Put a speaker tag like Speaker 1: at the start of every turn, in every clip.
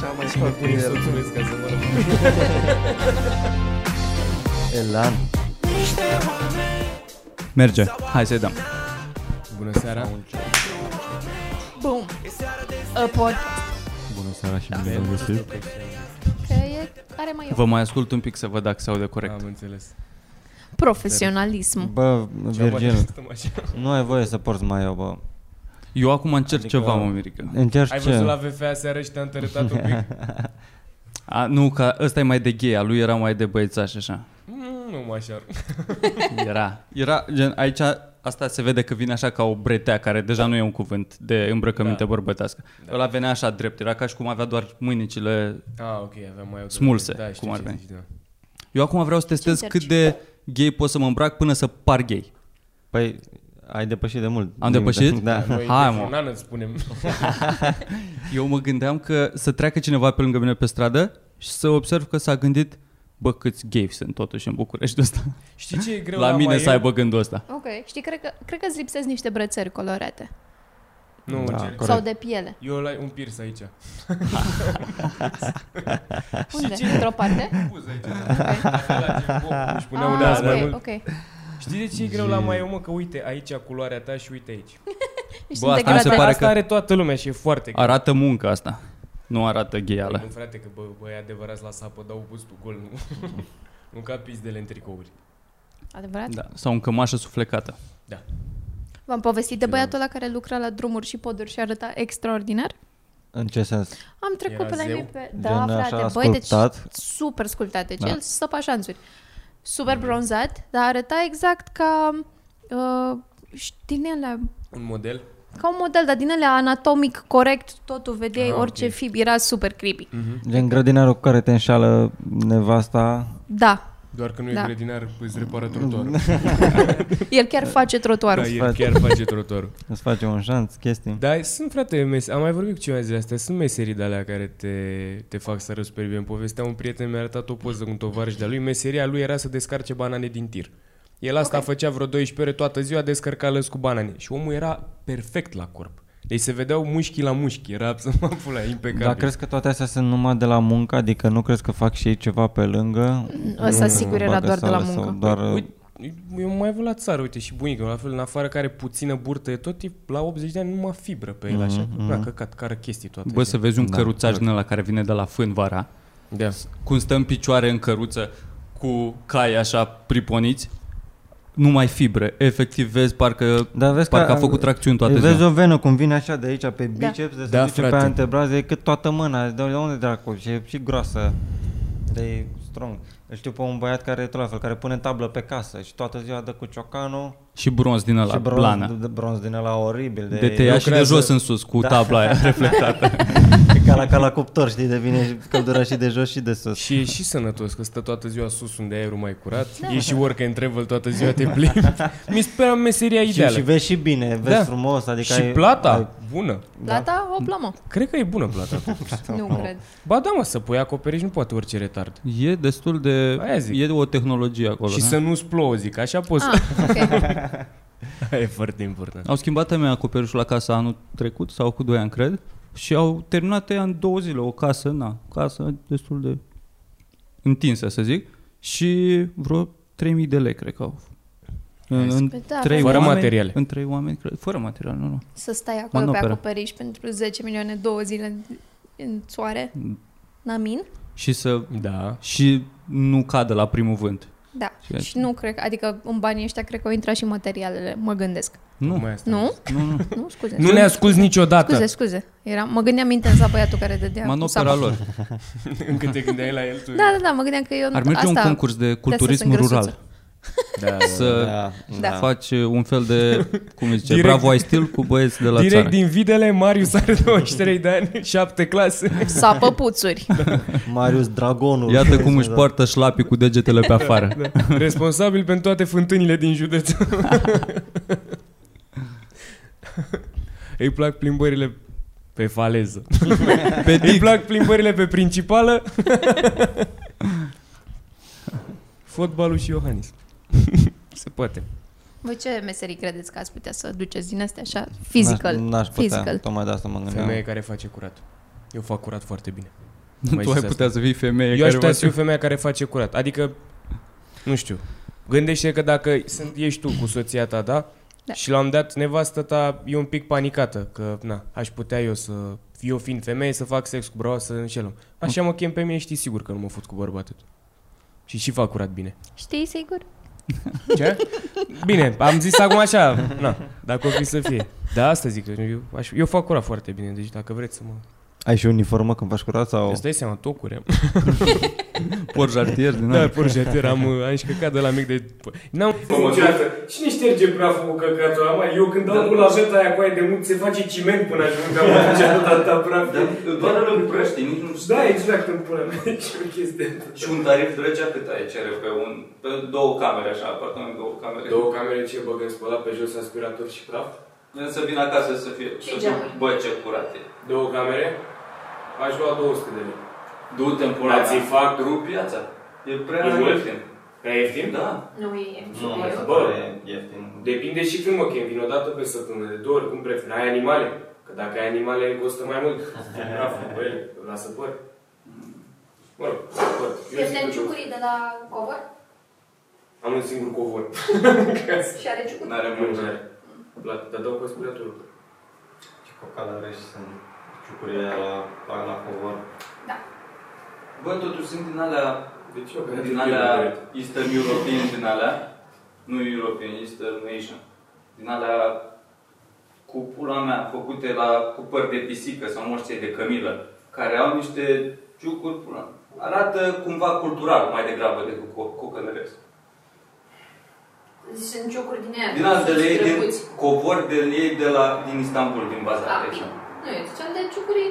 Speaker 1: cea mai
Speaker 2: Cine pune
Speaker 1: familiară.
Speaker 2: soțul ca să mă rog.
Speaker 1: Elan.
Speaker 3: Merge, hai să-i dăm.
Speaker 2: Bună seara!
Speaker 4: Bum. A pot.
Speaker 5: Bună seara și bine am găsit.
Speaker 4: Că e, are mai eu.
Speaker 3: Vă mai ascult un pic să văd dacă se aude corect.
Speaker 2: Am înțeles.
Speaker 4: Profesionalism.
Speaker 5: Bă,
Speaker 2: Ce-am
Speaker 5: Virgil,
Speaker 2: mai stăm așa?
Speaker 5: nu ai voie să porți mai eu, bă.
Speaker 3: Eu acum încerc
Speaker 5: Adică-
Speaker 3: ceva, mă, Mirica.
Speaker 5: Încerci
Speaker 2: Ai văzut la
Speaker 5: ce?
Speaker 2: VFA seară și te-am tărătat un pic?
Speaker 3: A, nu, că ăsta e mai de gay, a lui era mai de băiețaș așa.
Speaker 2: Mm, Nu mă așa.
Speaker 3: Era. Era, gen, aici asta se vede că vine așa ca o bretea, care deja nu e un cuvânt de îmbrăcăminte
Speaker 2: Da.
Speaker 3: bărbătească.
Speaker 2: Da.
Speaker 3: Ăla venea așa drept, era ca și cum avea doar mâinicile.
Speaker 2: Ah, ok, aveam mai auto.
Speaker 3: Smulse,
Speaker 2: Da, știu
Speaker 3: cum ar
Speaker 2: ce
Speaker 3: veni.
Speaker 2: zici, da.
Speaker 3: Eu acum vreau să testez
Speaker 4: încerci?
Speaker 3: cât de gay pot să mă îmbrac până să par gay.
Speaker 5: Păi, ai depășit de mult.
Speaker 3: Am
Speaker 5: limita.
Speaker 3: depășit?
Speaker 5: Da.
Speaker 2: Noi
Speaker 3: Hai,
Speaker 2: de
Speaker 3: mă.
Speaker 2: funan îți spunem.
Speaker 3: Eu mă gândeam că să treacă cineva pe lângă mine pe stradă și să observ că s-a gândit bă, câți gay sunt totuși în București ăsta.
Speaker 2: Știi ce e greu la,
Speaker 3: La mine
Speaker 2: Maier?
Speaker 3: să aibă gândul ăsta.
Speaker 4: Ok, știi, cred că, cred că îți lipsesc niște brățări colorate.
Speaker 2: Nu,
Speaker 5: Da,
Speaker 2: încerc.
Speaker 5: corect.
Speaker 4: Sau de piele.
Speaker 2: Eu la un pierce aici.
Speaker 4: Unde? Într-o parte?
Speaker 2: Puz aici.
Speaker 3: Da.
Speaker 2: La fel, la gen, Își punea un
Speaker 4: Ah,
Speaker 2: nas mai
Speaker 4: ok,
Speaker 2: mult.
Speaker 4: ok.
Speaker 2: Știi de ce e greu la maiu, mă? Că uite, aici culoarea ta și uite aici.
Speaker 4: Niște
Speaker 3: Bă, asta mi
Speaker 4: degradări.
Speaker 3: se Păi, pare
Speaker 2: Asta
Speaker 3: că-
Speaker 2: are toată lumea și e foarte greu.
Speaker 3: Arată muncă asta. Nu arată
Speaker 2: Nu,
Speaker 3: gheală.
Speaker 2: frate, că bă, băi adevărați la sapă dau bustul gol, nu? nu ca pizdele în tricouri.
Speaker 4: Adevărat?
Speaker 2: Exact.
Speaker 3: Da. Sau în cămașă suflecată.
Speaker 4: V-am povestit de băiatul ăla care lucra la drumuri și poduri și arăta extraordinar?
Speaker 5: În ce sens?
Speaker 4: Am trecut
Speaker 2: Era
Speaker 4: pe la
Speaker 2: zeu?
Speaker 4: ei pe... Da,
Speaker 5: Gen așa
Speaker 4: frate, băi, deci
Speaker 5: ascultat?
Speaker 4: super sculptat. Deci
Speaker 3: Da.
Speaker 4: da. el săpa șanțuri. Super bronzat, dar arăta exact ca... Uh, știi, din ele,
Speaker 2: Un model?
Speaker 4: ca un model, dar din ele anatomic corect, totul vedeai,
Speaker 2: Ah,
Speaker 4: ah, orice
Speaker 2: ok.
Speaker 4: okay. fib, era super creepy.
Speaker 2: Hmm?
Speaker 5: Gen grădinarul cu care te înșală nevasta
Speaker 4: Da,
Speaker 2: Doar că nu e
Speaker 4: Da.
Speaker 2: grădinar, îți repară trotuarul.
Speaker 4: el chiar face trotuarul.
Speaker 2: da, el chiar face trotuarul.
Speaker 5: Îți face un șanț, chestii
Speaker 2: Da, sunt frate, mes- am mai vorbit cu cineva zilele astea, sunt meserii de alea care te, te fac să râzi super bine. Povestea un prieten mi-a arătat o poză cu un tovarăș de-a lui, meseria lui era să descarce banane din tir. El asta okay. făcea vreo 12 ore toată ziua, descărca lăs cu banane și omul era perfect la corp. Deci se vedeau mușchi la mușchi, era să mă pula, impecabil.
Speaker 5: Dar crezi că toate astea sunt numai de la muncă? Adică nu crezi că fac și ei ceva pe lângă?
Speaker 4: Ăsta
Speaker 5: Nu
Speaker 4: sigur era
Speaker 5: bagă
Speaker 4: doar de la
Speaker 5: sale sau
Speaker 4: muncă.
Speaker 5: Doar...
Speaker 2: Păi, Uite, eu mai văd la țară, uite, și bunica, la fel, în afară care puțină burtă, e tot e la 80 de ani numai fibră pe
Speaker 5: Mhm,
Speaker 2: el, așa. Mm-hmm. Da, căcat, care chestii toate.
Speaker 3: Bă, să vezi un
Speaker 5: Da,
Speaker 3: căruțaj din ăla care vine de la fân vara,
Speaker 2: Da.
Speaker 3: cum stă în picioare în căruță cu cai așa priponiți, nu mai fibre. Efectiv, vezi, parcă,
Speaker 5: Dar vezi
Speaker 3: parcă
Speaker 5: că
Speaker 3: a făcut tracțiuni toată
Speaker 5: Deci vezi
Speaker 3: ziua.
Speaker 5: o venă cum vine așa de aici pe biceps, de se
Speaker 2: Da,
Speaker 5: duce pe
Speaker 2: frate.
Speaker 5: antebraze, e cât toată mâna, de de unde dracu, și e și groasă, de e strong. Îl știu pe un băiat care e tot la fel, care pune tablă pe casă și toată ziua dă cu ciocanul
Speaker 3: Și bronz din ăla,
Speaker 5: și bronz,
Speaker 3: plană.
Speaker 5: de, bronz din ăla oribil. De, Da.
Speaker 3: De te ia și de
Speaker 2: lucrează-
Speaker 3: jos în sus, cu tabla aia reflectată.
Speaker 5: E ca la, ca la cuptor, știi, devine și căldura și de jos și de sus.
Speaker 2: Și e și sănătos, că stă toată ziua sus unde aerul mai curat. Da. E și work and travel toată ziua, te plimbi. Mi speram meseria
Speaker 5: Și,
Speaker 2: ideală.
Speaker 5: și vezi și bine, vezi
Speaker 2: Da.
Speaker 5: frumos, adică
Speaker 2: și
Speaker 5: ai,
Speaker 2: plata, bună.
Speaker 3: da.
Speaker 4: Plata, o plamă.
Speaker 2: Cred că e bună plata.
Speaker 4: Nu
Speaker 3: Oh.
Speaker 4: cred.
Speaker 2: ba da, mă, să pui acoperiș nu poate orice retard.
Speaker 3: E destul de...
Speaker 2: Aia zic.
Speaker 3: E o tehnologie acolo.
Speaker 2: și
Speaker 3: da?
Speaker 2: să nu-ți plouă, zic, așa poți.
Speaker 4: Ah, ok.
Speaker 2: Ah. e foarte important.
Speaker 3: Au schimbat aia acoperișul la casa anul trecut sau cu 2 ani, cred, și au terminat ea în două zile, o casă, na, casă destul de întinsă, să zic, și vreo 3000 de lei, cred că au. În, în
Speaker 4: Păi da,
Speaker 3: trei
Speaker 2: fără
Speaker 3: oameni,
Speaker 2: materiale.
Speaker 3: În trei oameni, cred, fără materiale, nu, nu.
Speaker 4: Să stai acolo pe
Speaker 3: Manoperă.
Speaker 4: acoperiș pentru 10 milioane două zile în, în soare. Namin?
Speaker 3: Și să
Speaker 2: Da.
Speaker 3: și nu cadă la primul vânt.
Speaker 4: Da.
Speaker 3: Și-
Speaker 4: Și nu cred, adică în banii ăștia cred că au intrat și materialele, mă gândesc.
Speaker 3: Nu,
Speaker 2: Mai asta.
Speaker 4: Nu?
Speaker 3: nu, Da. nu.
Speaker 4: Nu, scuze.
Speaker 2: Nu ne asculti niciodată.
Speaker 4: Scuze, scuze. Era, mă gândeam intens la băiatul care dădea cu
Speaker 3: Manopera
Speaker 4: sapa.
Speaker 3: lor.
Speaker 2: Încă te gândeai la el, tu...
Speaker 4: Da, da, da, mă gândeam că eu
Speaker 3: Ar merge
Speaker 4: asta,
Speaker 3: un concurs de culturism
Speaker 4: sunt
Speaker 3: rural.
Speaker 4: grăsuță.
Speaker 2: da.
Speaker 3: Să
Speaker 4: Da.
Speaker 3: faci un fel de, cum îi zice,
Speaker 2: Direct-
Speaker 3: bravo ai stil cu băieți de la
Speaker 2: Direct
Speaker 3: țară.
Speaker 2: din videle, Marius are 23 de ani, 7 clase.
Speaker 4: Sapă puțuri.
Speaker 5: Marius Dragonul.
Speaker 3: Iată cum își poartă șlapii cu degetele pe afară.
Speaker 2: Responsabil pentru toate fântânile din județ. Îi plac plimbările pe faleză.
Speaker 3: Pe
Speaker 2: Îi
Speaker 3: tic.
Speaker 2: plac plimbările pe principală. Fotbalul și Iohannis. Se poate.
Speaker 4: Voi ce meserii credeți că ați putea să duceți din astea așa? Physical.
Speaker 5: Da. N-aș, n-aș putea,
Speaker 4: Physical.
Speaker 3: Da.
Speaker 5: tocmai de asta mă gândeam.
Speaker 2: Femeie care face curat. Eu fac curat foarte bine. mai
Speaker 3: tu ai
Speaker 2: zis
Speaker 3: putea să fii femeie
Speaker 2: Eu
Speaker 3: care
Speaker 2: aș putea
Speaker 3: va
Speaker 2: să fiu femeia care face curat. Adică, nu știu, gândește că dacă sunt, ești tu cu soția ta, da?
Speaker 6: Da.
Speaker 2: Și la un moment dat nevastă ta e un pic panicată că, na, aș putea eu să, eu fiind femeie, să fac sex cu bărbatul, să înșelăm. Așa mă chem pe mine, știi sigur că nu mă fut cu bărbatul. Și și fac curat bine.
Speaker 6: Știi sigur?
Speaker 2: Ce? Bine, am zis acum așa, na, dacă o fi să fie. Da, asta zic, eu, aș, eu fac curat foarte bine, deci dacă vreți să mă...
Speaker 5: Ai și uniformă când faci curat sau...
Speaker 2: Îți dai seama, tot cuream.
Speaker 3: por jartier din
Speaker 2: Da,
Speaker 3: da.
Speaker 2: pur și atât, am, uh, am și căcat de la mic de... N-am informația Cine șterge praful cu căcatul ăla, Eu când dau cu la jeta aia cu aia de munte, se face ciment până ajung că am făcea tot
Speaker 7: Da,
Speaker 2: atâta praf.
Speaker 7: Doar în București, nici nu știu.
Speaker 2: exact în pula mea, ce chestie.
Speaker 7: Și un tarif drăgea cât ai cere pe, un, pe două camere așa, apartament două camere.
Speaker 2: Două camere ce băgă în spălat pe jos aspirator și praf.
Speaker 7: Să vin acasă să fie, să fiu,
Speaker 6: geamuri.
Speaker 7: bă, ce curate.
Speaker 2: Două camere. Aș lua 200 de lei.
Speaker 7: Du-te în pula
Speaker 2: Dar ți-i fac-
Speaker 7: rup viața. E prea
Speaker 2: E mult?
Speaker 7: ieftin.
Speaker 2: Pe ieftin?
Speaker 7: Da.
Speaker 6: Nu e
Speaker 7: Nu, mi se
Speaker 2: Bă.
Speaker 7: pare ieftin.
Speaker 2: Depinde și când mă chem, vin o dată pe săptămână, de două ori, cum preferi. Ai animale? Că dacă ai animale, costă mai mult. Praful, băi, îl lasă păr. Mă rog, păr. Eu zic că două.
Speaker 6: de la covor
Speaker 2: Am un singur covor.
Speaker 6: și are ciucuri.
Speaker 2: Da.
Speaker 7: N-are mâncare.
Speaker 2: La, dar dau cu aspiratorul.
Speaker 5: Ce cocalare și sunt ciucurile la, la, la covor.
Speaker 7: Bă, totuși sunt din alea,
Speaker 2: De ce? Deci Că
Speaker 7: din
Speaker 2: nu
Speaker 7: alea
Speaker 2: trebuie.
Speaker 7: Eastern European, din alea, nu European, Eastern Asian, din alea cu pula mea, făcute la cu păr de pisică sau morții de cămilă, care au niște ciucuri, pula mea. Arată cumva cultural mai degrabă decât cu cocălăresc.
Speaker 6: Sunt ciucuri din aia.
Speaker 7: Din altele ei, din covor de ei de la, din Istanbul, din
Speaker 6: Da,
Speaker 7: baza de exemplu.
Speaker 6: Nu, eu ziceam de ciucuri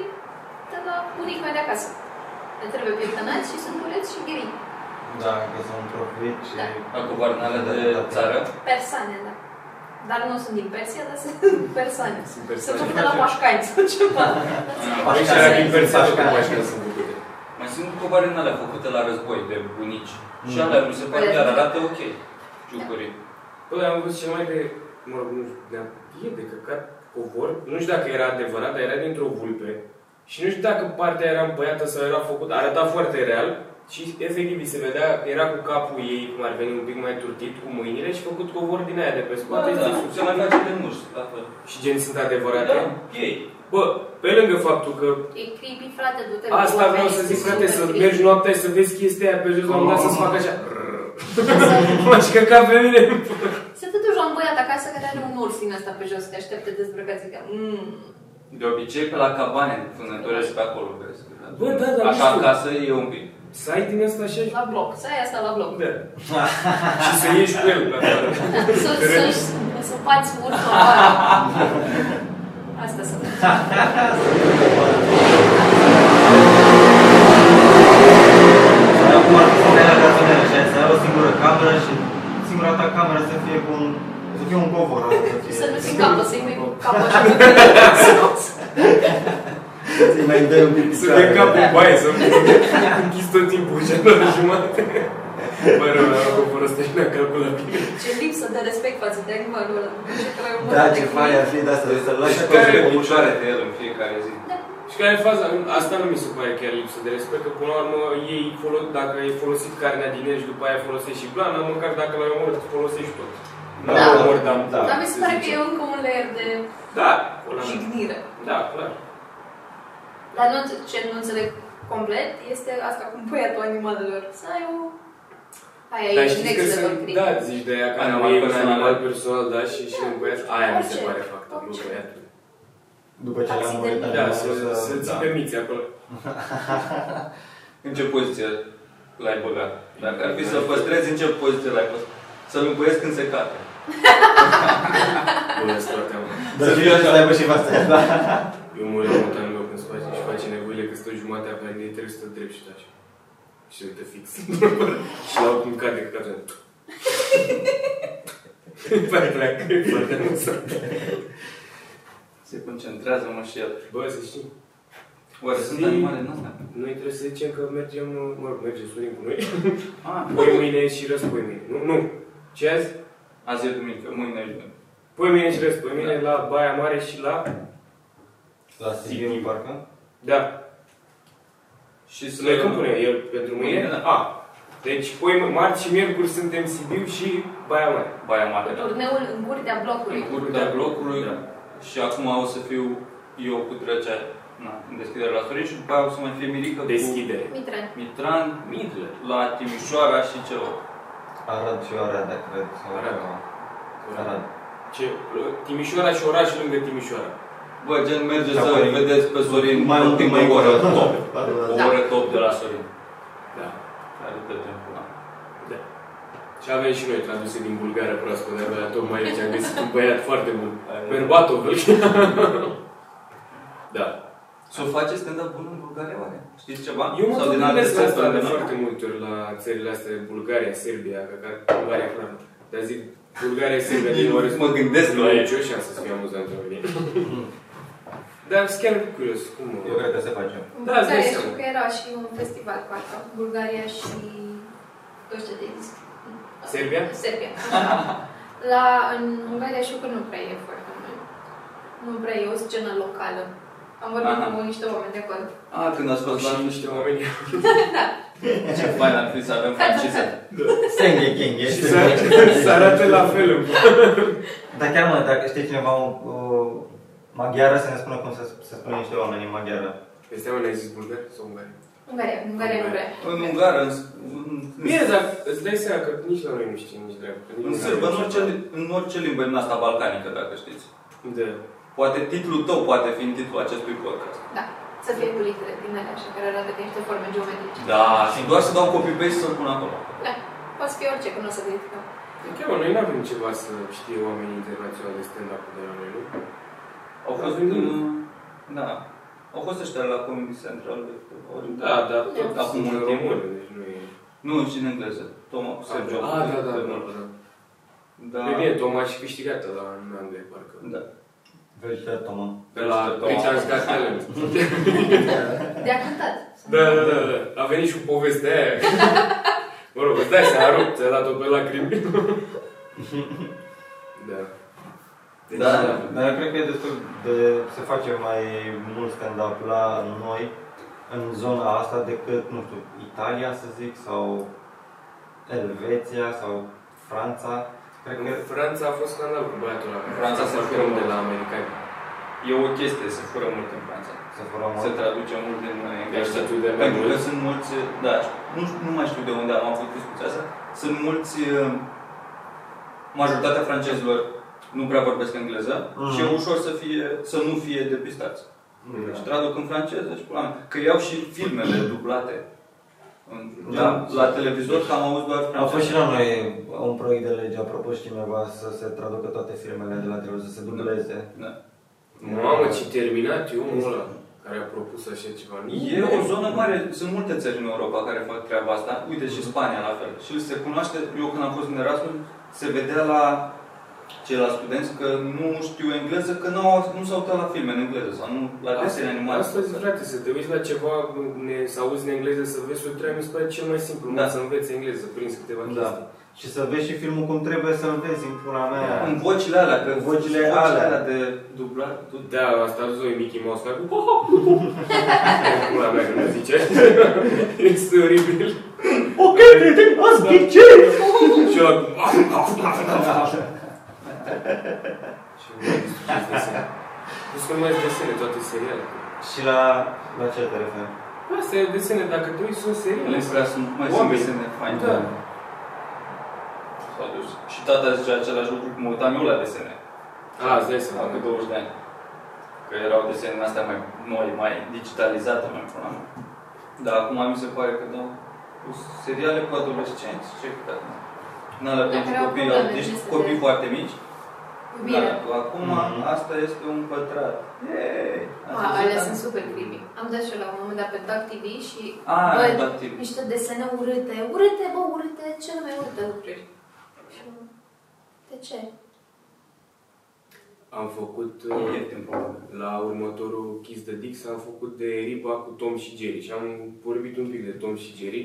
Speaker 6: de la bunic mai de acasă. Ne trebuie pieptănați și sunt ureți și gheri.
Speaker 5: Da, că sunt profit și...
Speaker 6: Da.
Speaker 7: La covor din alea de țară.
Speaker 6: Persane, da. Dar nu sunt din Persia, dar sunt persane.
Speaker 2: Sunt
Speaker 6: Sunt
Speaker 2: persoane.
Speaker 6: făcute la Pașcani sau ceva.
Speaker 7: Așa
Speaker 2: Așa
Speaker 6: Așa
Speaker 2: era
Speaker 6: e.
Speaker 2: din persoană cum
Speaker 5: Așa.
Speaker 2: aș vrea să bucure.
Speaker 7: Mai sunt coboare din alea făcute la război de bunici. Și alea mi se
Speaker 2: Păi,
Speaker 7: pare
Speaker 2: da.
Speaker 7: chiar arată ok. Ciucurii.
Speaker 2: Bă, am văzut cel mai de... Mă rog, nu știu, de e de căcat covor. Nu știu dacă era adevărat, dar era dintr-o vulpe. Și nu știu dacă partea era împăiată sau era făcută. Arăta foarte real. Și efectiv îi se vedea, era cu capul ei, cum ar veni, un pic mai turtit, cu mâinile și făcut covor din aia de pe
Speaker 7: Ba
Speaker 2: spate.
Speaker 7: da,
Speaker 2: și
Speaker 7: se
Speaker 2: subțire.
Speaker 7: mai face de muș, la fel.
Speaker 2: Și gen sunt adevărate.
Speaker 7: Da, ei.
Speaker 2: Bă, pe lângă faptul că
Speaker 6: E creepy, frate, du-te.
Speaker 2: Asta vreau să zic, frate, să mergi noaptea și să vezi chestia aia pe jos, la un dat să-ți fac așa.
Speaker 7: Exact.
Speaker 2: M-aș căca pe mine.
Speaker 6: Să te duci la un băiat acasă care are un urs din asta pe jos, te așteaptă dezbrăcat, zic,
Speaker 4: "Mm,
Speaker 6: mmm,
Speaker 7: De obicei pe la cabane în vânătorești pe acolo crezi. că-
Speaker 2: Bă, da, dar nu
Speaker 7: Așa
Speaker 2: știu.
Speaker 7: acasă e un pic.
Speaker 2: Să ai din asta așa.
Speaker 6: la bloc, să ai asta la bloc.
Speaker 2: Da. și să ieși cu el. da, la afară.
Speaker 6: Să, să, să bați ursul afară. Asta să faci.
Speaker 5: Dar cum ar fi la garsonele așa, să ai o singură cameră și singura ta cameră să fie cu un... Să fie un covor. ăla, să fie-
Speaker 6: Să nu ți capă, să-i mai cu capul așa pe jos.
Speaker 5: Să-i mai dai un pic
Speaker 2: Să dea capul în baie, să nu închis tot timpul, și la jumate. Bă, rău, am făcut ăsta și ne-am calculat bine.
Speaker 6: Ce lipsă de respect față de animalul ăla. Ce că mai
Speaker 5: Da, ce fai ar fi de asta, să-l lași
Speaker 7: Și
Speaker 5: acolo.
Speaker 7: care
Speaker 5: să
Speaker 7: e
Speaker 5: fie ușor.
Speaker 7: picioare de el în fiecare zi.
Speaker 2: Și care e faza? Asta nu mi se pare chiar lipsă de respect, că până la urmă ei, folo- dacă ai folosit carnea din el și după aia folosești și blana, măcar dacă l-ai omorât, folosești tot. Nu
Speaker 6: Da.
Speaker 2: l-ai omorât, dar...
Speaker 5: Da.
Speaker 6: Dar mi se pare că
Speaker 2: zice.
Speaker 6: e încă un layer de
Speaker 2: Da, pula mea.
Speaker 6: jignire.
Speaker 2: Da, clar.
Speaker 6: Dar nu, ce nu înțeleg complet este asta cu băiatul animalelor. Să ai o... Aia
Speaker 2: Dar
Speaker 6: e
Speaker 2: știți că
Speaker 6: next level
Speaker 2: sunt,
Speaker 6: creepy.
Speaker 2: da, zici de aia care
Speaker 7: Animal
Speaker 2: nu e un
Speaker 7: personal.
Speaker 2: animal personal, da, și și un băiat, aia mi se
Speaker 6: Orice.
Speaker 2: pare faptul, nu
Speaker 6: Orice.
Speaker 2: băiatul.
Speaker 5: După ce l-am murit,
Speaker 2: Da, să, să ții pe miți acolo.
Speaker 7: În ce poziție l-ai băgat? Dacă ar fi să păstrezi, în ce poziție l-ai păstrat? Să-l încuiesc când se cade.
Speaker 2: Bună, stoartea, mă.
Speaker 5: Dar fie așa, să aibă și vastea, da.
Speaker 2: Eu mă urmă mult meu când se face și face nevoile că stă jumate a care trebuie să stă drept și taci. Și se uită fix. și la cum cade că cade. Păi pleacă, e foarte amuzant.
Speaker 7: Se concentrează mă și el.
Speaker 2: Bă, să știi,
Speaker 7: Oare sunt
Speaker 2: Zi.
Speaker 7: animale în astea?
Speaker 2: noi trebuie să zicem că mergem, mă rog, merge Sorin cu noi.
Speaker 7: Ah,
Speaker 2: Poi mâine și răspoi mâine. Nu, nu. Ce azi?
Speaker 7: azi e duminică, mâine e duminică.
Speaker 2: Poi mâine și răspoi mâine la Baia Mare și la...
Speaker 5: La Sibiu, parcă?
Speaker 2: Da.
Speaker 7: Și să
Speaker 2: Le când pune el pentru mâine?
Speaker 7: Mâine, da.
Speaker 2: A. Deci, poi, marți și miercuri suntem Sibiu și Baia Mare.
Speaker 7: Baia Mare, da.
Speaker 4: Turneul în curtea blocului.
Speaker 7: În curtea blocului și acum o să fiu eu cu Drăcea na, în deschidere la Sorin și după aia o să mai fie Mirica cu
Speaker 2: Deschidere.
Speaker 4: Mitran.
Speaker 7: Mitran Midle la Timișoara și ceva.
Speaker 5: Arad și Oradea, cred. Sau
Speaker 2: Arad.
Speaker 5: ceva. Arad.
Speaker 2: Ce? Timișoara și oraș lângă Timișoara.
Speaker 7: Bă, gen merge
Speaker 5: Da,
Speaker 7: să
Speaker 5: băi,
Speaker 7: vedeți pe Sorin
Speaker 5: mai
Speaker 7: în
Speaker 5: mult,
Speaker 7: timp
Speaker 5: mai
Speaker 7: o oră
Speaker 5: mult.
Speaker 7: top. O
Speaker 4: Da.
Speaker 7: oră top de la Sorin.
Speaker 2: Da.
Speaker 7: Care pe timpul ăla.
Speaker 2: da. Și avem și noi traduse din bulgară proaspătă, dar tocmai aici am găsit un băiat foarte bun. Berbatov. da.
Speaker 7: Să o face stand-up bun în Bulgaria, oare? Știți ceva?
Speaker 2: Eu mă
Speaker 7: Sau din alte
Speaker 2: gândesc la
Speaker 7: țări
Speaker 2: asta de
Speaker 7: scandinave?
Speaker 2: foarte multe ori la țările astea, Bulgaria, Serbia, că ca Bulgaria, clar. Dar zic, Bulgaria, Serbia, din ori
Speaker 7: Mă gândesc
Speaker 2: Nu
Speaker 7: la
Speaker 2: ai
Speaker 7: ei.
Speaker 2: nicio șansă să fie amuzant la mine. Dar sunt chiar curios cum...
Speaker 5: Eu cred că se face.
Speaker 2: Da, îți dai
Speaker 4: Bulgaria
Speaker 2: seama.
Speaker 4: știu că era și un festival cu asta. Bulgaria și ăștia de disc.
Speaker 2: Serbia?
Speaker 4: Serbia. La, în Ungaria știu că nu prea e foarte mult. Nu prea e o scenă locală. Am vorbit
Speaker 7: Aha.
Speaker 4: cu niște oameni de acolo.
Speaker 7: A, când ați fost la
Speaker 2: Și niște oameni.
Speaker 7: Ce fain ar fi să avem franciză.
Speaker 5: Senghe, Kenghe.
Speaker 2: Și să, să arate la fel.
Speaker 5: Dar chiar mă, dacă știe cineva o, o maghiară, să ne spună cum să, să spună niște oameni în maghiară.
Speaker 2: Peste oameni ai zis bulgar sau ungar?
Speaker 4: Ungaria, Ungaria nu prea.
Speaker 7: În Ungară, în, în,
Speaker 2: Bine, dar îți dai seama că nici la noi nu știi nici dreapta. nici
Speaker 7: în
Speaker 2: ungarii
Speaker 7: sârbă, în
Speaker 2: nu
Speaker 7: orice,
Speaker 2: știu.
Speaker 7: în orice limbă din asta balcanică, dacă știți.
Speaker 2: Da.
Speaker 7: Poate titlul tău poate fi în titlul acestui podcast.
Speaker 4: Da. Să fie cu litere din alea așa, care arată ca niște forme geometrice.
Speaker 7: Da, și doar să dau copy-paste să-l pun acolo.
Speaker 4: Da. Poate să fie orice, că nu o să criticăm.
Speaker 2: Chiar, mă, noi nu avem ceva să știe oamenii internaționali de stand-up de la noi, nu?
Speaker 7: Au fost,
Speaker 2: Da, bine.
Speaker 7: în- da, au fost ăștia la Comedy Central. ori-
Speaker 2: Da, dar tot
Speaker 7: Da.
Speaker 2: acum
Speaker 7: Sunt
Speaker 2: în
Speaker 7: români.
Speaker 2: română, deci nu e...
Speaker 7: Nu, și în engleză. Toma, Sergio.
Speaker 2: Ah, da, da, da. da.
Speaker 7: da.
Speaker 2: Pe bine, Toma și câștigată la un an de parcă.
Speaker 7: Da.
Speaker 5: Vezi ce Toma.
Speaker 2: De la
Speaker 7: Toma.
Speaker 2: Britain's Got Talent.
Speaker 4: De-a cântat.
Speaker 2: Da, da, da, da. A venit și cu povestea aia. Mă rog, îți dai seama, rupt, ți-a dat-o pe lacrimi. da. Deci,
Speaker 7: Da.
Speaker 5: Dar eu cred că e destul de... se face mai mult stand-up la noi, în zona asta, decât, nu știu, Italia, să zic, sau Elveția, sau Franța. Cred
Speaker 2: În
Speaker 5: că...
Speaker 2: Franța a fost scandal cu băiatul ăla.
Speaker 7: Franța
Speaker 2: A
Speaker 7: se
Speaker 2: fost
Speaker 7: fură
Speaker 2: om
Speaker 7: mult.
Speaker 2: de la americani.
Speaker 7: E o chestie, se fură mult în Franța.
Speaker 5: Să fură
Speaker 7: Se
Speaker 5: mult.
Speaker 7: traduce mult din
Speaker 2: Deci
Speaker 7: engleză.
Speaker 2: să tu de mai
Speaker 7: Pentru că
Speaker 2: mult.
Speaker 7: sunt mulți, da, nu, nu mai știu de unde am avut discuția asta, sunt mulți, uh, majoritatea francezilor nu prea vorbesc engleză
Speaker 5: Mhm. Da.
Speaker 7: și e ușor să, fie, să nu fie depistați. Deci traduc în franceză și pula mea. Că iau și filmele dublate. În-
Speaker 5: Da.
Speaker 7: La televizor că am auzit doar
Speaker 5: A fost și la
Speaker 7: franceză.
Speaker 5: noi un proiect de lege, a propus cineva să se traducă toate filmele de la televizor, să se dubleze.
Speaker 7: Da.
Speaker 2: Mamă, ce terminat e omul ăla care a propus așa ceva.
Speaker 7: E o zonă mare, sunt multe țări în Europa care fac treaba asta, uite și Spania la fel. Și se cunoaște, eu când am fost în Erasmus, se vedea la ceilalți studenți că nu știu engleză, că n-au, nu s-au uitat la filme în engleză sau nu la desene animate.
Speaker 2: Astăzi, frate, să te uiți la ceva, ne, să auzi în engleză, să vezi o treabă, mi se pare cel mai simplu.
Speaker 7: Da.
Speaker 2: Da. Să înveți engleză, prins câteva chestii.
Speaker 5: Da. Și să vezi și filmul cum trebuie să-l vezi în pula
Speaker 7: În
Speaker 5: mea.
Speaker 7: vocile alea, că
Speaker 5: În vocile alea.
Speaker 7: de dublat, du-
Speaker 2: Da, asta a "Oh, zis Mickey Mouse, dar cu Pula mea când zice. este oribil.
Speaker 5: Ok, prieten, ați
Speaker 2: ghicit! Și eu acum... "Ah, Și nu mai distrugesc desene. Nu sunt mai desene, toate seriale.
Speaker 5: Și la, la ce te referi?
Speaker 2: Asta e desene, dacă te uiți, sunt seriale.
Speaker 7: ele
Speaker 3: Da.
Speaker 7: prea sunt mai sunt
Speaker 2: Oameni.
Speaker 7: desene faine.
Speaker 2: Da.
Speaker 7: S-a dus. Și tata zicea același lucru cum mă uitam eu la desene.
Speaker 2: A, Ah, îți dai seama.
Speaker 7: Acum 20 de ani. Că erau desenele astea mai noi, mai digitalizate, mai până Dar acum mi se pare că da, cu seriale cu adolescenți, ce căcat. În alea
Speaker 4: Dar
Speaker 7: pentru
Speaker 4: erau
Speaker 7: copii,
Speaker 4: probleme
Speaker 7: deci
Speaker 4: din astea
Speaker 7: copii
Speaker 4: de-
Speaker 7: foarte mici.
Speaker 4: Iubire.
Speaker 7: Da, acum
Speaker 5: Mhm.
Speaker 7: asta este un pătrat. Yay!
Speaker 4: Ma, alea sunt super creepy. Am dat și eu la un moment dat pe Duck TV și
Speaker 7: A,
Speaker 4: văd
Speaker 7: Duck TV.
Speaker 4: niște desene urâte. Urâte, bă, urâte, cele mai urâte lucruri. Și eu, De ce?
Speaker 2: Am făcut... uh,
Speaker 7: Ieftin, probabil.
Speaker 2: La următorul Kiss the Dicks am făcut de riba cu Tom și Jerry și am vorbit un pic de Tom și Jerry.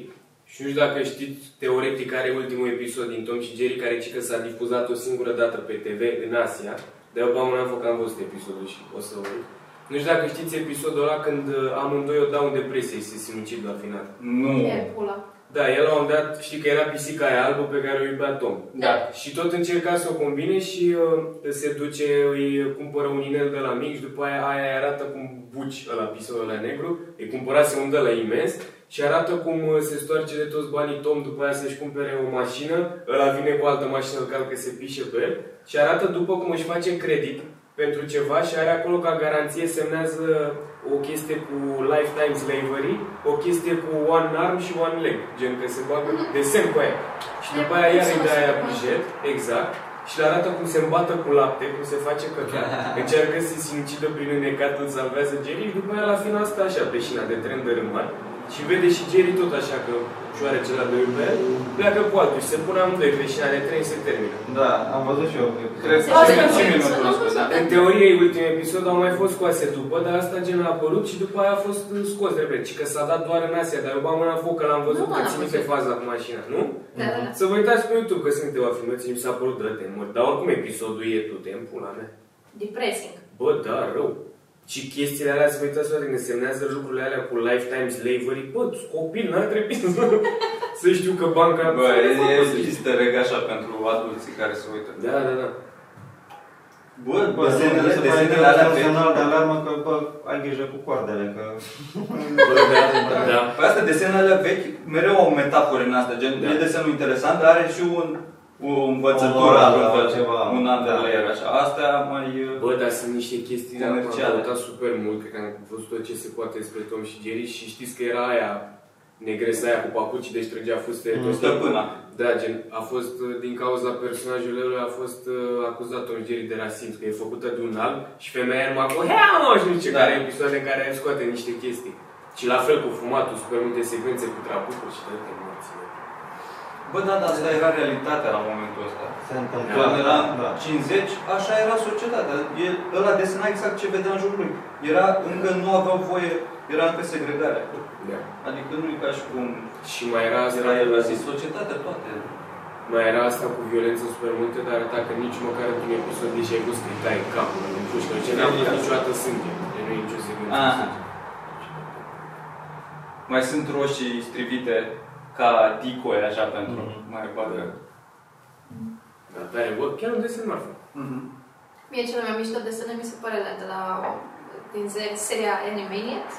Speaker 2: Și nu știu dacă știți, teoretic are ultimul episod din Tom și Jerry, care ci că s-a difuzat o singură dată pe TV în Asia. De eu, am făcut, am văzut episodul și o să o uit. Nu știu dacă știți episodul ăla când uh, amândoi o dau în depresie și se sinucid la final.
Speaker 7: Nu.
Speaker 4: E pula.
Speaker 2: Da, el la un moment dat, știi că era pisica aia albă pe care o iubea Tom.
Speaker 7: Da.
Speaker 2: Exact. Și tot încerca să o combine și uh, se duce, îi cumpără un inel de la mic și după aia aia îi arată cum buci ăla pisul ăla negru, îi cumpărase un de la imens și arată cum uh, se stoarce de toți banii Tom, după aia să-și cumpere o mașină, ăla vine cu altă mașină, îl calcă, se pișe pe el și arată după cum își face credit pentru ceva și are acolo ca garanție semnează o chestie cu lifetime slavery, o chestie cu one arm și one leg, gen că se bagă desen cu aia. Și după aia iar îi dă aia bijet, exact, și le arată cum se îmbată cu lapte, cum se face căcat, încearcă să se sinucidă prin înecat, îl salvează Jerry, și după aia la final stă așa pe șina de tren de rămân și vede și Jerry tot așa că joare cel de iubel, pleacă cu altul și se pune amândoi pe șina de tren și se termină.
Speaker 5: Da, am văzut și eu.
Speaker 7: Cred că
Speaker 4: Se face
Speaker 7: și
Speaker 4: că-
Speaker 7: mine
Speaker 4: să
Speaker 7: nu
Speaker 4: nu
Speaker 7: cunosc, da.
Speaker 2: În teorie, e ultimul episod au mai fost scoase după, dar asta gen a apărut și după aia a fost scos de repede. Și că s-a dat doar în Asia, dar eu bam mâna în foc că l-am văzut
Speaker 4: Nu,
Speaker 2: că
Speaker 4: n-am
Speaker 2: ține
Speaker 4: văzut.
Speaker 2: pe faza cu mașina, nu?
Speaker 4: Da, da, da.
Speaker 2: Să vă uitați pe YouTube că sunt câteva filmeți și mi s-a părut drăte mult. Dar oricum episodul e tu timpul la mea.
Speaker 4: Depressing.
Speaker 2: Bă, da, rău. Și chestiile alea, să vă uitați toate, când semnează lucrurile alea cu lifetime slavery, bă, copil, n-ar trebui să, să știu că banca...
Speaker 7: Bă, e listă reg așa pentru adulții care se uită.
Speaker 2: Da, da, da.
Speaker 7: Bă,
Speaker 5: Bă,
Speaker 7: desenele, desenele
Speaker 5: alea
Speaker 7: alea
Speaker 5: un
Speaker 7: pe...
Speaker 5: semnal de alarmă că, bă, ai grijă cu coardele, că...
Speaker 2: Bă, da, da.
Speaker 7: Păi asta, desenele alea vechi, mereu au metafore în asta, gen,
Speaker 2: Da.
Speaker 7: e desenul interesant, dar are și un, o învățătură,
Speaker 5: O morală,
Speaker 7: un fel,
Speaker 5: ceva.
Speaker 7: un alt
Speaker 5: Da.
Speaker 7: layer, așa. Astea mai... uh,
Speaker 2: Bă, dar sunt niște chestii de acum,
Speaker 7: Comerciale.
Speaker 2: am căutat super mult, cred că am văzut tot ce se poate despre Tom și Jerry și știți că era aia negresa aia cu papuci, deci trăgea fustele
Speaker 5: Mm.
Speaker 2: tot timpul.
Speaker 7: Stăpâna.
Speaker 2: Da, gen, a fost, uh, din cauza personajului lui, a fost uh, acuzat Tom și Jerry de rasism, că e făcută de un alb și femeia era cu hea, mă, și nu știu ce,
Speaker 7: Da.
Speaker 2: care e episoade în care scoate niște chestii. Și la fel cu fumatul, super multe secvențe cu trapucuri și toate morțile.
Speaker 7: Bă, da, dar asta era realitatea la momentul ăsta.
Speaker 5: Se întâmplă.
Speaker 7: Când era
Speaker 5: Da.
Speaker 7: 50, așa era societatea. El, ăla desena exact ce vedea în jurul lui. Era, încă nu aveau voie, era încă segregarea.
Speaker 2: Da.
Speaker 7: Adică nu e ca și cum
Speaker 2: Și mai era asta
Speaker 7: era el
Speaker 2: cu-
Speaker 7: a zis societatea toate.
Speaker 2: Mai era asta cu violență super multe, dar arăta că nici măcar într-un episod nici ai văzut că îi tai capul în pușcă. Ce n-am văzut niciodată sânge. Deci nu e nicio secundă.
Speaker 7: Aha. Mai sunt roșii strivite ca decoy, așa, pentru
Speaker 5: Mhm.
Speaker 7: mai bagă.
Speaker 2: Da, Dar tare, bă, chiar un desen marfă.
Speaker 7: Mhm.
Speaker 4: Mie cele mai mișto desene mi se pare la de la din ze- seria Animaniacs.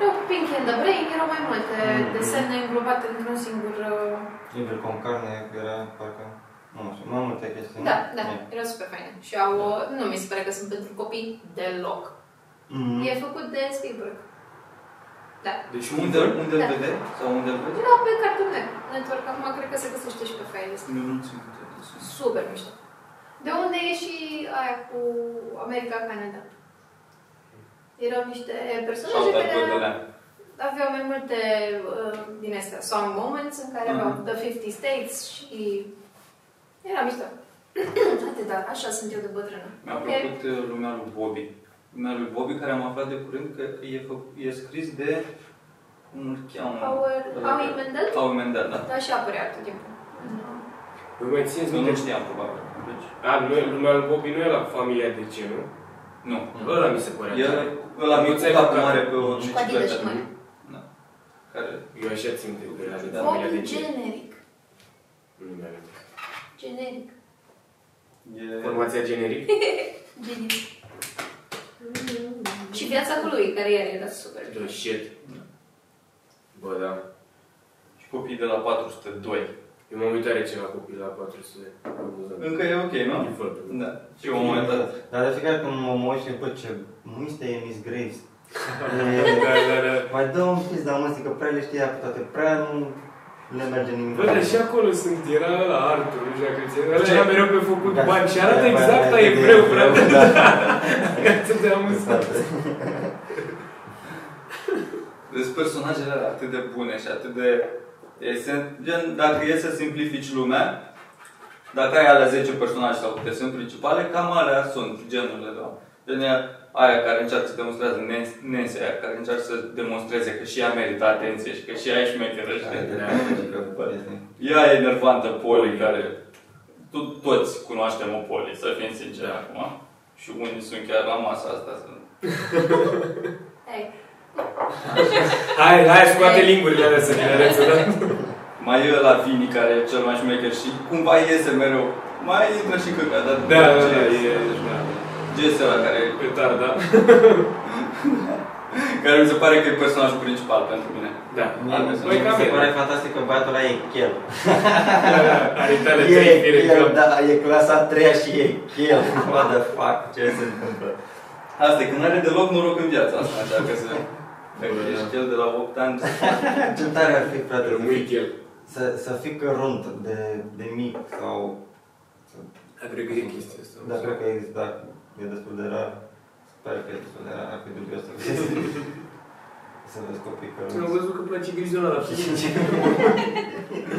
Speaker 4: Rău cu Pinky and the Brain erau mai multe
Speaker 5: Mm.
Speaker 4: desene înglobate într-un singur... uh,
Speaker 5: Liber cu carne, că era, parcă... Nu știu, mai multe chestii.
Speaker 4: Da, da,
Speaker 5: E.
Speaker 4: erau super faine. Și au... uh, Nu mi se pare că sunt pentru copii deloc.
Speaker 5: Mhm.
Speaker 7: Mm-hmm.
Speaker 4: E făcut de Spielberg.
Speaker 2: Deci
Speaker 7: Și unde, unde îl vede? Sau unde îl vede?
Speaker 4: Da, pe Cartoon Network. Acum cred că se găsește și pe faile astea.
Speaker 7: Nu, nu țin minte.
Speaker 4: Super mișto. De unde e și aia cu America-Canada? Erau niște
Speaker 7: Sau
Speaker 4: personaje
Speaker 7: tatăl de
Speaker 4: care
Speaker 7: la...
Speaker 4: aveau mai multe uh, din astea song moments în care aveau
Speaker 7: Mhm.
Speaker 4: The 50 States și era mișto.
Speaker 6: da,
Speaker 4: Atâta, așa sunt eu de bătrână.
Speaker 7: Mi-a
Speaker 4: Ok.
Speaker 7: plăcut uh, lumea lui Bobby. Lumea lui Bobby, care am aflat de curând că e, fă, e scris de... Cum îl cheamă?
Speaker 4: Howard, Howie Mendel?
Speaker 7: Howie Mendel, da.
Speaker 4: Da, și apărea tot timpul.
Speaker 2: Nu mai țineți
Speaker 7: Nu,
Speaker 2: minte.
Speaker 7: nu știam, probabil. Deci,
Speaker 2: A, nu, lumea lui Bobby nu era familia de ce, nu?
Speaker 7: nu.
Speaker 2: Ăla mi se părea. tare.
Speaker 7: El, ăla mic cu
Speaker 2: Ți-ai
Speaker 7: capul
Speaker 2: făcut.
Speaker 7: mare pe o
Speaker 4: Și cu adidas
Speaker 7: bicicletă.
Speaker 4: mare.
Speaker 7: Da. Care...
Speaker 2: Eu așa țin minte că era de
Speaker 7: Da.
Speaker 2: familia de
Speaker 4: Bobby
Speaker 2: ce.
Speaker 4: generic.
Speaker 2: Nu mi-am
Speaker 4: Generic.
Speaker 7: E...
Speaker 2: Formația generic.
Speaker 4: Generic. Și viața cu lui, care iar era super.
Speaker 2: The shit. Bă, da.
Speaker 7: Și copiii de la 402.
Speaker 2: Eu m-am uitat recent la copil la 400. Amuzant.
Speaker 7: Încă e ok, nu? Da. Și o moment dat.
Speaker 5: Dar de fiecare când mă mă uit și bă, ce muiste e Miss Graves.
Speaker 2: Da, da, da.
Speaker 5: Mai dă un pis, dar mă zic că prea le știa pe toate, prea nu le merge nimic.
Speaker 2: Bă, dar și acolo sunt, era la Arthur, nu știu dacă ți era,
Speaker 5: Ce?
Speaker 2: era mereu pe făcut
Speaker 5: Da.
Speaker 2: bani și arată
Speaker 5: Da,
Speaker 2: exact
Speaker 5: da,
Speaker 2: a
Speaker 5: da,
Speaker 2: evreu,
Speaker 5: da,
Speaker 2: frate,
Speaker 5: Da,
Speaker 2: să te amuzat.
Speaker 7: Sunt Deci personajele alea atât de bune și atât de... Esen... Gen, dacă e să simplifici lumea, dacă ai alea 10 personaje sau câte sunt principale, cam alea sunt genurile de oameni. Gen, e aia care încearcă să demonstreze, Nancy- Nancy, aia care încearcă să demonstreze că și ea merită atenție și că și ea e șmecheră. știi? Ea e nervantă, Poli, care... Tu, toți cunoaștem o Poli, să fim sinceri acum.
Speaker 2: Și
Speaker 7: Și unii sunt chiar la masa asta. Sunt.
Speaker 6: Hai.
Speaker 8: Hai, hai, scoate lingurile alea să ne
Speaker 5: Da.
Speaker 8: da? le arăți odată.
Speaker 7: Mai e la Vini care e cel mai șmecher și cumva iese mereu. Mai intră și căca, dar
Speaker 8: Da, da, da,
Speaker 7: ce-
Speaker 8: e da.
Speaker 7: Jesse ăla care,
Speaker 8: Petar, da.
Speaker 7: care mi se pare că e personajul principal pentru mine.
Speaker 8: Da.
Speaker 5: Mie
Speaker 7: Am
Speaker 5: mi
Speaker 7: zis,
Speaker 5: se-
Speaker 8: băi,
Speaker 5: mi
Speaker 8: cam
Speaker 5: se
Speaker 8: e.
Speaker 5: pare fantastic că băiatul ăla e chel.
Speaker 8: Are tale
Speaker 5: E
Speaker 8: trei fire în
Speaker 5: chel,
Speaker 8: cap.
Speaker 5: da, e clasa a treia și e chel. What the fuck, ce se întâmplă?
Speaker 7: Asta e, că nu are deloc noroc în viața asta, așa că se... Dacă
Speaker 8: Bună,
Speaker 7: ești
Speaker 8: da.
Speaker 7: cel de la 8 ani,
Speaker 5: Ce tare ar fi, frate, să
Speaker 8: Rămâi
Speaker 5: fii,
Speaker 8: chel.
Speaker 5: să, să fii cărunt de, de mic sau...
Speaker 8: Da, cred că e chestia asta.
Speaker 5: Da, cred că există, da, e destul de rar. Sper că e destul de rar, ar fi dubios să vezi. să vezi copii
Speaker 8: Am
Speaker 5: cărunți.
Speaker 8: văzut că place grijona la psihic.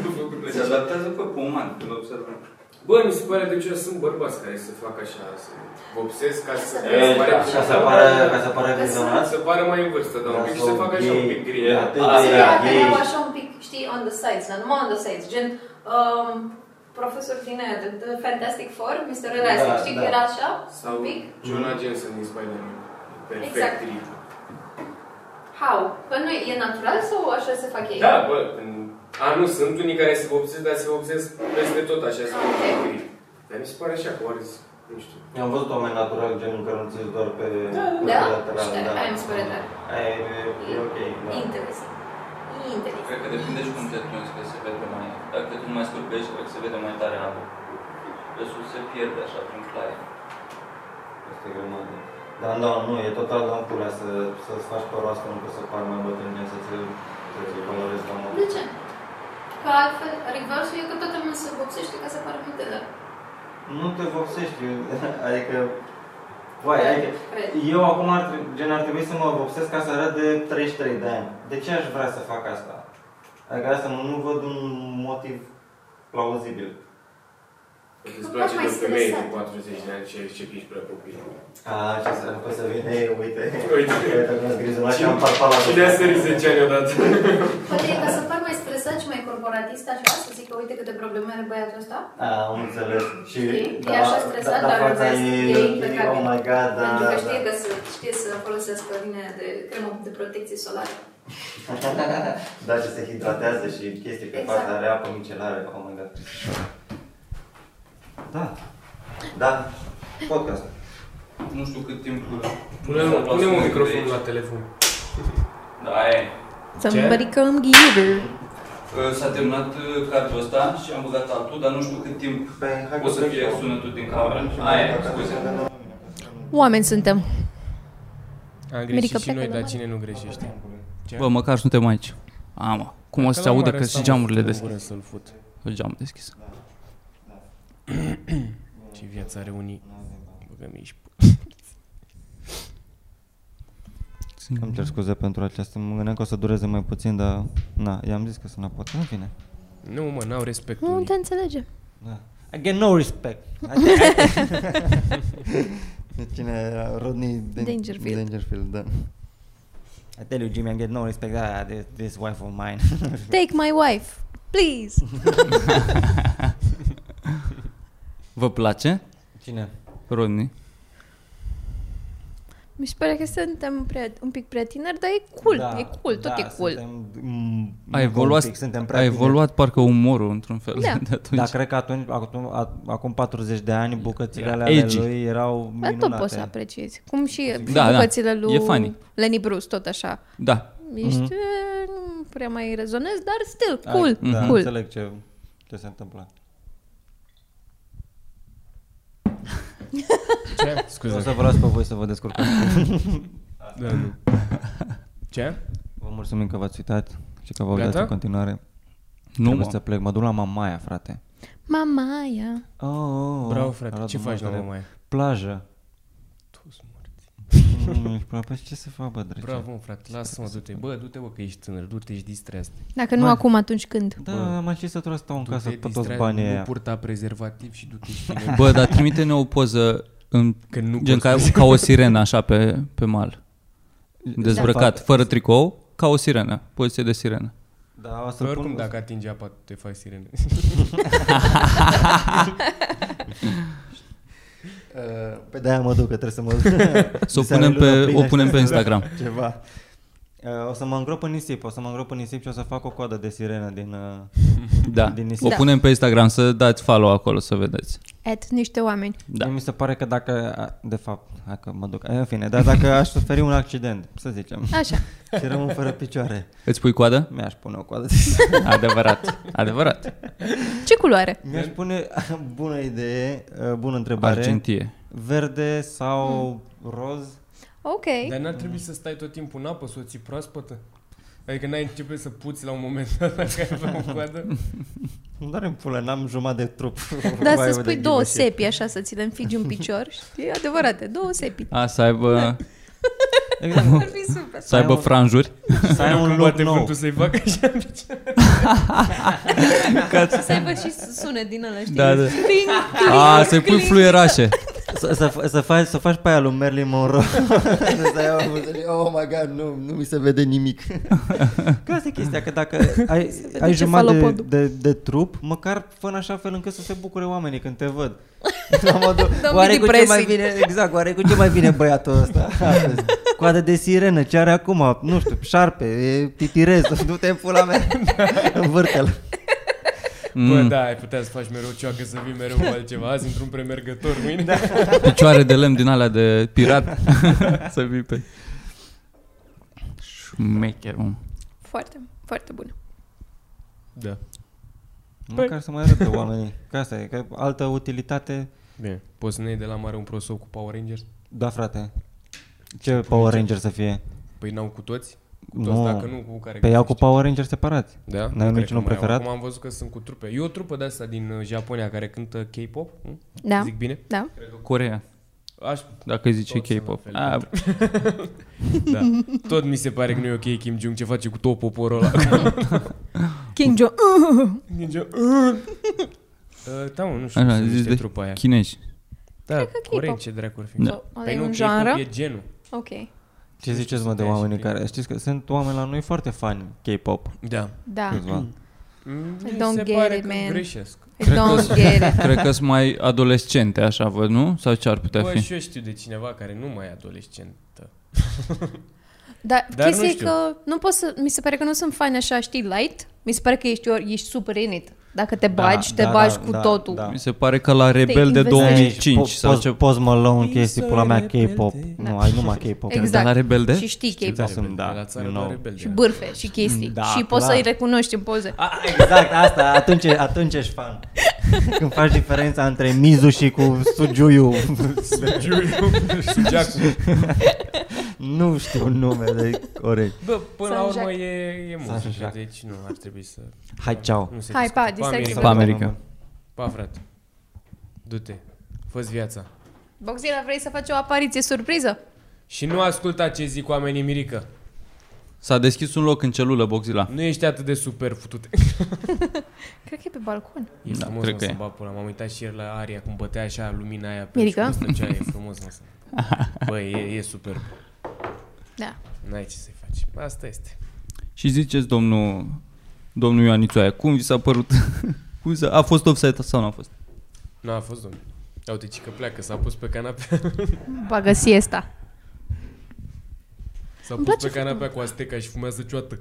Speaker 8: Nu făcut
Speaker 7: se
Speaker 8: plăcere.
Speaker 7: adaptează pe pe uman, când observăm.
Speaker 8: Bă, mi se pare că eu sunt bărbați care să fac așa, să vopsesc ca să
Speaker 6: E,
Speaker 8: se pare
Speaker 5: Ca să apară, ca să apară
Speaker 6: Ca să-
Speaker 5: vizionat.
Speaker 8: Da, să pară mai în vârstă, da, un pic și să fac așa un pic gri.
Speaker 5: Da, te
Speaker 7: Asta
Speaker 6: Se
Speaker 7: e,
Speaker 6: fac
Speaker 5: gay.
Speaker 6: erau așa un pic, știi, on the sides, dar numai on the sides, gen um, profesor din aia, de, de Fantastic Four, Mr. Elastic,
Speaker 5: Da,
Speaker 6: știi
Speaker 5: da.
Speaker 6: că era așa?
Speaker 8: Sau
Speaker 6: Un pic?
Speaker 8: Jonah Jensen din Spider-Man. Perfect
Speaker 6: Exact.
Speaker 8: gri.
Speaker 6: How? Că nu e e natural sau așa se fac ei?
Speaker 8: Da, bă, în... A, nu, sunt unii care se vopsesc, dar se vopsesc peste tot așa, se
Speaker 6: Ok.
Speaker 8: okay. gri. Dar mi se pare așa, că oare, nu știu.
Speaker 5: Eu am văzut oameni natural, gen că nu ți doar pe pe
Speaker 6: Da?
Speaker 5: lateral,
Speaker 6: Și
Speaker 5: da.
Speaker 6: aia mi se pare tare.
Speaker 5: Aia e, e ok, da.
Speaker 6: Interesant.
Speaker 7: Cred că
Speaker 6: Interesant.
Speaker 7: depinde și cum te prinzi, că se vede mai... Dacă tu mai scurbești, cred că se vede mai tare în apă. Răsul se pierde așa prin claie.
Speaker 5: Este grămadă. Dar da, nu, e total la pula să, să-ți faci părul asta, nu că să pari mai bătrâne, să ți să ți colorezi la mult.
Speaker 6: De ce? Că altfel, reversul e că toată lumea se vopsește ca să pară mai tânăr.
Speaker 5: Nu te vopsești, eu- adică... Vai, adică...
Speaker 6: Cred.
Speaker 5: Eu acum ar, tre- gen, ar trebui să mă vopsesc ca să arăt de 33 de ani. De ce aș vrea să fac asta? Adică asta nu, nu văd un motiv plauzibil.
Speaker 8: Că
Speaker 6: Că
Speaker 8: Îți place
Speaker 6: faci mai
Speaker 8: de femeie
Speaker 6: stresat.
Speaker 8: de 40 de ani ce, ce pici prea copil.
Speaker 5: A, ce să după să vină ei, uite,
Speaker 8: Uite.
Speaker 5: uite cum ați grijă, și
Speaker 8: Cine-
Speaker 5: am parpat la
Speaker 8: Cine a sărit 10 ani odată?
Speaker 6: Poate e ca să par mai stresat și mai corporatist așa, să zic că uite câte probleme are băiatul ăsta.
Speaker 5: A, am înțeles. Și,
Speaker 6: Știi? E așa stresat,
Speaker 5: da,
Speaker 6: dar
Speaker 5: da, fața
Speaker 6: vezi,
Speaker 5: ei,
Speaker 6: e
Speaker 5: ok, oh my god, da,
Speaker 6: Pentru că
Speaker 5: da.
Speaker 6: știe, că să, știe să folosească din aia de cremă de protecție solară.
Speaker 5: da, și se hidratează și chestii pe
Speaker 6: Exact.
Speaker 5: față, are apă micelară, oh my god. Da. Da, podcast.
Speaker 7: Nu știu cât timp...
Speaker 8: Pune-mă pune microfonul la telefon.
Speaker 7: Da, aia e.
Speaker 2: Somebody
Speaker 4: come give her.
Speaker 7: Uh, S-a terminat uh, cardul ăsta și am băgat altul, dar nu știu cât timp
Speaker 5: Păi, hai
Speaker 7: o să
Speaker 5: că
Speaker 7: fie
Speaker 5: plec eu.
Speaker 7: sunetul din cameră. Aia e, scuze.
Speaker 4: Oameni suntem.
Speaker 2: Am
Speaker 4: Mirica,
Speaker 2: greșit și
Speaker 4: pleacă
Speaker 2: noi,
Speaker 4: la
Speaker 2: dar
Speaker 4: mare.
Speaker 2: cine nu greșește?
Speaker 3: Bă, măcar suntem aici. Amă, cum o să se audă că și geamurile deschise?
Speaker 2: Vreau să-l fut.
Speaker 3: Geamul deschis.
Speaker 2: Ce viața are unii. Băgăm ești.
Speaker 5: Îmi cer scuze pentru aceasta, mă gândeam că o să dureze mai puțin, dar na, i-am zis că să nu pot, în fine.
Speaker 2: Nu, mă, n-au respect
Speaker 4: Nu
Speaker 2: unii.
Speaker 4: te înțelege.
Speaker 5: Da. I get no respect. Deci Cine era? Rodney Dan-
Speaker 4: Dangerfield.
Speaker 5: Dangerfield, da. I tell you, Jimmy, I get no respect. Ah, this, this wife of mine.
Speaker 4: Take my wife, please.
Speaker 3: Vă place?
Speaker 5: Cine?
Speaker 3: Rodney.
Speaker 4: Mi se pare că suntem prea, un pic prea tineri, dar e cool,
Speaker 5: Da,
Speaker 4: e cool, tot
Speaker 5: da,
Speaker 4: e cool.
Speaker 5: Suntem, mm,
Speaker 3: A
Speaker 5: un
Speaker 3: evoluat,
Speaker 5: pic, suntem prea
Speaker 3: a
Speaker 5: tineri.
Speaker 3: evoluat parcă umorul într-un fel
Speaker 4: Da.
Speaker 3: de atunci.
Speaker 5: Da, cred că atunci, acum, a- acum 40 de ani, bucățile
Speaker 3: Era
Speaker 5: alea ale
Speaker 3: edgy.
Speaker 5: lui erau
Speaker 4: Dar
Speaker 5: minunate.
Speaker 4: tot poți să apreciezi. Cum și
Speaker 3: Da,
Speaker 4: da,
Speaker 3: da.
Speaker 4: bucățile lui
Speaker 3: E funny.
Speaker 4: Lenny Bruce, tot așa.
Speaker 3: Da.
Speaker 4: Ești, e, nu prea mai rezonez, dar still,
Speaker 5: Ai-
Speaker 4: cool,
Speaker 5: da,
Speaker 4: cool.
Speaker 5: înțeleg ce, ce se întâmplă.
Speaker 2: Ce?
Speaker 5: O să
Speaker 2: Scuze.
Speaker 5: vă las pe voi să vă descurcați.
Speaker 2: Da, nu. Ce?
Speaker 5: Vă mulțumim că v-ați uitat și că vă uitați
Speaker 2: Gata?
Speaker 5: în continuare.
Speaker 3: Nu,
Speaker 5: Trebuie să
Speaker 3: mă.
Speaker 5: plec, mă duc la Mamaia, frate.
Speaker 4: Mamaia.
Speaker 5: Oh, oh, oh.
Speaker 2: Bravo, frate.
Speaker 5: Arată
Speaker 2: Ce faci,
Speaker 5: moartele.
Speaker 2: la mai?
Speaker 5: Plajă.
Speaker 2: Tu
Speaker 5: Nu ești plajă. Păi ce să fac, bă, drăcea?
Speaker 2: Bravo, mă, frate, lasă-mă, du-te. Bă, du-te, bă, că ești tânăr, du-te, ești distras.
Speaker 4: Dacă nu
Speaker 5: Mai-
Speaker 4: acum, atunci când?
Speaker 5: Da, m-am și săturat să stau în casă
Speaker 2: Du-te,
Speaker 5: pe toți
Speaker 2: distrai-
Speaker 5: banii
Speaker 2: Nu
Speaker 5: aia.
Speaker 2: purta prezervativ și du-te și fine.
Speaker 3: Bă, dar trimite-ne o poză în,
Speaker 2: Că nu
Speaker 3: gen ca,
Speaker 2: poți.
Speaker 3: ca o sirenă așa pe, pe mal.
Speaker 2: Da.
Speaker 3: Dezbrăcat, fără tricou, ca o sirenă, poziție de sirenă.
Speaker 5: Da, o
Speaker 2: Păi
Speaker 5: să
Speaker 2: oricum,
Speaker 5: pun...
Speaker 2: dacă atingi apa, te faci sirene.
Speaker 9: Uh, pe de-aia mă duc, că trebuie să mă
Speaker 3: Să o
Speaker 9: Mi se are
Speaker 3: punem
Speaker 9: luna
Speaker 3: pe,
Speaker 9: plină
Speaker 3: o
Speaker 9: și
Speaker 3: punem pe Instagram.
Speaker 9: Ceva.
Speaker 5: Uh, o să mă îngrop în nisip, o să mă îngrop în nisip și o să fac o coadă de sirenă din... Uh,
Speaker 3: Da.
Speaker 5: Din nisip.
Speaker 3: O
Speaker 4: Da.
Speaker 3: punem pe Instagram să dați follow acolo să vedeți.
Speaker 4: Et, niște oameni.
Speaker 3: Da.
Speaker 5: da. Mi se pare că dacă, a- de fapt, dacă mă duc, în fine, dar dacă aș suferi un accident, să zicem,
Speaker 4: Așa.
Speaker 5: și rămân fără picioare,
Speaker 3: Îți pui coadă?
Speaker 5: mi-aș pune o coadă.
Speaker 3: Adevărat. Adevărat.
Speaker 4: Ce culoare?
Speaker 5: Mi-aș pune, bună idee, uh, bună întrebare,
Speaker 3: Argentie.
Speaker 5: verde sau
Speaker 4: Hmm.
Speaker 5: mm. roz?
Speaker 4: Ok.
Speaker 2: Dar n-ar trebui să stai tot timpul în apă, să o ții proaspătă? Adică n-ai începe să puți la un moment dat dacă ai avea o coadă?
Speaker 5: Doar în pulă, n-am jumătate de trup.
Speaker 4: Dar
Speaker 5: Vai,
Speaker 4: Da, să
Speaker 5: de
Speaker 4: spui două
Speaker 5: ghivășie.
Speaker 4: sepi așa, să ți le înfigi în picior, știi? Adevărate, două sepi.
Speaker 3: A, să aibă,
Speaker 5: Exact.
Speaker 4: Ar fi super.
Speaker 3: să aibă
Speaker 5: Hai, mă.
Speaker 3: franjuri
Speaker 5: Să ai un
Speaker 2: Cum
Speaker 5: loc
Speaker 2: bate
Speaker 5: nou.
Speaker 2: vântul să-i facă așa deci- în picioare?
Speaker 4: Să aibă și sune din ăla, știi?
Speaker 3: Da, da.
Speaker 4: Cling, cling,
Speaker 3: A, să-i pui
Speaker 4: cling.
Speaker 3: fluierașe
Speaker 5: Să, să, fa- să, faci, să faci pe aia lui Merlin Monroe.
Speaker 9: Să stai acolo, să zici, oh my god, nu, nu mi se vede nimic.
Speaker 5: Că asta e chestia, că dacă ai,
Speaker 4: vede
Speaker 5: ai
Speaker 4: ce
Speaker 5: jumătate de,
Speaker 4: falopodul.
Speaker 5: de, de trup, măcar fă în așa fel încât să se bucure oamenii când te văd.
Speaker 9: La modul,
Speaker 4: Domnul
Speaker 9: oare cu ce mai
Speaker 4: depresiv.
Speaker 9: vine, exact, oare cu ce mai vine băiatul ăsta?
Speaker 5: Astăzi. Coadă de sirenă, ce are acum? Nu știu, șarpe, e titirez, du-te în pula mea, învârte-l.
Speaker 2: Bă,
Speaker 3: mm,
Speaker 2: da, ai putea să faci mereu cioacă, să vii mereu cu altceva. Azi într-un premergător, mâine. Da.
Speaker 3: Picioare de lemn din alea de pirat Să vii pe Șmecher, mă.
Speaker 4: Foarte, foarte bun.
Speaker 2: da.
Speaker 5: Măcar să mai arătă oamenii, că asta e, că altă utilitate...
Speaker 2: Bine. Poți să ne iei de la mare un prosop cu Power Rangers?
Speaker 5: Da, frate, ce Power Ranger să fie?
Speaker 2: Păi n-au cu toți? Cu toți,
Speaker 5: Nu.
Speaker 2: dacă nu, cu care
Speaker 5: Pe iau cu
Speaker 2: găsești.
Speaker 5: Power Ranger separați.
Speaker 2: Da?
Speaker 5: N-ai
Speaker 2: Nu cred
Speaker 5: niciunul
Speaker 2: că mai au.
Speaker 5: preferat?
Speaker 2: Acum am văzut că sunt cu trupe. E o trupă de-asta din uh, Japonia care cântă K-pop, nu?
Speaker 4: Da,
Speaker 2: zic bine?
Speaker 4: da.
Speaker 3: Corea
Speaker 2: Aș...
Speaker 3: Dacă îi zice
Speaker 2: Tot sună
Speaker 3: K-pop
Speaker 2: la fel.
Speaker 3: A,
Speaker 2: Da. Tot mi se pare că nu e ok Kim Jong ce face cu tot poporul ăla.
Speaker 4: King John.
Speaker 2: Kim Jong... "Ă!" Uh, da, mă, nu știu
Speaker 3: Așa,
Speaker 2: cum se
Speaker 3: zici
Speaker 2: numește
Speaker 3: de
Speaker 2: trupa aia.
Speaker 3: chinezi
Speaker 2: Da,
Speaker 4: că K-pop.
Speaker 2: corect, ce dracu ar fi.
Speaker 3: Da.
Speaker 4: Ăla
Speaker 2: Păi
Speaker 4: e
Speaker 2: nu,
Speaker 4: un
Speaker 2: K-pop
Speaker 4: genre.
Speaker 2: e genul.
Speaker 4: Ok.
Speaker 5: Ce
Speaker 2: Deci
Speaker 5: ziceți, mă, de oamenii care... Știți că sunt oameni la noi foarte fani K-pop.
Speaker 2: Da.
Speaker 4: Da.
Speaker 5: Câțiva.
Speaker 2: Mm, Mi
Speaker 4: don't
Speaker 2: se
Speaker 4: get
Speaker 2: pare
Speaker 4: it,
Speaker 2: că
Speaker 4: man.
Speaker 2: greșesc.
Speaker 4: I don't get it.
Speaker 3: Cred că sunt mai adolescente, așa văd, nu? Sau ce ar
Speaker 5: Da,
Speaker 3: putea
Speaker 2: Bă,
Speaker 3: fi?
Speaker 2: și eu știu de cineva care nu mai e ă, adolescentă.
Speaker 4: Dar,
Speaker 2: Dar
Speaker 4: Dar
Speaker 2: nu
Speaker 4: chestia e
Speaker 2: știu.
Speaker 4: că nu pot să, mi se pare că nu sunt fani așa, știi, light. Mi se pare că ești, ori, ești super in it. Dacă te bagi, da, te
Speaker 5: da,
Speaker 4: bagi
Speaker 5: da,
Speaker 4: cu
Speaker 5: da,
Speaker 4: totul.
Speaker 5: da.
Speaker 3: Mi se pare că la Rebel de
Speaker 4: investești.
Speaker 3: 2005
Speaker 5: Deci, Po-
Speaker 3: sau
Speaker 5: Post-
Speaker 3: ce...
Speaker 5: Post Malone, chestii, pula mea, K-pop.
Speaker 2: Da.
Speaker 5: Nu, ai numai K-pop.
Speaker 4: Păi Exact.
Speaker 3: Dar la Rebel de?
Speaker 4: Și știi că
Speaker 5: Știi,
Speaker 4: e
Speaker 5: da,
Speaker 2: Rebelde,
Speaker 5: sunt, da,
Speaker 2: la țară
Speaker 5: you
Speaker 2: la
Speaker 5: know.
Speaker 2: rebelde.
Speaker 4: și bârfe și chestii.
Speaker 5: Da,
Speaker 4: și poți
Speaker 5: clar.
Speaker 4: să-i recunoști în poze.
Speaker 5: A, exact, asta, atunci, atunci ești fan. Când faci diferența între Mizu și cu Sugiuyu.
Speaker 2: Sugeacu.
Speaker 5: nu știu numele, corect.
Speaker 2: Bă, până la urmă
Speaker 4: Sanjac.
Speaker 2: e, e muzică,
Speaker 5: Sanjac.
Speaker 2: deci nu ar trebui să...
Speaker 5: Hai, ceau.
Speaker 2: Nu se
Speaker 4: Hai,
Speaker 2: discută.
Speaker 4: pa, distractiv.
Speaker 2: America.
Speaker 3: Pa, America.
Speaker 2: Pa, frate. Du-te. fă viața.
Speaker 4: Boxila, vrei să faci o apariție surpriză?
Speaker 2: Și nu asculta ce zic oamenii, Mirica.
Speaker 3: S-a deschis un loc în celulă, Boxila.
Speaker 2: Nu ești atât de super futut.
Speaker 4: Cred că e pe balcon.
Speaker 2: E
Speaker 3: Da,
Speaker 2: frumos,
Speaker 3: cred
Speaker 2: mă,
Speaker 3: că e.
Speaker 2: să bag pula. M-am uitat și ieri la aria, cum bătea așa lumina aia pe
Speaker 4: Mirica?
Speaker 2: șurubul stăcea, e frumos, mă, să... Bă, e, e super.
Speaker 4: Da.
Speaker 2: N-ai ce să-i faci. Asta este.
Speaker 3: Și ziceți, domnul, domnul Ioanițoaia, cum vi s-a părut? cum s-a, a fost offset sau nu a fost?
Speaker 2: Nu a fost, domnule. Ia uite ce că pleacă, s-a pus pe canapea.
Speaker 4: Bagă siesta.
Speaker 2: S-a
Speaker 4: Îmi
Speaker 2: pus
Speaker 4: place
Speaker 2: pe canapea cu asteca și fumează cioată.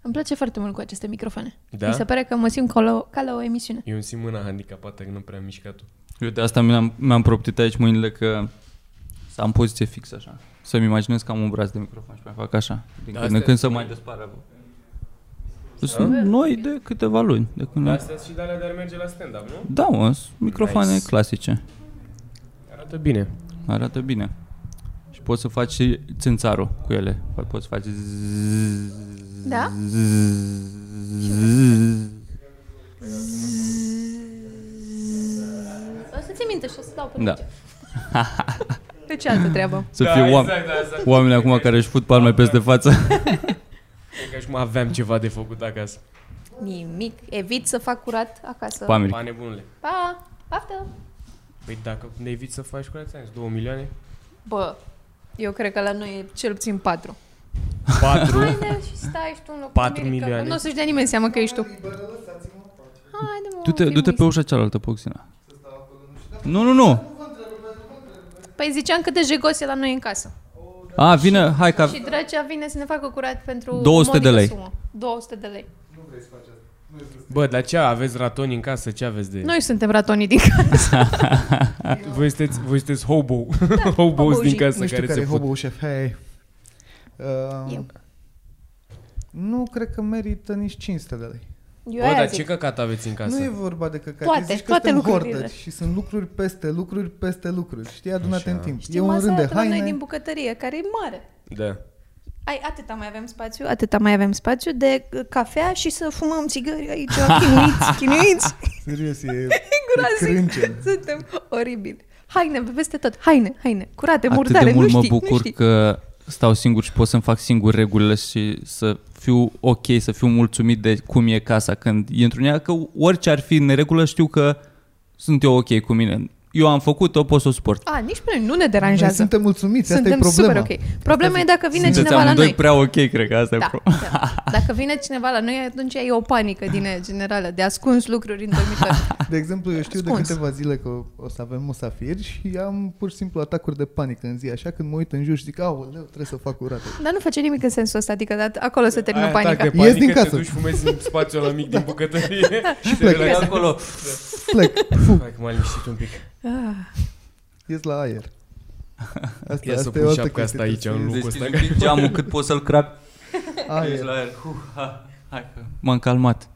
Speaker 4: Îmi place foarte mult cu aceste microfoane.
Speaker 2: Da?
Speaker 4: Mi se pare că mă simt ca la, ca la o emisiune.
Speaker 2: Eu îmi simt mâna handicapată, că nu prea am mișcat-o.
Speaker 3: Eu de asta mi-am, mi-am proptit aici mâinile că să am poziție fixă așa. Să-mi imaginez că am un braț de microfon și mai fac așa. Din
Speaker 2: Da,
Speaker 3: când
Speaker 2: astea
Speaker 3: în când să
Speaker 2: sunt
Speaker 3: mai despară. Sunt noi de câteva luni. De când
Speaker 2: Dar
Speaker 3: da,
Speaker 2: astea și de alea de ar merge la stand-up, nu?
Speaker 3: da mă, sunt microfoane
Speaker 2: Nice.
Speaker 3: clasice.
Speaker 2: Arată bine.
Speaker 3: Arată bine. Și poți să faci și țânțarul cu ele. Po- Poți să faci zzz,
Speaker 4: Da?
Speaker 3: zzz.
Speaker 4: O să ți minte și o să dau pe
Speaker 3: Da.
Speaker 4: aici. Pe ce altă treabă?
Speaker 3: Să fie oameni.
Speaker 2: da, exact.
Speaker 3: Oamenii acum care își fut palme peste față.
Speaker 2: E ca și cum aveam ceva de făcut acasă.
Speaker 4: Nimic. Evit să fac curat acasă. Pa!
Speaker 3: Pamir.
Speaker 2: Pa, nebunule.
Speaker 4: pa. Paftă!
Speaker 2: Păi dacă ne eviți să faci curat, ți-am zis, 2 milioane?
Speaker 4: Bă, eu cred că la noi e cel puțin patru.
Speaker 2: 4.
Speaker 4: Haide și stai și tu în locul
Speaker 2: Patru
Speaker 4: Mirica, că
Speaker 2: milioane.
Speaker 4: Nu o să-și dea nimeni seama că ești tu. Haide mă,
Speaker 3: Du-te,
Speaker 4: fii
Speaker 3: du-te pe
Speaker 4: mai-
Speaker 3: ușa cealaltă, Poxina. Nu, nu, nu.
Speaker 4: Păi ziceam cât de jegos e la noi în casă.
Speaker 3: A, vine, hai ca...
Speaker 4: Și Dracea vine să ne facă curat pentru
Speaker 3: 200
Speaker 4: o modică
Speaker 3: Da. de lei.
Speaker 4: Sumă. 200 de lei.
Speaker 2: Bă, dar ce aveți ratoni în casă? Ce aveți de...
Speaker 4: Noi suntem ratonii din casă.
Speaker 2: Voi sunteți, voi sunteți hobo. Da, Hobos din
Speaker 4: hoboji.
Speaker 2: casă
Speaker 10: Nu știu
Speaker 2: care,
Speaker 10: care e
Speaker 2: se fut.
Speaker 10: hobo șef, hei. Uh,
Speaker 4: Eu.
Speaker 10: Nu cred că merită nici 500 de lei.
Speaker 4: Eu
Speaker 2: Bă,
Speaker 4: aia
Speaker 2: dar
Speaker 4: zic.
Speaker 2: ce căcat aveți în
Speaker 10: Nu e
Speaker 2: casă?
Speaker 10: vorba de căcat,
Speaker 4: Toate,
Speaker 10: toate, zici că
Speaker 4: toate
Speaker 10: suntem
Speaker 4: lucrurile.
Speaker 10: hordăci și sunt lucruri peste lucruri peste lucruri, știi, adunate în timp.
Speaker 4: Știi,
Speaker 10: e un
Speaker 4: masa
Speaker 10: rând de
Speaker 4: aia la noi
Speaker 10: haine,
Speaker 4: din bucătărie, care e mare.
Speaker 2: Da.
Speaker 4: Ai, atâta mai avem spațiu, atâta mai avem spațiu de uh, cafea și să fumăm țigări aici, chinuiți, chinuiți.
Speaker 10: serios, e, e
Speaker 4: Groaznic.
Speaker 10: crâncen.
Speaker 4: Suntem oribili. Haine, peste tot. Haine, haine. Curate, murdare.
Speaker 3: Atât de mult
Speaker 4: nu
Speaker 3: mă
Speaker 4: știi, nu
Speaker 3: bucur
Speaker 4: știi.
Speaker 3: că stau singur și pot să-mi fac singur regulile și să fiu ok, să fiu mulțumit de cum e casa când intru în ea, că orice ar fi în regulă știu că sunt eu ok cu mine. Eu am făcut-o, pot să o suport.
Speaker 4: A, nici pe noi nu ne
Speaker 10: Noi
Speaker 4: deranjează.
Speaker 10: suntem mulțumiți, asta e
Speaker 4: Suntem
Speaker 10: problema.
Speaker 4: super ok. Problema e dacă vine
Speaker 3: Sunteți
Speaker 4: cineva la
Speaker 3: amândoi
Speaker 4: noi.
Speaker 3: prea ok, cred că asta e
Speaker 4: Da,
Speaker 3: problema.
Speaker 4: da. Dacă vine cineva la noi, atunci e o panică din aia generală, de ascuns lucruri în dormitor.
Speaker 10: De exemplu, eu știu de
Speaker 4: Ascuns.
Speaker 10: câteva zile că o- o să avem musafiri și am pur și simplu atacuri de panică în zi, așa când mă uit în jur și zic, aoleu, trebuie să fac curate.
Speaker 4: Dar nu face nimic în sensul ăsta, adică dat- acolo se termină panica.
Speaker 10: Ies din casă.
Speaker 2: Te
Speaker 10: Da.
Speaker 2: duci, fumezi în spațiul ăla mic din bucătărie și te
Speaker 10: plec.
Speaker 2: relaxezi acolo.
Speaker 10: Plec, fu,
Speaker 2: Hai că m-a liniștit un pic.
Speaker 4: Ah.
Speaker 10: ies la aer. Asta,
Speaker 2: Ia să
Speaker 10: asta
Speaker 2: pun
Speaker 10: e o altă
Speaker 2: șapca asta
Speaker 10: chestie,
Speaker 2: aici, în
Speaker 10: trebuie
Speaker 2: locul
Speaker 3: Deschizi
Speaker 2: ăsta.
Speaker 3: un pic geamul cât poți să-l crapi.
Speaker 10: să
Speaker 2: Exact.
Speaker 10: ies Aer.
Speaker 3: la aer. Hu, ha, hai că M-am calmat.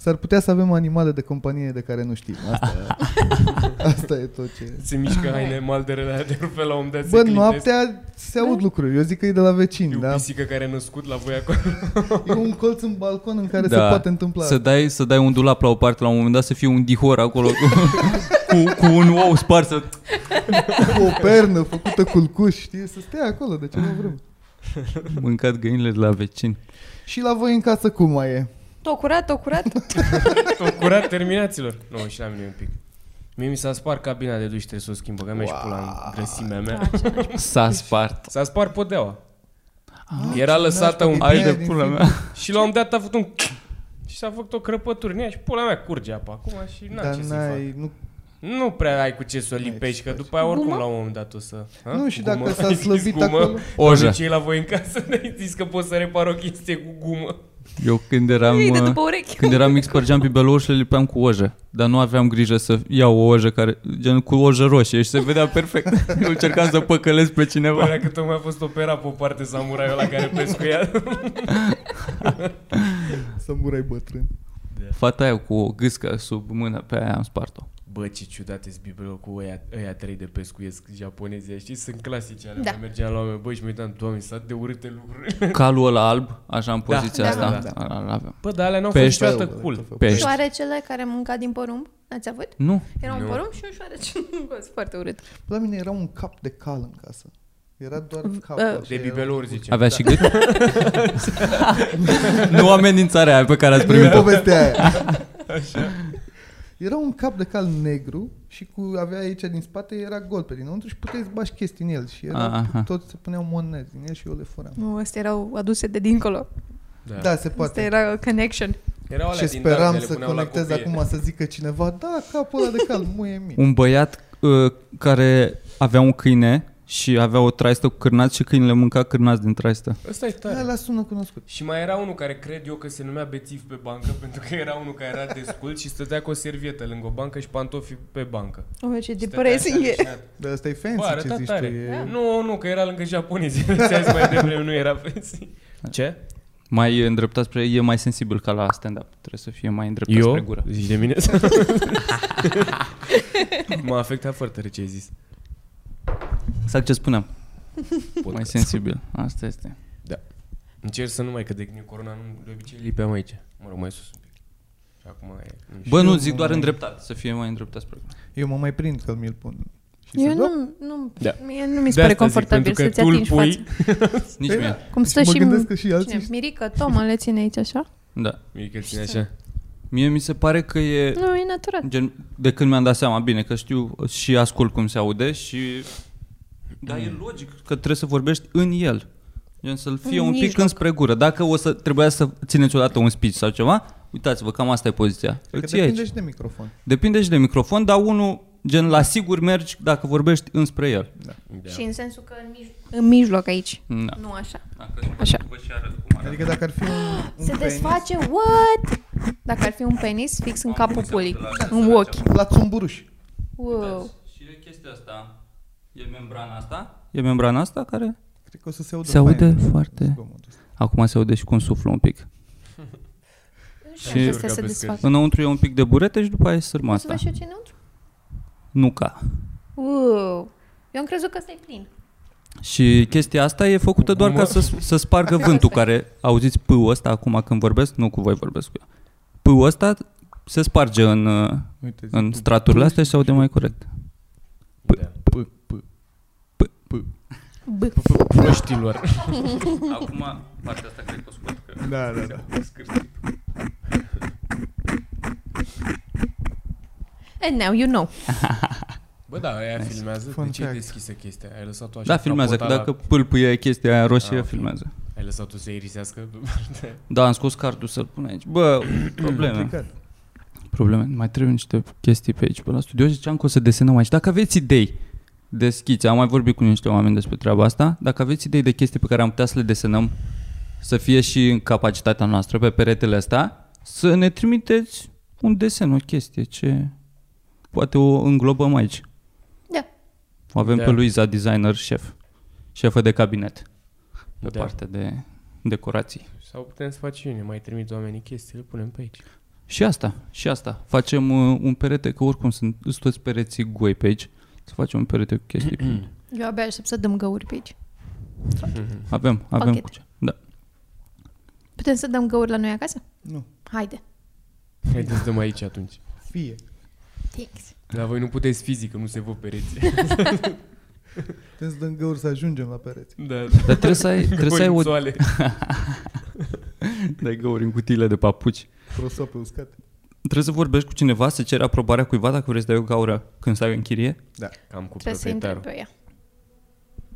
Speaker 10: S-ar putea să avem animale de companie de care nu știm. Asta, asta e tot ce...
Speaker 2: Se mișcă haine, malderele alea de rupe la un moment dat se
Speaker 10: Bă,
Speaker 2: clintesc.
Speaker 10: noaptea se
Speaker 2: Da.
Speaker 10: aud lucruri. Eu zic că e de la
Speaker 2: E
Speaker 10: vecini,
Speaker 2: o
Speaker 10: da?
Speaker 2: pisică care a născut la voi acolo.
Speaker 10: E un colț în balcon în care
Speaker 3: Da.
Speaker 10: se poate întâmpla.
Speaker 3: Să dai, să dai un dulap la o parte, la un moment dat să fie un dihor acolo cu, cu, cu un ou sparsă.
Speaker 10: Cu o pernă făcută culcuș, știi? Să stea acolo, de ce nu vrem.
Speaker 3: Mâncat găinile de la vecini.
Speaker 10: Și la voi în casă cum mai e?
Speaker 4: Tot curat, tot curat.
Speaker 2: Tot curat, terminaților. Nu, și la mine un pic. Mie mi s-a spart cabina de duș, trebuie să o schimb, că mi-a și pula în grăsimea mea.
Speaker 3: S-a spart.
Speaker 2: S-a spart podeaua. Era lăsată un
Speaker 10: Ai
Speaker 3: Ai
Speaker 10: Aia de
Speaker 3: de
Speaker 10: din pula
Speaker 3: pula
Speaker 10: film.
Speaker 3: mea.
Speaker 2: și la un moment dat a făcut un și s-a făcut o crăpătură în ea și pula mea curge apa acum și n
Speaker 10: Dar
Speaker 2: ce să
Speaker 10: n-ai... Nu,
Speaker 2: Nu prea ai cu ce să o lipești, că după aia oricum la un moment dat o să... Ha?
Speaker 10: nu și
Speaker 2: Gumă.
Speaker 10: dacă s-a
Speaker 2: Ai zis
Speaker 10: slăvit
Speaker 2: gumă?
Speaker 10: acolo...
Speaker 3: Oja.
Speaker 2: Ce e la voi în casă? Ne-ai zis că poți să repar o chestie cu gumă.
Speaker 3: Eu când eram...
Speaker 4: Îi dă
Speaker 3: uh,
Speaker 4: după urechi.
Speaker 3: Când eram mic, spărgeam pibelouă și le lipeam cu ojă. Dar nu aveam grijă să iau o ojă care, gen cu ojă roșie și se vedea perfect. Eu încercam să păcălesc pe cineva.
Speaker 2: Părea că tocmai a fost operat pe o parte samuraiul la care pescuia.
Speaker 10: Să murai bătrân.
Speaker 3: Fata aia cu o gâscă sub mână, pe aia am spart-o.
Speaker 2: Bă, ce ciudate sunt bibelul cu ăia, ăia trei de pescuiesc japonezi, ăia, știi? Sunt clasice ale
Speaker 4: Da.
Speaker 2: da. mergeam la oameni, bă, și mă uitam, doamne, sunt atât de urâte lucruri.
Speaker 3: Calul ăla alb, așa în poziția
Speaker 2: da,
Speaker 3: asta.
Speaker 2: da,
Speaker 3: Ala, l-aveam.
Speaker 2: Bă, dar alea n-au fost
Speaker 3: Pește.
Speaker 2: niciodată cool.
Speaker 3: Pești.
Speaker 4: Șoarecele care mânca din porumb, n-ați avut?
Speaker 3: Nu.
Speaker 4: Era un
Speaker 2: Nu.
Speaker 4: porumb și un șoarece. Foarte urât.
Speaker 10: La mine era un cap de cal în casă. Era doar cap.
Speaker 4: uh,
Speaker 2: De bibelouri, zice.
Speaker 3: Avea și gât? nu amenințarea aia pe care ați
Speaker 10: Nu e
Speaker 3: primit-o.
Speaker 10: povestea aia. Era un cap de cal negru și cu avea aici din spate era gol pe dinăuntru și puteai să bași chestii în el și era,
Speaker 3: Aha.
Speaker 10: tot se puneau monede din el și eu le furam.
Speaker 4: Nu, astea erau aduse de dincolo.
Speaker 2: Da.
Speaker 10: Da, se
Speaker 4: Asta
Speaker 10: poate.
Speaker 4: era o connection.
Speaker 2: Erau alea
Speaker 10: Și
Speaker 2: din
Speaker 10: speram
Speaker 2: Dardele,
Speaker 10: să
Speaker 2: puneau la
Speaker 10: conectez
Speaker 2: copie.
Speaker 10: acum să zică cineva, da, capul ăla de cal, muie mic.
Speaker 3: Un băiat uh, care avea un câine și avea o traistă cu cârnați și câinele mânca cârnați din traistă.
Speaker 2: Ăsta e tare.
Speaker 10: Da, la sună cunoscut.
Speaker 2: Și mai era unul care cred eu că se numea bețiv pe bancă pentru că era unul care era descult și stătea cu o servietă lângă o bancă și pantofi pe bancă.
Speaker 4: O, ce
Speaker 2: Stătea
Speaker 4: depressing
Speaker 2: așa deci,
Speaker 4: e.
Speaker 2: leșinat.
Speaker 10: Dar asta e
Speaker 2: Bă,
Speaker 10: fancy ce
Speaker 2: arăta
Speaker 10: zici tu.
Speaker 2: tare.
Speaker 10: E...
Speaker 2: Da.
Speaker 4: Da.
Speaker 2: Nu, nu, că era lângă japonezi. Ți-a zis mai devreme, nu era fancy. Ce?
Speaker 3: Mai îndreptat spre... E mai sensibil ca la stand-up. Trebuie să fie mai îndreptat spre gură.
Speaker 2: Zici de mine? M-a afectat foarte tare ce ai zis.
Speaker 3: Exact ce spuneam. Mai sensibil. Asta este.
Speaker 2: Încerc să nu mai, că de din corona nu, de obicei lipeam aici. Mă rog, mai sus un pic. Și acum e... nu știu.
Speaker 3: Bă, nu,
Speaker 10: eu
Speaker 3: zic
Speaker 10: mă
Speaker 3: doar
Speaker 10: mai-
Speaker 3: îndreptat. Să fie mai îndreptat spre gură.
Speaker 10: Eu mă mai prind că mi-l pun. Și
Speaker 4: Eu
Speaker 10: se dă-
Speaker 4: nu, nu,
Speaker 2: Da.
Speaker 4: mie nu mi se
Speaker 2: De
Speaker 4: pare
Speaker 2: asta zic,
Speaker 4: confortabil
Speaker 2: pentru că
Speaker 4: să-ți
Speaker 2: tu îl
Speaker 4: atingi
Speaker 2: pui-
Speaker 4: fața.
Speaker 3: Nici
Speaker 10: Păi
Speaker 3: mie.
Speaker 4: Cum stă
Speaker 10: Și mă
Speaker 4: și
Speaker 10: gândesc că și
Speaker 4: cine?
Speaker 10: alții...
Speaker 4: Mirica, Toma le ține aici așa?
Speaker 3: Da.
Speaker 2: Mie că ține așa.
Speaker 3: Mie mi se pare că e...
Speaker 2: Da.
Speaker 4: Nu, e natural.
Speaker 3: Gen, de când mi-am dat seama, bine, că știu și ascult cum se aude și... Dar e logic că trebuie să vorbești în el. Gen să-l fie
Speaker 4: În
Speaker 3: un pic
Speaker 4: mijloc.
Speaker 3: înspre gură. Dacă o să trebuia să țineți odată un speech sau ceva, uitați-vă, cam asta e poziția.
Speaker 10: Cred
Speaker 3: Îl
Speaker 10: că
Speaker 3: ții
Speaker 10: depinde
Speaker 3: Păi aici.
Speaker 10: și de microfon.
Speaker 3: Depinde și de microfon, dar unul, gen, la sigur mergi dacă vorbești înspre el.
Speaker 2: Da.
Speaker 4: Și în sensul că în, mij- în mijloc aici.
Speaker 3: Da.
Speaker 4: Nu așa. Așa.
Speaker 3: Așa.
Speaker 2: Da.
Speaker 10: Adică dacă ar fi un, un
Speaker 4: Se
Speaker 10: penis,
Speaker 4: desface, what? Dacă ar fi un penis fix în capul pulii, în ochi.
Speaker 10: La țumburuș.
Speaker 4: Wow.
Speaker 3: Și e chestia asta. E membrana asta? E membrana asta care...
Speaker 10: Cred că o să se audă
Speaker 3: Se aude
Speaker 10: fain.
Speaker 3: foarte-
Speaker 10: Zgomotul ăsta.
Speaker 3: Acum se aude și cum suflă un pic.
Speaker 4: Și
Speaker 3: Și-
Speaker 4: acestea se desfac.
Speaker 3: Înăuntru e un pic de burete și după aia e sârma
Speaker 4: O să
Speaker 3: asta.
Speaker 4: vezi și eu ce e înăuntru?
Speaker 3: Nuca.
Speaker 4: Wow. Eu am crezut că ăsta e plin.
Speaker 3: Și chestia asta e făcută doar ca să, să spargă vântul care, auziți pâul ăsta acum când vorbesc, nu cu voi vorbesc cu el. Pâul ăsta se sparge în, uh,
Speaker 10: Uite, zi
Speaker 3: în
Speaker 10: tu.
Speaker 3: straturile astea și se aude mai corect.
Speaker 2: Da.
Speaker 10: P, p.
Speaker 4: B.
Speaker 2: Proștilor.
Speaker 3: Acum, partea asta cred că o scot că...
Speaker 10: Da, da, da.
Speaker 4: And now you know.
Speaker 2: Bă, da, aia filmează.
Speaker 10: Fun
Speaker 2: de ce ai
Speaker 10: fact.
Speaker 2: deschisă chestia? Ai lăsat-o așa
Speaker 3: Da, filmează, că
Speaker 2: capota
Speaker 3: dacă pâlpâie chestia aia roșie,
Speaker 2: Ah, ok.
Speaker 3: filmează.
Speaker 2: La... Ai lăsat-o să irisească?
Speaker 3: Da, am scos cardul să-l pun aici. Bă, probleme.
Speaker 10: Complicat.
Speaker 3: probleme. Mai trebuie niște chestii pe aici, pe la studio. Ziceam că o să desenăm aici. Dacă aveți idei de schițe, am mai vorbit cu niște oameni despre treaba asta, dacă aveți idei de chestii pe care am putea să le desenăm, să fie și în capacitatea noastră pe peretele ăsta, să ne trimiteți un desen, o chestie, ce poate o înglobăm aici.
Speaker 4: Da.
Speaker 3: O avem
Speaker 2: Da.
Speaker 3: da. pe Luiza, designer șef, șefă de cabinet, pe
Speaker 2: Da.
Speaker 3: da. partea de decorații.
Speaker 2: Sau putem să facem ne mai trimit oamenii chestii, le punem pe aici.
Speaker 3: Și asta, și asta. Facem uh, un perete, că oricum sunt sunt toți pereții goi pe aici. Să facem un perete cu chestii.
Speaker 4: Eu abia aștept să dăm găuri pe aici.
Speaker 3: Avem, avem
Speaker 4: Pachet.
Speaker 3: cu ce. Da.
Speaker 4: Putem să dăm găuri la noi acasă?
Speaker 10: Nu.
Speaker 4: Haide.
Speaker 2: Haideți să dăm aici atunci.
Speaker 10: Fie.
Speaker 4: Thanks.
Speaker 2: Dar voi nu puteți fizic, că nu se văd pereți.
Speaker 10: Putem să dăm găuri să ajungem la pereți.
Speaker 2: da,
Speaker 3: Dar trebuie să ai, trebuie să ai o...
Speaker 2: Golițoale.
Speaker 3: Dai găuri în cutiile de papuci.
Speaker 10: Prosoape uscate.
Speaker 3: Trebuie să vorbești cu cineva, să ceri aprobarea cuiva dacă vrei să dai o gaură când stai în chirie.
Speaker 2: Cam cu
Speaker 4: Trebuie să intre
Speaker 2: proprietarul.
Speaker 4: pe ea.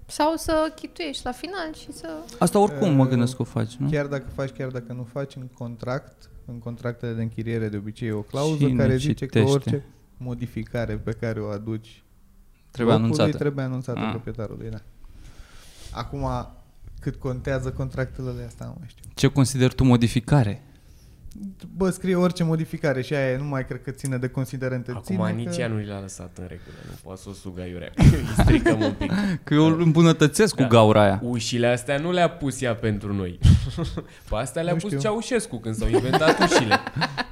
Speaker 4: Sau să chituiești la final și să...
Speaker 3: Asta oricum mă
Speaker 10: Eh,
Speaker 3: gândesc că o faci, nu?
Speaker 10: Chiar dacă faci, chiar dacă nu faci, în contract, în contractele de închiriere de obicei e o clauză
Speaker 3: Cine
Speaker 10: care zice
Speaker 3: citește?
Speaker 10: că orice modificare pe care o aduci
Speaker 3: Trebuie
Speaker 10: locului
Speaker 3: anunțată.
Speaker 10: trebuie anunțată
Speaker 3: Ah.
Speaker 10: proprietarului, da. Acum, cât contează contractele de asta, nu mai știu.
Speaker 3: Ce consideri tu modificare?
Speaker 10: Bă, scrie orice modificare și aia e, nu mai cred că ține de considerente. ține
Speaker 2: Acum nici
Speaker 10: că...
Speaker 2: ea nu l-a lăsat în regulă, nu poate să o sugă aiurea. Îi stricăm un pic.
Speaker 3: Că eu îl îmbunătățesc
Speaker 2: Da.
Speaker 3: cu gaura aia.
Speaker 2: Ușile astea nu le-a pus ea pentru noi. Pe astea le-a
Speaker 10: Nu
Speaker 2: pus
Speaker 10: știu.
Speaker 2: Ceaușescu când s-au inventat ușile.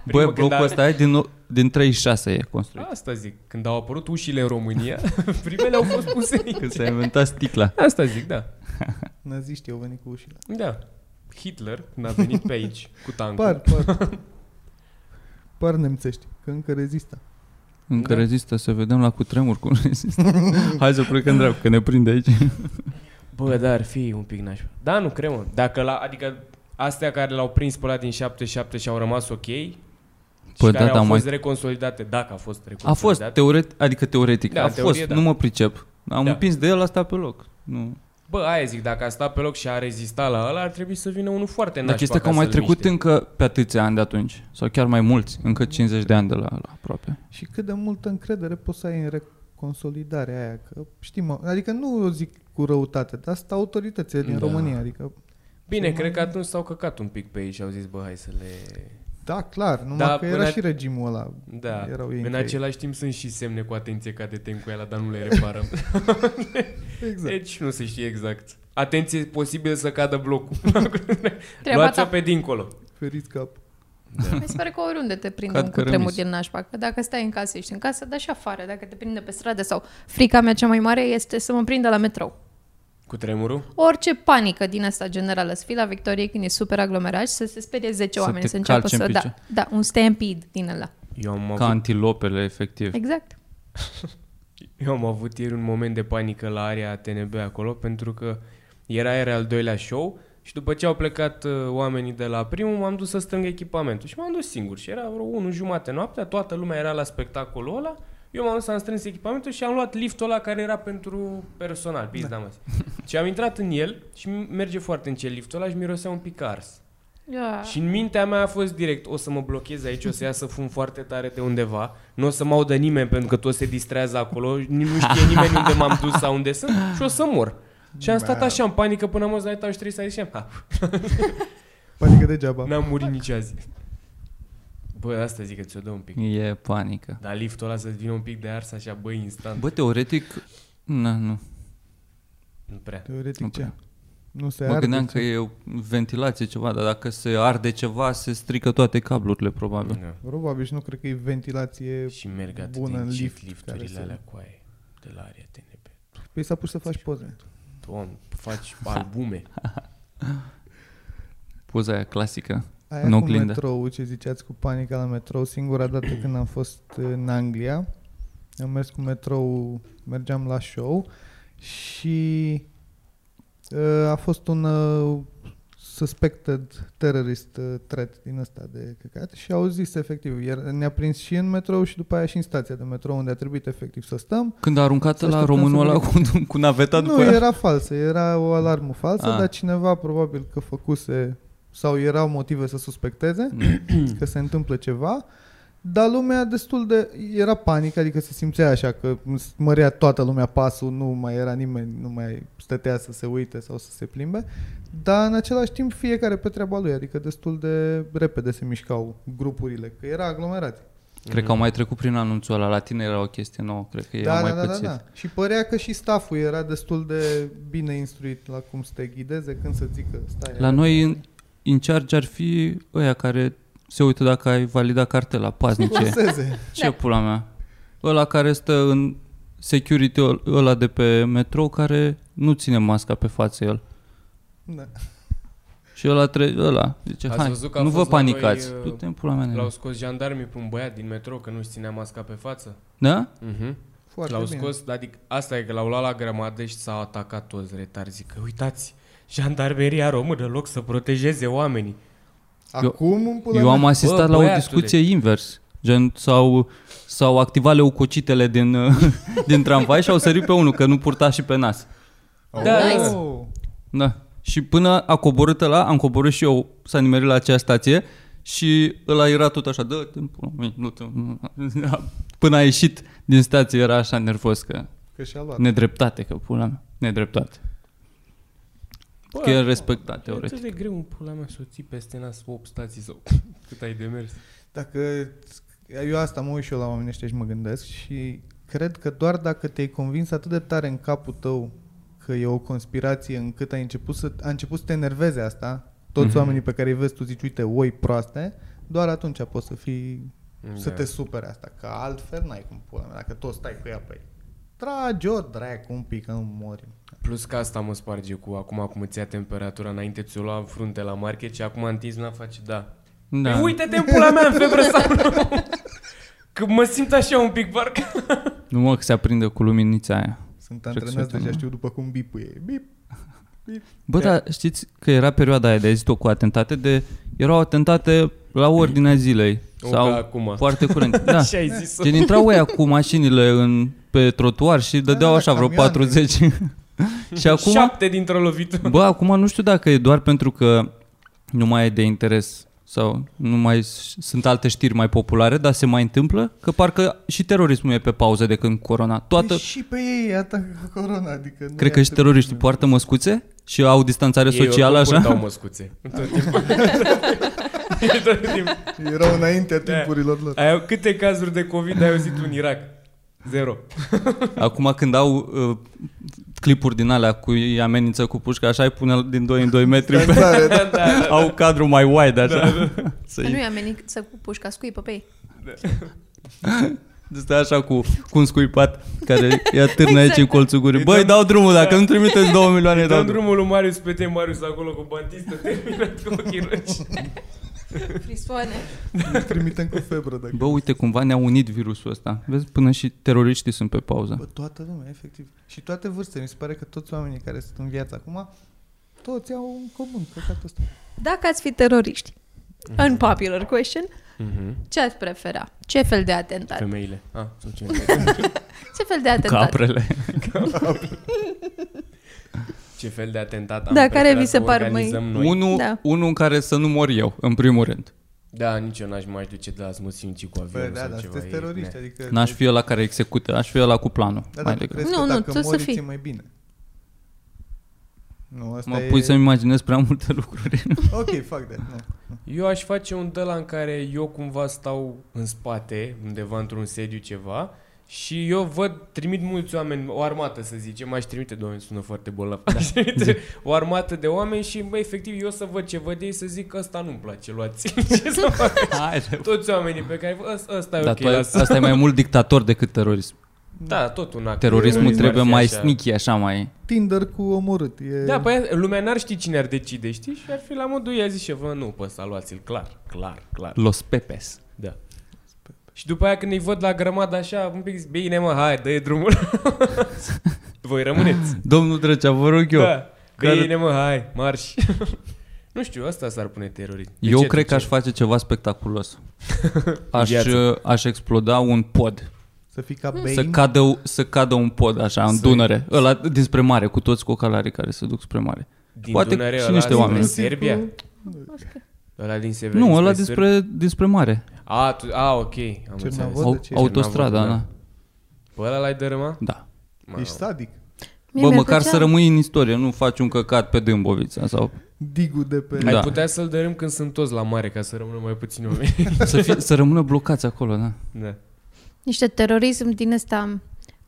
Speaker 2: Primă
Speaker 3: Bă,
Speaker 2: când
Speaker 3: blocul
Speaker 2: a-
Speaker 3: ăsta e din, o- din 36 e construit.
Speaker 2: Asta zic, când au apărut ușile în România, primele au fost puse
Speaker 3: Când
Speaker 2: aici.
Speaker 3: s-a inventat sticla.
Speaker 2: Asta zic, da.
Speaker 10: Naziștii au venit cu ușile.
Speaker 2: Da. Hitler, când a venit pe aici cu tancul.
Speaker 10: Par, par. par nemțești, că încă rezistă.
Speaker 3: Încă
Speaker 2: Da.
Speaker 3: da. rezistă, să vedem la cutremur cum rezistă. Hai să plecăm dreapta, că ne prinde aici.
Speaker 2: Bă, dar ar fi un pic nașpa. Da, nu cred, mă. Dacă la, adică astea care l-au prins pe ăla din 77 și au rămas ok, și care
Speaker 3: Păi da,
Speaker 2: au
Speaker 3: dar
Speaker 2: fost
Speaker 3: mai...
Speaker 2: reconsolidate, dacă a fost
Speaker 3: A fost,
Speaker 2: reconsolidate.
Speaker 3: teoret... adică teoretic,
Speaker 2: Da,
Speaker 3: a
Speaker 2: în
Speaker 3: fost,
Speaker 2: teorie, da.
Speaker 3: nu mă pricep. Am
Speaker 2: Da.
Speaker 3: împins de el asta pe loc. Nu.
Speaker 2: Bă, aia zic, dacă a stat pe loc și a rezistat la ăla, ar trebui să vină unul foarte nașpa
Speaker 3: Dar chestia că
Speaker 2: ca
Speaker 3: au mai
Speaker 2: să-l
Speaker 3: trecut
Speaker 2: miște.
Speaker 3: încă pe atâția ani de atunci, sau chiar mai mulți, încă 50 de ani de la, la aproape.
Speaker 10: Și cât de multă încredere poți să ai în reconsolidarea aia, că știi mă, adică nu o zic cu răutate, dar sunt autoritățile din
Speaker 2: Da.
Speaker 10: România, adică
Speaker 2: Bine, cred că atunci s-au căcat un pic pe ei și au zis, bă, hai să le...
Speaker 10: da, clar, numai
Speaker 2: Da,
Speaker 10: da, că era
Speaker 2: până-
Speaker 10: și regimul ăla.
Speaker 2: Da,
Speaker 10: Erau ei
Speaker 2: în
Speaker 10: între ei.
Speaker 2: același timp sunt și semne cu atenție că adetem cu ela, dar nu le reparăm.
Speaker 10: Exact.
Speaker 2: Deci nu se știe exact. Atenție, posibil să cadă blocul.
Speaker 4: Treaba
Speaker 2: Luați-o
Speaker 4: ta.
Speaker 2: pe dincolo.
Speaker 10: Ferit cap.
Speaker 4: Mi se pare că oriunde te prinde
Speaker 3: Cad
Speaker 4: un
Speaker 3: cărămizi.
Speaker 4: cutremur din nașpa. Că dacă stai în casă, ești în casă, dar și afară. Dacă te prinde pe stradă sau frica mea cea mai mare este să mă prindă la metrou.
Speaker 2: Cu tremurul?
Speaker 4: Orice panică din asta generală, să fii la Victoriei când e super aglomerat și să se sperie 10
Speaker 3: Să
Speaker 4: oameni,
Speaker 3: te
Speaker 4: să înceapă
Speaker 3: calce
Speaker 4: să...
Speaker 3: în
Speaker 4: Da,
Speaker 3: picioare.
Speaker 4: da, un stampede din ăla.
Speaker 2: Eu am,
Speaker 3: Ca
Speaker 2: avut,
Speaker 3: antilopele, efectiv.
Speaker 4: Exact.
Speaker 2: eu am avut ieri un moment de panică la area TNB acolo pentru că era era al doilea show și după ce au plecat uh, oamenii de la primul m-am dus să strâng echipamentul și m-am dus singur și era vreo 1 jumate noaptea, toată lumea era la spectacolul ăla eu m-am dus, am strâns echipamentul și am luat liftul ăla care era pentru personal, pizda da. Și am intrat în el și merge foarte încet liftul ăla și mirosea un pic ars.
Speaker 4: Da.
Speaker 2: Și în mintea mea a fost direct, o să mă blochez aici, o să iasă fum foarte tare de undeva, nu o să mă audă nimeni pentru că toți se distrează acolo, ni- nu știe nimeni unde m-am dus sau unde sunt și o să mor. Și am stat așa în panică până am auzit la etajul 3 să ieșim. Ha,
Speaker 10: Panică degeaba.
Speaker 2: n-am murit nici azi. Bă, asta zic că ți-o dă un pic.
Speaker 3: E panică.
Speaker 2: Dar liftul ăla să-ți vină un pic de ars așa, bă, instant.
Speaker 3: Bă, teoretic, na, nu.
Speaker 2: Nu prea.
Speaker 10: Teoretic ce?
Speaker 3: prea.
Speaker 10: Nu se
Speaker 3: Mă
Speaker 10: arde.
Speaker 3: gândeam că e o ventilație ceva, dar dacă se arde ceva, se strică toate cablurile, probabil.
Speaker 2: Da.
Speaker 10: Probabil și nu cred că e ventilație.
Speaker 2: Și merg atât
Speaker 10: Bună
Speaker 2: de
Speaker 10: în
Speaker 2: încet
Speaker 10: lift,
Speaker 2: lifturile
Speaker 10: care se-
Speaker 2: alea cu aia de la aria TNP.
Speaker 10: Păi s-a pus să faci poze.
Speaker 2: Doamne, faci albume.
Speaker 3: Poza aia clasică.
Speaker 10: Aia
Speaker 3: În
Speaker 10: cu
Speaker 3: oglindă.
Speaker 10: metrou, ce ziceați cu panica la metrou, singura dată când am fost în Anglia, am mers cu metrou, mergeam la show și uh, a fost un uh, suspected terrorist uh, threat din ăsta de căcat și au zis efectiv, iar ne-a prins și în metrou și după aia și în stația de metrou unde a trebuit efectiv să stăm.
Speaker 3: Când a aruncat
Speaker 10: Să
Speaker 3: la
Speaker 10: așteptăm
Speaker 3: românul
Speaker 10: să
Speaker 3: ăla cu,
Speaker 10: vedem.
Speaker 3: cu naveta
Speaker 10: nu,
Speaker 3: după aia.
Speaker 10: era falsă, era o alarmă falsă,
Speaker 3: Ah.
Speaker 10: dar cineva probabil că făcuse sau erau motive să suspecteze
Speaker 3: Mm.
Speaker 10: că se întâmplă ceva, dar lumea destul de... era panică, adică se simțea așa că îți mărea toată lumea pasul, nu mai era nimeni, nu mai stătea să se uite sau să se plimbe, dar în același timp fiecare pe treaba lui, adică destul de repede se mișcau grupurile, că era aglomerat.
Speaker 3: Cred că au mai trecut prin anunțul ăla. La tine era o chestie nouă, cred că ei au
Speaker 10: Da,
Speaker 3: mai
Speaker 10: da, da, da,
Speaker 3: pățit.
Speaker 10: da. Și părea că și stafful era destul de bine instruit la cum să te ghideze, când să zică stai.
Speaker 3: La noi în, în charge ar fi ăia care se uită dacă ai validat cartela, paznice.
Speaker 10: Scorsese.
Speaker 3: Ce pula mea? Ăla care stă în security ăl- ăla de pe metrou care nu ține masca pe față el.
Speaker 10: Da.
Speaker 3: Și ăla, tre- ăla zice,
Speaker 2: Ați
Speaker 3: hai,
Speaker 2: văzut că a
Speaker 3: nu vă
Speaker 2: fost la noi,
Speaker 3: panicați.
Speaker 2: uh,
Speaker 3: Du-te în pula mea. nene.
Speaker 2: L-au scos jandarmii pe un băiat din metro că nu-și ținea masca pe față.
Speaker 3: Da?
Speaker 2: Mhm.
Speaker 10: Foarte
Speaker 2: L-au
Speaker 10: bine.
Speaker 2: scos, adică asta e că l-au luat la grămadă și s-au atacat toți retarzi. Zic că uitați, jandarmeria română, în loc să protejeze oamenii.
Speaker 10: Acum în pula
Speaker 3: Eu
Speaker 10: mea?
Speaker 3: am asistat la o
Speaker 2: băiatule.
Speaker 3: discuție invers. Gen, s-au, s-au activat leucocitele din, uh, din tramvai și au sărit pe unul, că nu purta și pe nas.
Speaker 6: Oh.
Speaker 2: Da,
Speaker 10: Nice.
Speaker 3: Da. Și până a coborât ăla, am coborât și eu, s-a nimerit la acea stație și ăla era tot așa, dă nu te... Până a ieșit din stație era așa nervos că
Speaker 10: Că și-a luat.
Speaker 3: nedreptate, că pula mea, nedreptate.
Speaker 2: Bă,
Speaker 3: că e respectat,
Speaker 2: E
Speaker 3: teoretic.
Speaker 2: atât de greu în pula mea să o ții peste nas 8 stații sau cât ai de mers.
Speaker 10: Dacă eu asta mă uit și eu la oamenii ăștia și mă gândesc și cred că doar dacă te-ai convins atât de tare în capul tău că e o conspirație încât ai început să, a început să te enerveze asta, toți
Speaker 3: Mhm.
Speaker 10: oamenii pe care îi vezi tu zici, uite, oi proaste, doar atunci poți să fii,
Speaker 3: Da.
Speaker 10: să te supere asta, că altfel n-ai cum pula mea, dacă tot stai cu ea pe Trage-o dracu un pic, că nu mori.
Speaker 2: Plus că asta mă sparge cu acum cum îți ia temperatura înainte ți-o lua în frunte la market și acum întins mâna face da. Da.
Speaker 3: Da.
Speaker 2: Păi uite-te în pula mea în febră sau nu. Că mă simt așa un pic parcă.
Speaker 3: Nu mă, că se aprinde cu luminița aia.
Speaker 10: Sunt
Speaker 3: Cred că
Speaker 10: antrenați
Speaker 3: se
Speaker 10: deja,
Speaker 3: uită,
Speaker 10: știu după cum bipuie. Bip. păi
Speaker 3: Bă, dar știți că era perioada aia de ai zis-o cu atentate de... Erau atentate la ordinea zilei.
Speaker 2: O,
Speaker 3: sau
Speaker 2: ca acum.
Speaker 3: foarte curent. Da.
Speaker 2: Așa ai zis
Speaker 3: Gen intrau ăia cu mașinile în, pe trotuar și dădeau
Speaker 10: da,
Speaker 3: așa vreo
Speaker 10: camioane.
Speaker 3: 40. și acum,
Speaker 2: Șapte dintr-o lovitură.
Speaker 3: bă, acum nu știu dacă e doar pentru că nu mai e de interes sau nu mai s- sunt alte știri mai populare, dar se mai întâmplă că parcă și terorismul e pe pauză de când corona. Toată,
Speaker 10: Păi și pe ei atacă corona, adică... nu
Speaker 3: cred
Speaker 10: e
Speaker 3: că și
Speaker 10: atât de
Speaker 3: teroriștii
Speaker 10: bine.
Speaker 3: poartă măscuțe și au distanțare
Speaker 2: Ei
Speaker 3: socială
Speaker 2: oricum
Speaker 3: așa.
Speaker 2: purtau măscuțe. În tot timpul. În tot timpul.
Speaker 10: Erau înaintea
Speaker 2: Da.
Speaker 10: timpurilor lor.
Speaker 2: Ai, câte cazuri de COVID ai auzit în Irak? Zero.
Speaker 3: Acum când au uh, clipuri din alea cu îi amenință cu pușca, așa îi pune din 2 în 2 metri pe,
Speaker 10: Tare, da.
Speaker 3: au cadru mai wide așa. Da, da.
Speaker 4: Că
Speaker 3: Să-i
Speaker 4: nu-i amenință cu pușca, scuipă pe ei.
Speaker 3: stai așa cu, cu un scuipat care ia târnă aici în colțul gurii.
Speaker 2: Îi
Speaker 3: Băi,
Speaker 2: dăm-
Speaker 3: dau drumul, dacă nu trimiteți 2 milioane, dau
Speaker 2: Dăm
Speaker 3: drumul.
Speaker 2: drumul lui Marius pe tine, Marius acolo cu bantistă, terminat cu ochii roșii.
Speaker 4: Frisoane.
Speaker 10: Îi trimitem cu febră dacă...
Speaker 3: Bă, uite, cumva ne-a unit virusul ăsta. Vezi, până și teroriștii sunt pe
Speaker 10: Bă,
Speaker 3: pauză.
Speaker 10: toată lumea, efectiv. Și toate vârstele. Mi se pare că toți oamenii care sunt în viață acum, toți au în comun păcatul ăsta.
Speaker 4: Dacă ați fi teroriști, unpopular question,
Speaker 10: Mhm.
Speaker 4: ce ați prefera? Ce fel de atentat?
Speaker 2: Femeile. Ah, sunt
Speaker 4: Ce fel de atentat?
Speaker 3: Caprele.
Speaker 2: Ce fel de atentat am
Speaker 4: Da, care
Speaker 2: preferat
Speaker 4: vi se
Speaker 2: să
Speaker 4: par mai-
Speaker 2: organizăm noi.
Speaker 3: Unul,
Speaker 4: Da.
Speaker 3: unul în care să nu mor eu, în primul rând.
Speaker 2: Da, nici eu n-aș mai duce de la Smusimci cu avionul
Speaker 10: Bă, da,
Speaker 2: sau
Speaker 10: da,
Speaker 2: ceva.
Speaker 10: sunteți
Speaker 2: e-
Speaker 10: teroriști,
Speaker 2: ne.
Speaker 10: adică...
Speaker 3: N-aș fi ăla care execută, aș fi ăla cu planul. mai
Speaker 10: Da, dar tu
Speaker 3: degrabă.
Speaker 10: crezi
Speaker 4: Nu,
Speaker 10: că
Speaker 4: nu,
Speaker 10: dacă
Speaker 4: tu să
Speaker 10: mori,
Speaker 4: fii.
Speaker 10: ți mai bine. Nu, asta
Speaker 3: Mă
Speaker 10: e...
Speaker 3: pui să-mi imaginez prea multe lucruri.
Speaker 10: Ok, fac de. Nu.
Speaker 2: Eu aș face un de la în care eu cumva stau în spate, undeva într-un sediu ceva, și eu văd, trimit mulți oameni, o armată să zicem, aș trimite, doamne, sună foarte bolnav,
Speaker 3: Da.
Speaker 2: aș trimite o armată de oameni și, bă, efectiv, eu să văd ce văd ei, să zic că ăsta nu-mi place, luați ce să fac?
Speaker 3: Hai, rău.
Speaker 2: Toți oamenii pe care, "Ăs- ăsta e
Speaker 3: Dar
Speaker 2: ok,
Speaker 3: Da, tu ai-
Speaker 2: lasă.
Speaker 3: asta e mai mult dictator decât terorism.
Speaker 2: Da, tot un act. de
Speaker 3: Terorismul
Speaker 2: terorism ar
Speaker 3: trebuie
Speaker 2: fi
Speaker 3: mai
Speaker 2: așa.
Speaker 3: sneaky, așa mai...
Speaker 10: Tinder cu omorât. E...
Speaker 2: Da, păi lumea n-ar ști cine ar decide, știi? Și ar fi la modul ei, a zis ceva, nu, pe ăsta luați-l, clar, clar, clar.
Speaker 3: Los Pepes.
Speaker 2: Da. Și după aia când îi văd la grămadă așa, un pic zic, bine mă, hai, dă drumul. Voi rămâneți.
Speaker 3: Domnul Drăcea, vă rog eu.
Speaker 2: Da.
Speaker 3: Care-
Speaker 2: Bine mă, hai, marș. nu știu, asta s-ar pune terorism. De
Speaker 3: Eu
Speaker 2: ce,
Speaker 3: cred
Speaker 2: de
Speaker 3: că aș
Speaker 2: ce?
Speaker 3: face ceva spectaculos. Aș,
Speaker 2: Viață.
Speaker 3: uh, aș exploda un pod.
Speaker 10: Să fii
Speaker 4: Mm.
Speaker 10: ca
Speaker 3: Să
Speaker 10: Bane.
Speaker 3: cadă, să cadă un pod așa, în
Speaker 2: Să-
Speaker 3: Dunăre. Ăla dinspre mare, cu toți cocalarii care se duc spre mare.
Speaker 2: Din
Speaker 3: Poate
Speaker 2: Dunăre,
Speaker 3: și
Speaker 2: ăla
Speaker 3: niște
Speaker 2: din
Speaker 3: oameni.
Speaker 2: Serbia?
Speaker 4: Asta.
Speaker 2: Ăla din Serbia?
Speaker 3: Nu, ăla
Speaker 2: Sârb?
Speaker 3: dinspre, dinspre mare.
Speaker 2: A, tu, a, ok, am înțeles.
Speaker 10: Cernavodă.
Speaker 3: Au,
Speaker 10: ce e?
Speaker 3: autostrada,
Speaker 2: Cernavodă,
Speaker 3: da.
Speaker 2: Pe ăla l-ai dărâma?
Speaker 3: da.
Speaker 2: Mamă.
Speaker 10: Ești
Speaker 4: Mie
Speaker 10: sadic.
Speaker 3: Bă,
Speaker 4: mi-ar
Speaker 3: măcar
Speaker 4: plăcea.
Speaker 3: să rămâi în istorie, nu faci un căcat pe Dâmbovița sau
Speaker 10: Digul de pe...
Speaker 2: Păi, Ai
Speaker 3: Da.
Speaker 2: putea să-l dărâm când sunt toți la mare, ca să rămână mai puțini oameni.
Speaker 3: să, fi, să rămână blocați acolo, da.
Speaker 2: da.
Speaker 4: Niște terorism din ăsta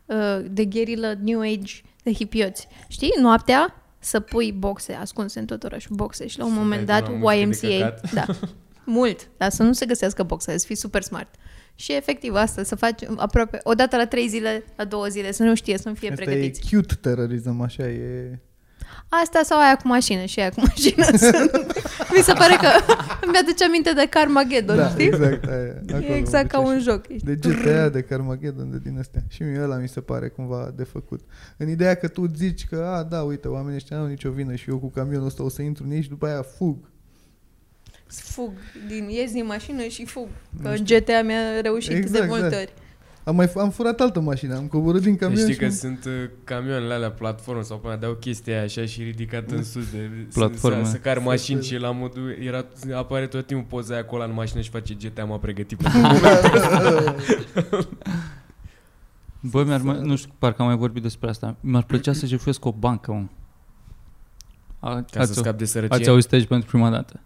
Speaker 4: uh, de gherilă, new age, de hipioți. Știi, noaptea să pui boxe ascunse în tot orașul, boxe și la un
Speaker 2: Să
Speaker 4: moment
Speaker 2: dai
Speaker 4: dat
Speaker 2: drumul la muzică de
Speaker 4: YMCA. Da. Mult, dar să nu se găsească boxe, să fii super smart. Și efectiv asta, să faci aproape, o dată la trei zile, la două zile, să nu știe, să nu fie
Speaker 10: Asta e
Speaker 4: pregătiți.
Speaker 10: cute terorism, așa e...
Speaker 4: Asta sau aia cu mașină și aia cu mașină. sunt. Mi se pare că îmi aduce aminte de Carmageddon,
Speaker 10: da,
Speaker 4: știi?
Speaker 10: exact. Aia, acolo
Speaker 4: e exact ca
Speaker 10: duce
Speaker 4: un
Speaker 10: așa.
Speaker 4: joc.
Speaker 10: De GTA, de Carmageddon, de din astea. Și mie ăla mi se pare cumva de făcut. În ideea că tu zici că, a, da, uite, oamenii ăștia n-au nicio vină și eu cu camionul ăsta o să intru în ei și după aia fug.
Speaker 4: Fug, din, ies din mașină și fug. Că GTA mi-a reușit exact, de
Speaker 10: Exact,
Speaker 4: multe
Speaker 10: da.
Speaker 4: ori.
Speaker 10: Am, mai, am furat altă mașină, am coborât din camion
Speaker 2: Știi
Speaker 10: și
Speaker 2: că
Speaker 10: am-
Speaker 2: sunt uh, camioanele alea, platforme sau până dau chestia aia așa și ridicat în sus de
Speaker 3: Platforme.
Speaker 2: Să, să car mașini și la modul era, apare tot timpul poza aia acolo în mașină și face GTA m-a pregătit
Speaker 10: Ah.
Speaker 2: pentru
Speaker 3: Bă, mi-ar mai, nu știu, parcă am mai vorbit despre asta. Mi-ar plăcea să jefuiesc o bancă, mă. A,
Speaker 2: ca să
Speaker 3: ați,
Speaker 2: scap de
Speaker 3: ați
Speaker 2: sărăcie.
Speaker 3: auzit aici pentru prima dată.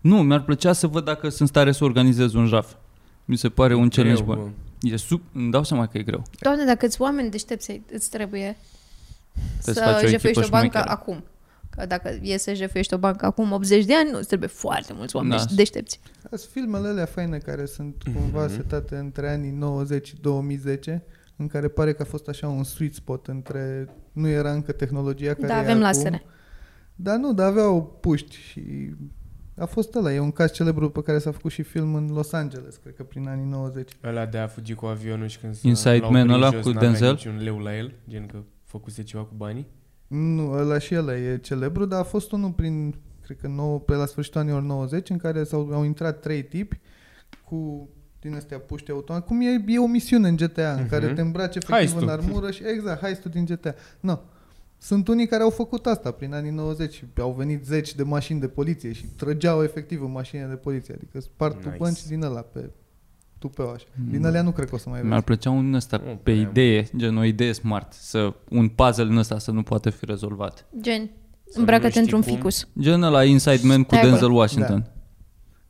Speaker 3: Nu, mi-ar plăcea să văd dacă sunt stare să organizez un jaf. Mi se pare un challenge
Speaker 2: Greu,
Speaker 3: bun.
Speaker 2: bă.
Speaker 3: E sub, îmi dau seama că e greu.
Speaker 4: Doamne, dacă îți oameni deștepți ai- îți trebuie
Speaker 3: să faci
Speaker 4: să
Speaker 3: o echipă
Speaker 4: jefuiești o bancă
Speaker 3: șmecheră.
Speaker 4: acum. Că dacă e să jefuiești o bancă acum 80 de ani, nu, îți trebuie foarte mulți oameni
Speaker 3: Da.
Speaker 4: deștepți.
Speaker 10: Sunt filmele alea faine care sunt
Speaker 2: Mhm.
Speaker 10: cumva setate între anii 90 și 2010, în care pare că a fost așa un sweet spot între... Nu era încă
Speaker 2: Păi
Speaker 10: tehnologia care
Speaker 4: Da,
Speaker 10: e
Speaker 4: avem
Speaker 10: acum,
Speaker 4: lasere.
Speaker 10: Dar nu, dar aveau puști și a fost ăla. E un caz celebru pe care s-a făcut și film în Los Angeles, cred că prin anii 90.
Speaker 2: Ăla de a fugi cu avionul și când s-a-
Speaker 3: Inside
Speaker 2: l-au
Speaker 3: Man
Speaker 2: prins
Speaker 3: ăla
Speaker 2: jos,
Speaker 3: cu
Speaker 2: n-avea
Speaker 3: Denzel?
Speaker 2: niciun leu la el, gen că făcuse ceva cu banii.
Speaker 10: Nu, ăla și ăla e celebru, dar a fost unul prin, cred că nou, pe la sfârșitul anilor 90, în care s-au, au intrat trei tipi cu din astea puști automat. Cum e, e o misiune în GTA în
Speaker 2: Mhm.
Speaker 10: care te îmbraci efectiv
Speaker 2: Haistul.
Speaker 10: în armură și exact, hai tu din GTA. Nu. Sunt unii care au făcut asta prin anii 90 și au venit zeci de mașini de poliție și trăgeau efectiv în mașinile de poliție. Adică spart nice.
Speaker 2: Nice.
Speaker 10: bănci din ăla pe tupeu așa. Din
Speaker 3: Mm.
Speaker 10: alea nu cred că o să mai
Speaker 3: Mi-ar
Speaker 10: vezi.
Speaker 3: plăcea un ăsta
Speaker 2: Nu
Speaker 3: pe
Speaker 2: prea.
Speaker 3: idee, gen o idee smart, să un puzzle din ăsta să nu poate fi rezolvat.
Speaker 4: Gen,
Speaker 2: Să nu
Speaker 4: îmbracă-te
Speaker 2: știi
Speaker 4: într-un
Speaker 2: cum.
Speaker 4: ficus.
Speaker 3: Gen la Inside Man cu
Speaker 4: Stai acolo.
Speaker 3: Denzel Washington.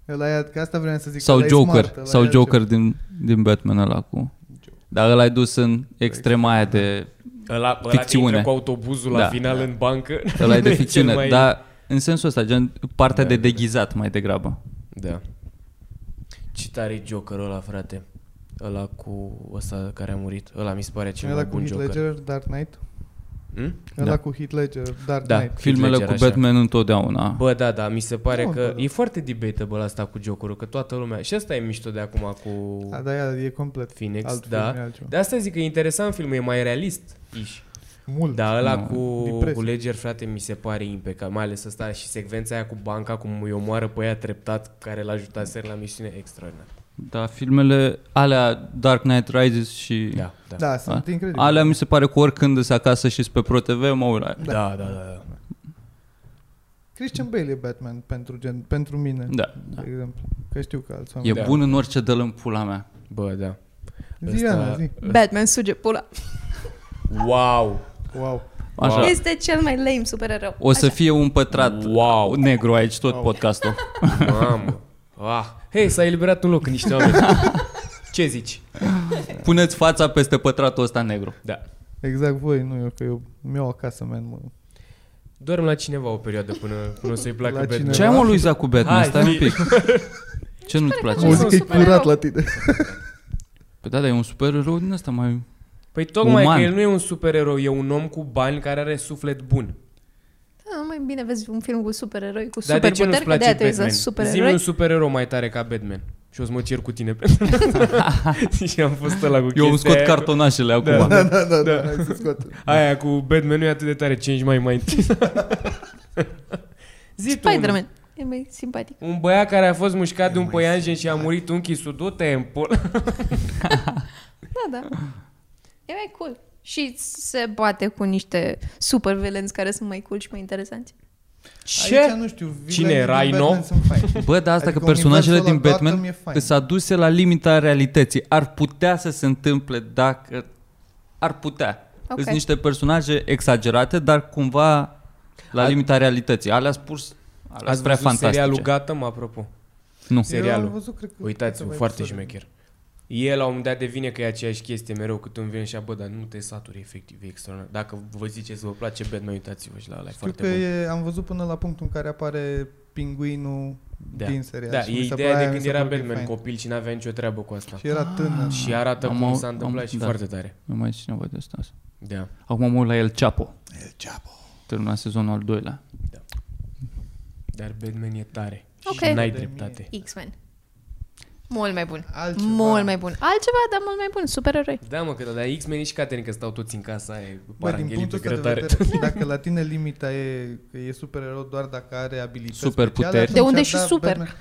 Speaker 10: Ăla e, că asta vreau să zic.
Speaker 3: Sau
Speaker 10: ăla e
Speaker 3: Joker,
Speaker 10: smart, ăla e
Speaker 3: sau
Speaker 10: altceva.
Speaker 3: Joker din, din Batman ăla cu... Dar ăla ai dus în extrema aia de...
Speaker 2: Ăla, ăla
Speaker 3: Ficțiune.
Speaker 2: ficțiune. cu autobuzul
Speaker 3: Da.
Speaker 2: la final în bancă.
Speaker 3: Ăla e de
Speaker 2: cel
Speaker 3: ficțiune, da.
Speaker 2: mai-
Speaker 3: dar în sensul ăsta, gen partea
Speaker 2: Da,
Speaker 3: de
Speaker 2: da, da.
Speaker 3: deghizat mai degrabă.
Speaker 2: Da. Ce tare e Joker ăla, frate. Ăla cu ăsta care a murit. Ăla mi se pare cel mai
Speaker 10: Ăla cu
Speaker 2: bun
Speaker 10: Heath
Speaker 2: Joker.
Speaker 10: Ledger, Dark Knight.
Speaker 2: Hmm?
Speaker 10: Ăla
Speaker 3: Da.
Speaker 10: cu Heath Ledger, Dark
Speaker 2: Da.
Speaker 10: Knight.
Speaker 3: Filmele
Speaker 2: Ledger,
Speaker 3: cu
Speaker 2: așa.
Speaker 3: Batman întotdeauna.
Speaker 2: Bă, da, da, mi se pare
Speaker 10: Nu,
Speaker 2: că
Speaker 10: bă, da.
Speaker 2: e foarte debatable asta cu Jokerul, că toată lumea... Și asta e mișto de acum cu
Speaker 10: A, da, ea e complet
Speaker 2: Phoenix,
Speaker 10: alt film,
Speaker 2: da.
Speaker 10: e altceva.
Speaker 2: De asta zic că e interesant filmul, e mai realist. Iși.
Speaker 10: Mult.
Speaker 2: Dar ăla
Speaker 3: Nu,
Speaker 2: cu,
Speaker 10: depresie.
Speaker 2: cu Ledger, frate, mi se pare impecabil, mai ales ăsta și secvența aia cu banca, cum îi omoară pe ea treptat, care l-a ajutat la misiune extraordinar.
Speaker 3: Da, filmele alea Dark Knight Rises și...
Speaker 2: Da, da.
Speaker 10: Da, sunt incredibil.
Speaker 3: Alea mi se pare că oricând îs acasă și pe ProTV, mă uit la ele.
Speaker 2: Da, da, da. da.
Speaker 10: Christian Bale e Batman pentru, gen, pentru mine,
Speaker 3: Da.
Speaker 10: de exemplu. Că știu că alți
Speaker 3: E
Speaker 10: oameni.
Speaker 3: da.
Speaker 2: Da.
Speaker 3: bun în orice dă în pula mea.
Speaker 2: Bă, da.
Speaker 10: Zi,
Speaker 2: Ăsta-
Speaker 10: Ana, zi.
Speaker 4: Batman suge pula.
Speaker 2: Wow!
Speaker 10: Wow.
Speaker 3: Așa.
Speaker 2: Wow.
Speaker 4: Este cel mai lame supererou.
Speaker 3: O să fie un pătrat
Speaker 2: Wow!
Speaker 3: negru aici tot podcastul.
Speaker 2: Mamă! Ah. Hei, s-a eliberat un loc în niște oameni. Ce zici?
Speaker 3: Puneți fața peste pătratul ăsta negru.
Speaker 2: Da.
Speaker 10: Exact voi, nu eu, că eu mi-au acasă, man, mă.
Speaker 2: Doarm la cineva o perioadă până, până o să-i placă
Speaker 10: La
Speaker 2: Batman.
Speaker 10: cineva.
Speaker 3: Ce ai mă lui Zac cu Batman?
Speaker 2: Hai,
Speaker 3: Stai un
Speaker 2: zi.
Speaker 3: pic. Ce nu-ți place?
Speaker 4: Muzică.
Speaker 10: Muzică e
Speaker 4: supererou.
Speaker 10: curat la tine.
Speaker 3: Păi da, dar e un supererou din ăsta mai...
Speaker 2: Păi tocmai
Speaker 3: Uman.
Speaker 2: că el nu e un supererou, e un om cu bani care are suflet bun.
Speaker 4: Da, mai bine vezi un film cu supereroi, cu
Speaker 2: Dar Da, de ce
Speaker 4: superputeri,
Speaker 2: nu-ți
Speaker 4: că de-aia
Speaker 2: place
Speaker 4: trebuie să
Speaker 2: Batman? Zi-mi
Speaker 4: supereroi.
Speaker 2: un supererou mai tare ca Batman. Și o să mă cer cu tine Și am fost ăla cu
Speaker 3: Eu îmi
Speaker 2: chestia
Speaker 3: scot
Speaker 2: aia cu-
Speaker 3: cartonașele
Speaker 2: Da,
Speaker 3: acum.
Speaker 2: da,
Speaker 10: Da, da, da, hai să scot.
Speaker 2: Aia cu Batman nu e atât de tare, 5 mai mai întâi. Zi tu unul.
Speaker 4: Spider-Man. E mai simpatic.
Speaker 2: Un băiat care a fost mușcat de un păianjen și a murit unchi sudute în pol.
Speaker 4: Da, da. E mai cool. Și se bate cu niște super violenți care sunt mai cool și mai interesanți.
Speaker 10: Aici,
Speaker 2: Ce?
Speaker 10: nu știu, vilenii
Speaker 2: Cine,
Speaker 10: din
Speaker 2: Rhino?
Speaker 10: Batman sunt faini.
Speaker 3: Bă, dar asta
Speaker 10: Adică
Speaker 3: că personajele
Speaker 10: universul
Speaker 3: din
Speaker 10: ăla Gotham
Speaker 3: Batman
Speaker 10: e fain.
Speaker 3: s-a dus la limita realității. Ar putea să se întâmple dacă... Ar putea.
Speaker 4: Ok.
Speaker 3: Sunt niște personaje exagerate, dar cumva la
Speaker 2: A-
Speaker 3: limita realității. Alea spus... Alea
Speaker 2: Ați
Speaker 3: sunt prea
Speaker 2: văzut serialul
Speaker 3: fantastice.
Speaker 2: Gotham, apropo?
Speaker 3: Nu.
Speaker 2: serialul.
Speaker 10: Eu am văzut, cred că
Speaker 2: Uitați-vă,
Speaker 10: câteva
Speaker 2: foarte
Speaker 10: episoade.
Speaker 2: șmecher. El la un moment dat devine că e aceeași chestie mereu cât îmi vine și a, bă, dar nu te saturi efectiv, e extraordinar. Dacă vă zice să vă place Batman, uitați-vă și la ăla, e
Speaker 10: Știu
Speaker 2: foarte
Speaker 10: că
Speaker 2: bun.
Speaker 10: e, am văzut până la punctul în care apare pinguinul
Speaker 2: Da.
Speaker 10: din serial.
Speaker 2: Da,
Speaker 10: și mi
Speaker 2: e
Speaker 10: se
Speaker 2: ideea
Speaker 10: pare-
Speaker 2: de
Speaker 10: mi
Speaker 2: când
Speaker 10: se
Speaker 2: era
Speaker 10: pare că e
Speaker 2: Batman
Speaker 10: fain.
Speaker 2: copil și n-avea nicio treabă cu asta.
Speaker 10: Și era tânăr.
Speaker 2: Și arată
Speaker 3: Am
Speaker 2: cum
Speaker 3: au-
Speaker 2: s-a întâmplat
Speaker 3: am-
Speaker 2: și
Speaker 3: da.
Speaker 2: foarte tare.
Speaker 3: Nu mai e cineva de asta.
Speaker 2: Da.
Speaker 3: Acum mă uit la El Chapo. El Chapo. Termina sezonul al doilea.
Speaker 2: Dar Batman e tare.
Speaker 4: Ok.
Speaker 2: Și n-ai
Speaker 10: De
Speaker 2: dreptate.
Speaker 4: X-Men. Mult mai bun.
Speaker 10: Altceva.
Speaker 4: Mult mai bun. Altceva, dar mult mai bun. Supereroi.
Speaker 2: Da, mă, că dar X-Men și Caterin, că stau toți în casa aia, e
Speaker 10: Bă, Păi, din
Speaker 2: paranghelii
Speaker 10: punctul
Speaker 2: pe
Speaker 10: ăsta de
Speaker 2: grătare.
Speaker 10: vedere, dacă la tine limita e că e supererou doar dacă are abilități
Speaker 3: Superputeri.
Speaker 10: speciale, atunci,
Speaker 4: De unde și
Speaker 10: da,
Speaker 4: super.
Speaker 10: Batman-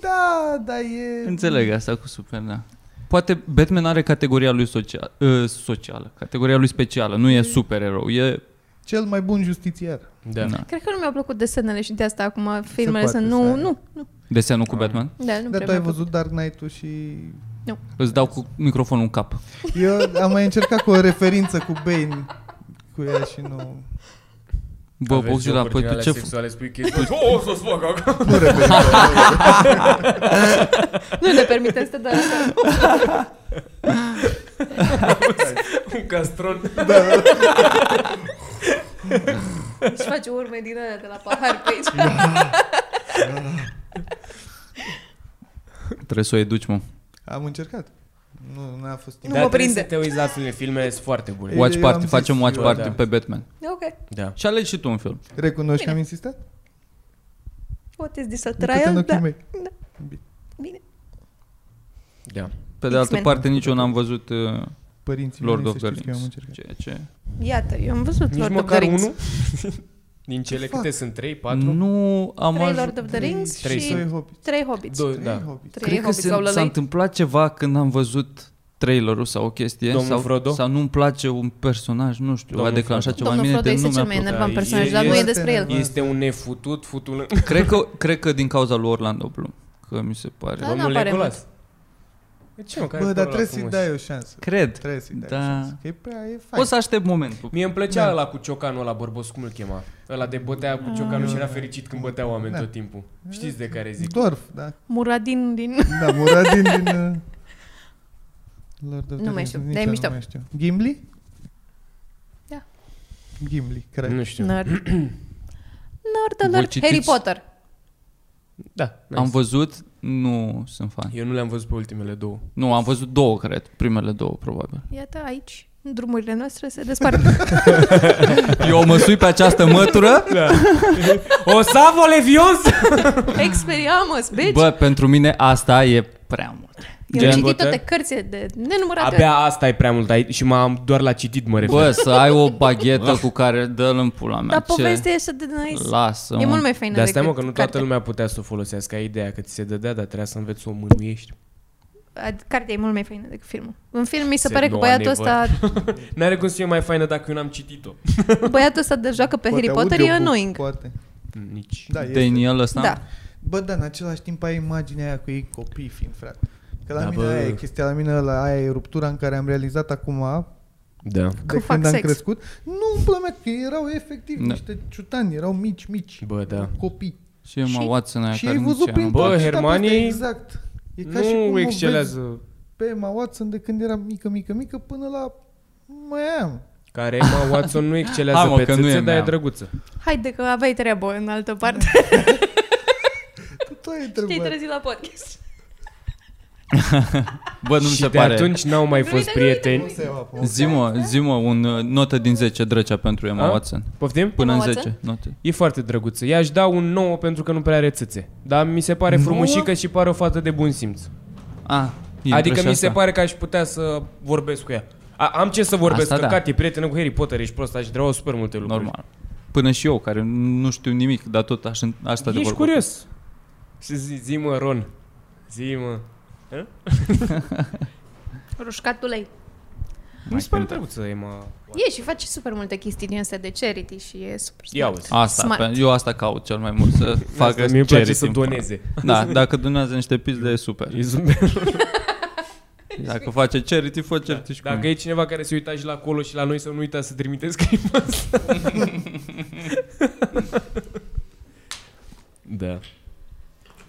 Speaker 10: Da, dar e...
Speaker 3: Înțeleg asta cu super, da. Poate Batman are categoria lui social, uh, socială, categoria lui specială, nu e supererou, e...
Speaker 10: Cel mai bun justițiar.
Speaker 2: Da.
Speaker 3: Na.
Speaker 4: Cred că nu mi-au plăcut desenele și de asta acum filmele
Speaker 10: poate
Speaker 4: sunt...
Speaker 10: să
Speaker 4: Nu,
Speaker 10: ai.
Speaker 4: nu, nu.
Speaker 3: Desenul cu Batman?
Speaker 4: Da, nu prea
Speaker 10: Dar tu ai
Speaker 4: mi-a plăcut.
Speaker 10: văzut Dark Knight-ul și...
Speaker 3: Îți dau cu microfonul în cap.
Speaker 10: Eu am mai încercat cu o referință cu Bane cu ea și nu...
Speaker 3: Bă,
Speaker 2: Aveți
Speaker 3: Boxila,
Speaker 2: jocuri
Speaker 3: păi
Speaker 2: din
Speaker 3: tu
Speaker 2: alea
Speaker 3: ce... f- păi
Speaker 2: sexuale, spui chestii, o, o să-ți fac acum.
Speaker 10: Nu referință.
Speaker 4: Nu ne permiteți să dăm.
Speaker 2: Un castron.
Speaker 4: Da, Și faci urme din alea de la pahar pe aici.
Speaker 3: Trebuie să o educi, mă.
Speaker 10: Am încercat. Nu, n-a fost timp.
Speaker 4: Nu mă prinde.
Speaker 2: Să te uiți la filme, filmele sunt foarte bune.
Speaker 10: Eu-
Speaker 3: Watch
Speaker 10: eu am
Speaker 3: party,
Speaker 10: zis,
Speaker 3: facem watch
Speaker 10: eu-
Speaker 3: party
Speaker 2: da.
Speaker 3: pe Batman.
Speaker 4: Ok.
Speaker 2: Da.
Speaker 3: Și alegi și tu un film.
Speaker 10: Recunoști că am insistat?
Speaker 4: What is this, a
Speaker 10: Uită-te în
Speaker 4: trial?
Speaker 10: ochii
Speaker 4: Da.
Speaker 10: mei.
Speaker 4: Bine.
Speaker 2: Da.
Speaker 3: Pe de altă
Speaker 4: X-Men.
Speaker 3: parte, nici eu n-am văzut uh,
Speaker 10: Părinții
Speaker 3: Lord
Speaker 10: mei
Speaker 3: of
Speaker 10: să
Speaker 3: the
Speaker 10: știți că eu am
Speaker 3: Rings.
Speaker 10: încercat.
Speaker 3: Ceea ce...
Speaker 4: Iată, eu am văzut
Speaker 2: Nici
Speaker 4: Lord of
Speaker 2: măcar
Speaker 4: the Rings.
Speaker 2: unul? Din cele câte sunt? 3,
Speaker 3: Mm.
Speaker 2: 4?
Speaker 3: Nu am
Speaker 4: Trei
Speaker 3: ajuns...
Speaker 4: Lord of the Rings
Speaker 2: Trei
Speaker 4: și
Speaker 10: Doi
Speaker 3: Da.
Speaker 10: hobbit.
Speaker 4: trei Hobbits.
Speaker 2: Doi,
Speaker 10: Trei
Speaker 2: da.
Speaker 10: hobbit.
Speaker 4: Trei
Speaker 3: Cred că
Speaker 4: Hobbits
Speaker 3: se,
Speaker 4: sau
Speaker 3: s-a
Speaker 4: lălăi.
Speaker 3: întâmplat ceva când am văzut trailerul sau o chestie
Speaker 2: Domnul
Speaker 3: sau,
Speaker 2: Frodo?
Speaker 3: sau nu-mi place un personaj, nu știu,
Speaker 2: Domnul
Speaker 3: a declanșat
Speaker 2: Frodo.
Speaker 3: ceva în
Speaker 4: Domnul
Speaker 3: mine
Speaker 4: Frodo
Speaker 3: de
Speaker 4: este
Speaker 3: nu
Speaker 4: cel
Speaker 3: mi-a
Speaker 4: mai
Speaker 3: plăcut.
Speaker 4: enervant
Speaker 2: Da,
Speaker 4: personaj,
Speaker 2: e-
Speaker 4: dar nu e
Speaker 10: este
Speaker 4: despre el.
Speaker 10: enervant.
Speaker 2: Este un nefutut, futul în...
Speaker 3: Cred că, cred că din cauza lui Orlando Bloom, că mi se pare.
Speaker 4: Da,
Speaker 2: Domnul
Speaker 4: n-apare
Speaker 2: Legolas. E ce, mă, care
Speaker 10: Bă,
Speaker 2: e
Speaker 10: dar
Speaker 2: acolo
Speaker 10: trebuie să-i
Speaker 2: frumos?
Speaker 10: dai o șansă.
Speaker 3: Cred.
Speaker 10: Trebuie să-i dai
Speaker 3: Da.
Speaker 10: o șansă. Că e prea, e fain.
Speaker 3: O să aștept momentul.
Speaker 2: Mie îmi plăcea
Speaker 10: Da.
Speaker 2: ăla cu ciocanul ăla borbos, cum îl chema? Ăla de bătea cu ciocanul și era fericit când bătea oameni
Speaker 10: Ah. Da.
Speaker 2: tot timpul. Știți de care zic.
Speaker 10: Dorf, da.
Speaker 4: Muradin din...
Speaker 10: Da, Muradin din... uh, Lord of the
Speaker 4: Nu mai
Speaker 10: Rings,
Speaker 4: știu,
Speaker 10: nici
Speaker 4: dar e
Speaker 10: eu nu
Speaker 4: mișto.
Speaker 10: mai știu. Gimli?
Speaker 4: Da.
Speaker 10: Gimli, cred.
Speaker 2: Nu știu.
Speaker 4: Nerd. Nerd
Speaker 3: Voi
Speaker 4: alert.
Speaker 3: citiți-
Speaker 4: Harry Potter.
Speaker 2: Da. nice.
Speaker 3: Am văzut, nu sunt fan.
Speaker 2: Eu nu le-am văzut pe ultimele două.
Speaker 3: Nu, am văzut două, cred. Primele două, probabil.
Speaker 4: Iată, aici, drumurile noastre se despart.
Speaker 3: Eu mă sui pe această mătură.
Speaker 2: O savo levios!
Speaker 4: Experiamos, bitch!
Speaker 3: Bă, pentru mine asta e prea mult.
Speaker 4: Deci- Eu am
Speaker 2: Harry
Speaker 4: citit
Speaker 2: Potter?
Speaker 4: toate cărțile de nenumărate.
Speaker 2: Abia asta e prea mult aici și m-am doar la citit, mă refer.
Speaker 3: Bă, să ai o baghetă cu care dă-l în pula mea.
Speaker 4: Dar
Speaker 3: ce?
Speaker 4: povestea e așa de nice.
Speaker 3: Lasă,
Speaker 4: E mult mai
Speaker 2: Dar
Speaker 4: faină
Speaker 2: stai mă că
Speaker 4: Păi decât
Speaker 2: nu toată
Speaker 4: cartea.
Speaker 2: lumea putea să o folosească, ai ideea că ți se dădea, dar trebuia să înveți să o mânuiești.
Speaker 4: ad- cartea e mult mai faină decât filmul. În film mi se
Speaker 2: Se
Speaker 4: pare că
Speaker 2: noua
Speaker 4: băiatul
Speaker 2: nevoie.
Speaker 4: ăsta,
Speaker 2: N-are cum să fie mai faină dacă eu n-am citit-o.
Speaker 4: băiatul ăsta de joacă pe Harry Potter e annoying.
Speaker 10: Poate.
Speaker 2: Nici.
Speaker 10: Da, este.
Speaker 3: Daniel ăsta?
Speaker 4: Da.
Speaker 10: Bă, dar în același timp ai imaginea aia cu ei copii fiind, frate. Că la
Speaker 2: Da,
Speaker 10: da, mine
Speaker 2: bă.
Speaker 10: bă. aia e chestia, la mine la aia e ruptura în care am realizat acum,
Speaker 2: Da.
Speaker 10: de
Speaker 4: fac
Speaker 10: când am
Speaker 4: sex.
Speaker 10: crescut. Nu, pula mea, că erau efectiv
Speaker 3: Da.
Speaker 10: niște ciutani, erau mici, mici,
Speaker 2: Bă, da.
Speaker 10: copii.
Speaker 3: Și Emma
Speaker 10: Și-
Speaker 3: Watson aia
Speaker 10: și
Speaker 3: care
Speaker 10: ai
Speaker 3: nu
Speaker 10: văzut
Speaker 3: știa,
Speaker 10: prin
Speaker 3: nu?
Speaker 2: Bă,
Speaker 10: tot și tapete,
Speaker 2: Hermione
Speaker 10: Exact. E ca și cum
Speaker 2: nu
Speaker 10: o
Speaker 2: excelează.
Speaker 10: vezi pe Emma Watson de când era mică, mică, mică până la mai am.
Speaker 2: Care Emma Watson nu
Speaker 3: Hai,
Speaker 2: excelează
Speaker 3: mă,
Speaker 2: pe
Speaker 3: că nu e
Speaker 2: țâțe, dar e
Speaker 3: mea.
Speaker 2: drăguță.
Speaker 4: Haide că aveai treabă în altă parte.
Speaker 10: Tu ai
Speaker 4: Te-ai
Speaker 10: întrebat.
Speaker 4: trezit la podcast.
Speaker 3: Bă, nu mi
Speaker 2: și
Speaker 3: se
Speaker 2: de
Speaker 3: pare.
Speaker 2: atunci n-au mai
Speaker 4: Păi Nu
Speaker 2: fost
Speaker 4: uite, nu uite,
Speaker 2: prieteni.
Speaker 4: nu uite.
Speaker 3: Zimă, zimă un uh, notă din 10 drăcea pentru Emma
Speaker 2: A?
Speaker 3: Watson.
Speaker 2: Poftim?
Speaker 3: Până
Speaker 4: Emma
Speaker 3: în
Speaker 4: Watson?
Speaker 3: 10 note.
Speaker 2: E foarte drăguță. I-aș da un 9 pentru că nu prea are țâțe. Dar mi se pare frumușică și pare o fată de bun simț.
Speaker 3: A, e
Speaker 2: adică
Speaker 3: drăcea
Speaker 2: mi se
Speaker 3: Ah, asta.
Speaker 2: pare că aș putea să vorbesc cu ea. A, am ce să vorbesc,
Speaker 3: Asta
Speaker 2: că
Speaker 3: da.
Speaker 2: Cat e prietenă cu Harry Potter, ești prost, aș vrea super multe lucruri.
Speaker 3: Normal. Până și eu, care nu știu nimic, dar tot aș, aș sta de
Speaker 2: Ești
Speaker 3: vorbă.
Speaker 2: curios. Și zi, zi mă, Ron. Zi mă.
Speaker 4: Rușcatulei.
Speaker 2: Mi se pare drăguță, Emma.
Speaker 4: E și face super multe chestii din astea de charity și e super
Speaker 2: Ia
Speaker 4: smart.
Speaker 2: uite.
Speaker 3: Asta,
Speaker 4: Smart.
Speaker 3: pe, eu asta caut cel mai mult, să fac
Speaker 2: Asta mi-e place
Speaker 3: charity
Speaker 2: să
Speaker 3: în pula.
Speaker 2: doneze.
Speaker 3: Da, dacă donează niște pizde, e super.
Speaker 2: E super.
Speaker 3: Dacă face charity, fă charity și cu
Speaker 2: Dacă
Speaker 3: mine.
Speaker 2: e cineva care se uita și la acolo și la noi să nu uita să trimite scrima asta. da.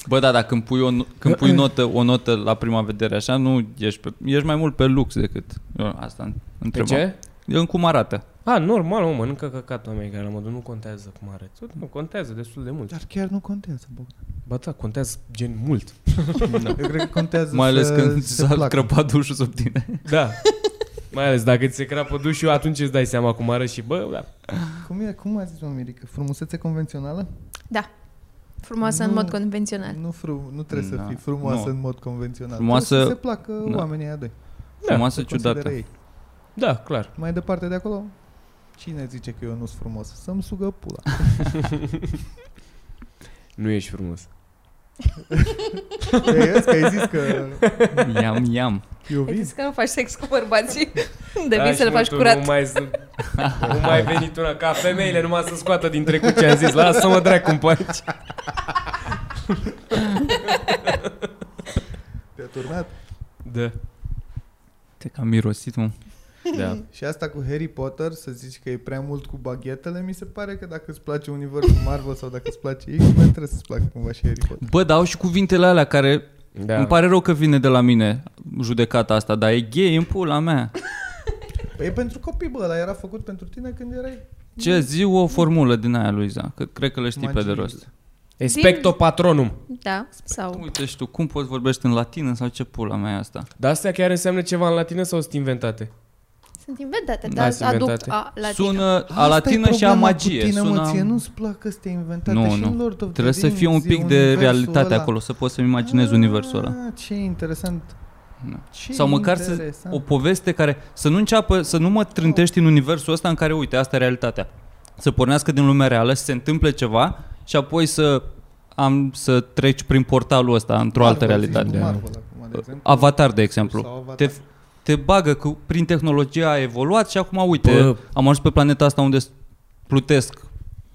Speaker 3: Bă, da, dacă îmi pui, o, no- când pui notă, o notă la prima vedere așa, nu ești, pe, ești mai mult pe lux decât eu, asta
Speaker 2: Pe
Speaker 3: întreb.
Speaker 2: ce?
Speaker 3: În cum arată.
Speaker 2: A, normal, mă, mănâncă căcatul mea care la modul nu contează cum arăți. Uite, Nu contează destul de mult.
Speaker 10: Dar chiar nu contează, Bogdan.
Speaker 2: Ba da, contează gen mult.
Speaker 10: Eu cred că contează
Speaker 3: Da. Mai ales
Speaker 10: să
Speaker 3: când
Speaker 10: se
Speaker 3: s-a
Speaker 10: placă.
Speaker 3: crăpat dușul sub tine.
Speaker 2: Da. Mai ales dacă ți se crapă dușul, atunci îți dai seama cum arăți și bă, da.
Speaker 10: Cum, e, cum a zis o Mirica? Frumusețe convențională?
Speaker 4: Frumoasă în
Speaker 10: Nu.
Speaker 4: mod convențional.
Speaker 10: Nu, fru, nu trebuie
Speaker 3: Da.
Speaker 10: să fii frumoasă
Speaker 3: Nu.
Speaker 10: în mod convențional.
Speaker 3: Frumoasă-
Speaker 10: Trebuie să se placă
Speaker 3: Da.
Speaker 10: oamenii aia doi.
Speaker 3: Frumoasă,
Speaker 10: Să considere
Speaker 3: ciudată.
Speaker 10: ei.
Speaker 2: Da, clar.
Speaker 10: Mai departe de acolo, cine zice că eu nu sunt frumos? Să-mi sugă pula.
Speaker 2: Nu ești frumos.
Speaker 10: Ei, vezi că ai zis că
Speaker 3: Iam, iam.
Speaker 10: eu
Speaker 4: Ai
Speaker 10: vin.
Speaker 4: zis că nu faci sex cu bărbații. Devii
Speaker 2: Da,
Speaker 4: să le
Speaker 2: și
Speaker 4: faci
Speaker 2: tu
Speaker 4: curat.
Speaker 2: Nu mai, sunt- nu mai venit una ca femeile numai să scoată din trecut ce am zis. Lasă-mă dracu în pace.
Speaker 10: Te-a turnat.
Speaker 2: Da.
Speaker 3: Te că am mirosit, mă.
Speaker 2: Da.
Speaker 10: Și asta cu Harry Potter, să zici că e prea mult cu baghetele, mi se pare că dacă îți place universul Marvel sau dacă îți place X-Men, trebuie să-ți placă cumva și Harry Potter.
Speaker 3: Bă, dau și cuvintele alea care
Speaker 2: da.
Speaker 3: Îmi pare rău că vine de la mine judecata asta, dar e gay în pula mea.
Speaker 10: Păi e pentru copii, bă, ăla era făcut pentru tine când erai...
Speaker 3: Ce zi o formulă din aia, Luiza, că cred că le știi pe de
Speaker 10: Magie.
Speaker 3: rost.
Speaker 2: Expecto patronum.
Speaker 4: Da, sau...
Speaker 3: Uite și tu, cum poți vorbești în latină sau ce pula mea e asta?
Speaker 2: Dar astea chiar înseamnă ceva în latină sau sunt inventate?
Speaker 4: Sunt inventate,
Speaker 2: Da,
Speaker 4: dar
Speaker 2: sunt
Speaker 4: aduc
Speaker 2: inventate.
Speaker 4: a, la
Speaker 3: Sună a
Speaker 10: Asta e
Speaker 3: latină și a
Speaker 10: problema
Speaker 3: magie.
Speaker 10: Cu tine,
Speaker 3: sună...
Speaker 10: mă, ție nu-ți plac că te inventate
Speaker 3: Nu,
Speaker 10: și
Speaker 3: nu.
Speaker 10: în Lord of the
Speaker 3: Trebuie să
Speaker 10: Rings,
Speaker 3: fie un
Speaker 10: e
Speaker 3: pic de
Speaker 10: universul
Speaker 3: realitate
Speaker 10: ăla.
Speaker 3: acolo, să poți să-mi imaginez universul ăla.
Speaker 10: Ah, Ce interesant.
Speaker 3: Da.
Speaker 10: Ce
Speaker 3: Sau măcar să,
Speaker 10: interesant.
Speaker 3: o poveste care să nu înceapă, să nu mă trântești în universul ăsta în care, uite, asta e realitatea. Să pornească din lumea reală, să se întâmple ceva și apoi să am să treci prin portalul ăsta într-o altă
Speaker 10: Marvel, zici tu
Speaker 3: realitate.
Speaker 10: Marvel acum, de exemplu.
Speaker 3: Avatar, de exemplu.
Speaker 10: Sau Avatar.
Speaker 3: Te, te bagă cu, prin tehnologia a evoluat și acum, uite,
Speaker 2: Bă.
Speaker 3: am ajuns pe planeta asta unde plutesc.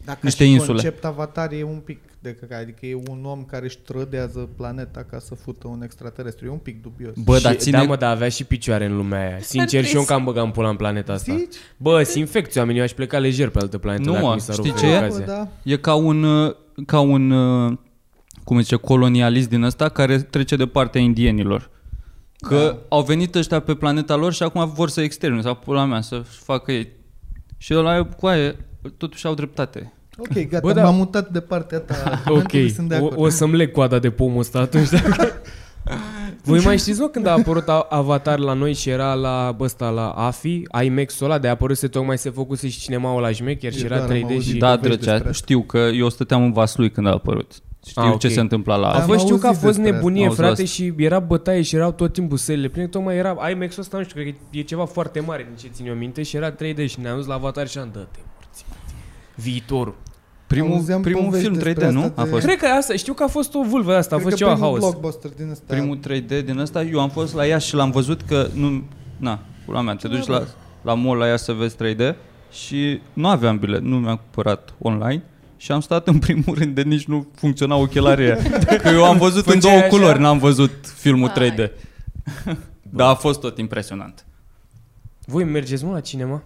Speaker 10: Dacă
Speaker 3: niște
Speaker 10: și
Speaker 3: insule.
Speaker 10: concept avatar e un pic de căcat, adică e un om care își trădează planeta ca să fută un extraterestru, e un pic dubios.
Speaker 3: Bă,
Speaker 2: și,
Speaker 3: dar ține...
Speaker 2: Da, mă, dar avea și picioare în lumea aia. Sincer, și eu încă am băgat în pula în planeta asta.
Speaker 10: Zici?
Speaker 2: Bă, sunt infecți oamenii, eu aș pleca lejer pe altă planetă
Speaker 3: Nu,
Speaker 2: dacă
Speaker 3: mă,
Speaker 2: mi s-ar
Speaker 3: știi
Speaker 2: oferi
Speaker 3: ce e?
Speaker 10: Da,
Speaker 2: ocazia.
Speaker 10: bă, da.
Speaker 3: E ca un, uh, ca un uh, cum îi zice, colonialist din ăsta care trece de partea indienilor. Că da. au venit ăștia pe planeta lor și acum vor să extermine, sau pula mea, să facă ei. Și ăla cu aia, totuși au dreptate.
Speaker 10: Ok, gata,
Speaker 2: Bă, da.
Speaker 10: m-am mutat de partea ta.
Speaker 2: Ok,
Speaker 10: Argumentului sunt de acord.
Speaker 2: o, o să-mi leg coada de pomul ăsta atunci dacă... Voi mai știți, mă, când a apărut a- Avatar la noi și era la, bă, ăsta, la AFI, IMAX-ul ăla, de a apărut se tocmai se făcuse și cinemaul la șmecher și
Speaker 10: Eu
Speaker 2: era
Speaker 10: doar am
Speaker 2: 3D
Speaker 10: auzit.
Speaker 2: și...
Speaker 10: Ei,
Speaker 3: da,
Speaker 10: vorbești despre
Speaker 3: drăcea,
Speaker 10: asta.
Speaker 3: știu că eu stăteam în Vaslui când a apărut. Știu
Speaker 2: Ah,
Speaker 3: ah,
Speaker 2: ok.
Speaker 3: ce se întâmpla la...
Speaker 2: A
Speaker 10: Am
Speaker 2: fost, știu
Speaker 10: auzit
Speaker 2: că a fost
Speaker 10: despre asta.
Speaker 2: nebunie,
Speaker 3: Auzi
Speaker 2: frate,
Speaker 3: asta.
Speaker 2: și era bătaie și erau tot timpul sălile pline, tocmai era IMAX-ul ăsta, nu știu, cred că e ceva foarte mare din ce țin eu minte și era 3D și ne-am dus la Avatar și am dat morții. Viitorul.
Speaker 3: Primul,
Speaker 10: Auzeam
Speaker 3: primul
Speaker 10: povești
Speaker 3: film
Speaker 10: despre
Speaker 3: 3D, nu?
Speaker 10: asta
Speaker 3: A
Speaker 10: de-
Speaker 3: fost
Speaker 2: Cred că asta, știu că a fost o vulvă asta, a
Speaker 10: Cred
Speaker 2: fost
Speaker 10: că
Speaker 2: ceva
Speaker 10: primul
Speaker 2: haos.
Speaker 10: blockbuster din ăsta.
Speaker 3: Da. primul 3D din ăsta. Eu am fost la ea și l-am văzut că nu... Na, pula mea, te duci la, la mall la ea să vezi 3D și nu aveam bilet, nu mi-am cumpărat online și am stat în primul rând de nici nu funcționa ochelarii aia. Că eu am văzut în
Speaker 2: Făceai
Speaker 3: două
Speaker 2: așa?
Speaker 3: culori, n-am văzut filmul
Speaker 4: Vai.
Speaker 3: 3D. Dar a fost tot impresionant.
Speaker 2: Voi mergeți mă la cinema?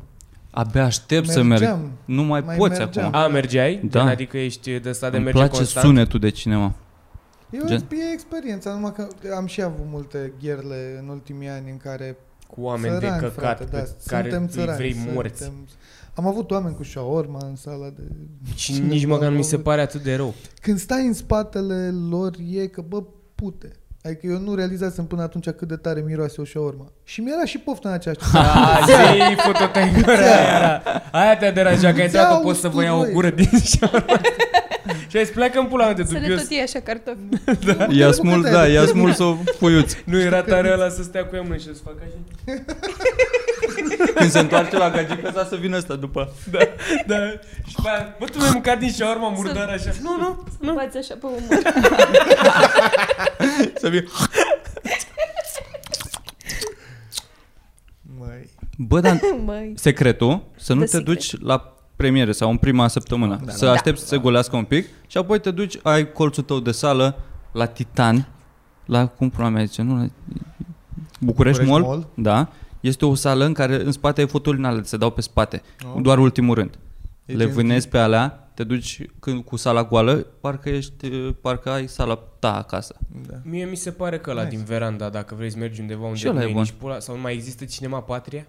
Speaker 3: Abia aștept să merg.
Speaker 10: Mergeam.
Speaker 3: Nu mai,
Speaker 10: Mai
Speaker 3: poți
Speaker 10: mergeam.
Speaker 3: acum.
Speaker 2: A, mergeai?
Speaker 3: Da.
Speaker 2: Gen, Adică ești de asta de
Speaker 3: Îmi
Speaker 2: merge
Speaker 3: place
Speaker 2: constant?
Speaker 3: sunetul de cinema.
Speaker 10: E, o,
Speaker 3: Gen-
Speaker 10: e experiența, numai că am și avut multe gherle în ultimii ani în care
Speaker 2: Cu oameni
Speaker 10: țărani,
Speaker 2: de căcat
Speaker 10: frate,
Speaker 2: pe
Speaker 10: da,
Speaker 2: care
Speaker 10: suntem
Speaker 2: îi
Speaker 10: țărani,
Speaker 2: vrei morți.
Speaker 10: Suntem... Am avut oameni cu șaorma în sala de...
Speaker 2: Și
Speaker 10: Suntem
Speaker 2: nici măcar nu mi se
Speaker 10: oameni.
Speaker 2: pare atât de rău.
Speaker 10: Când stai în spatele lor e că, bă, pute. Adică eu nu realizasem până atunci cât de tare miroase o șaorma. Și mi-era și poftă în aceeași timp.
Speaker 2: A, zi, fătă-te în gură aia era. Aia te-a deranjat că ai
Speaker 10: Îți
Speaker 2: dat
Speaker 10: iau
Speaker 2: poți să vă
Speaker 10: usturoi.
Speaker 2: iau o gură din șaurma. Și ai zis, pleacă în pula mea de
Speaker 4: Să le
Speaker 2: dubios.
Speaker 4: tot iei așa cartofi.
Speaker 3: Ia smul, da, ia smul să o puiuți.
Speaker 2: Nu era tare ăla să stea cu ea mână și să facă așa.
Speaker 3: Când se întoarce la gagica sa să vină ăsta după.
Speaker 2: Da. Și pe aia, bă, tu mi-ai mâncat din șaurma murdar așa. Nu, nu.
Speaker 4: Ah. Nu. Bați așa pe umăr.
Speaker 3: Să vină.
Speaker 10: Măi,
Speaker 3: Bă, dar
Speaker 4: Măi.
Speaker 3: secretul, să nu
Speaker 4: The
Speaker 3: te
Speaker 4: secret.
Speaker 3: duci la premiere sau în prima săptămână. Da, să aștepți să se golească un pic și apoi te duci, ai colțul tău de sală la Titan, la, cum pula mea zice, nu, la București,
Speaker 10: București
Speaker 3: Mall,
Speaker 10: Mall.
Speaker 3: da, este o sală în care în spate ai fotolii ale, se dau pe spate,
Speaker 10: Oh.
Speaker 3: doar ultimul rând.
Speaker 10: E
Speaker 3: Le
Speaker 10: gen-
Speaker 3: vânezi pe alea, te duci când, cu sala goală, parcă ești, parcă ai sala ta acasă.
Speaker 10: da.
Speaker 2: Mie mi se pare că la
Speaker 10: Nice.
Speaker 2: din veranda, dacă vrei să mergi undeva unde
Speaker 3: Și ăla
Speaker 2: nu
Speaker 3: e
Speaker 2: e
Speaker 3: bun.
Speaker 2: nici pula, sau nu mai există cinema patria?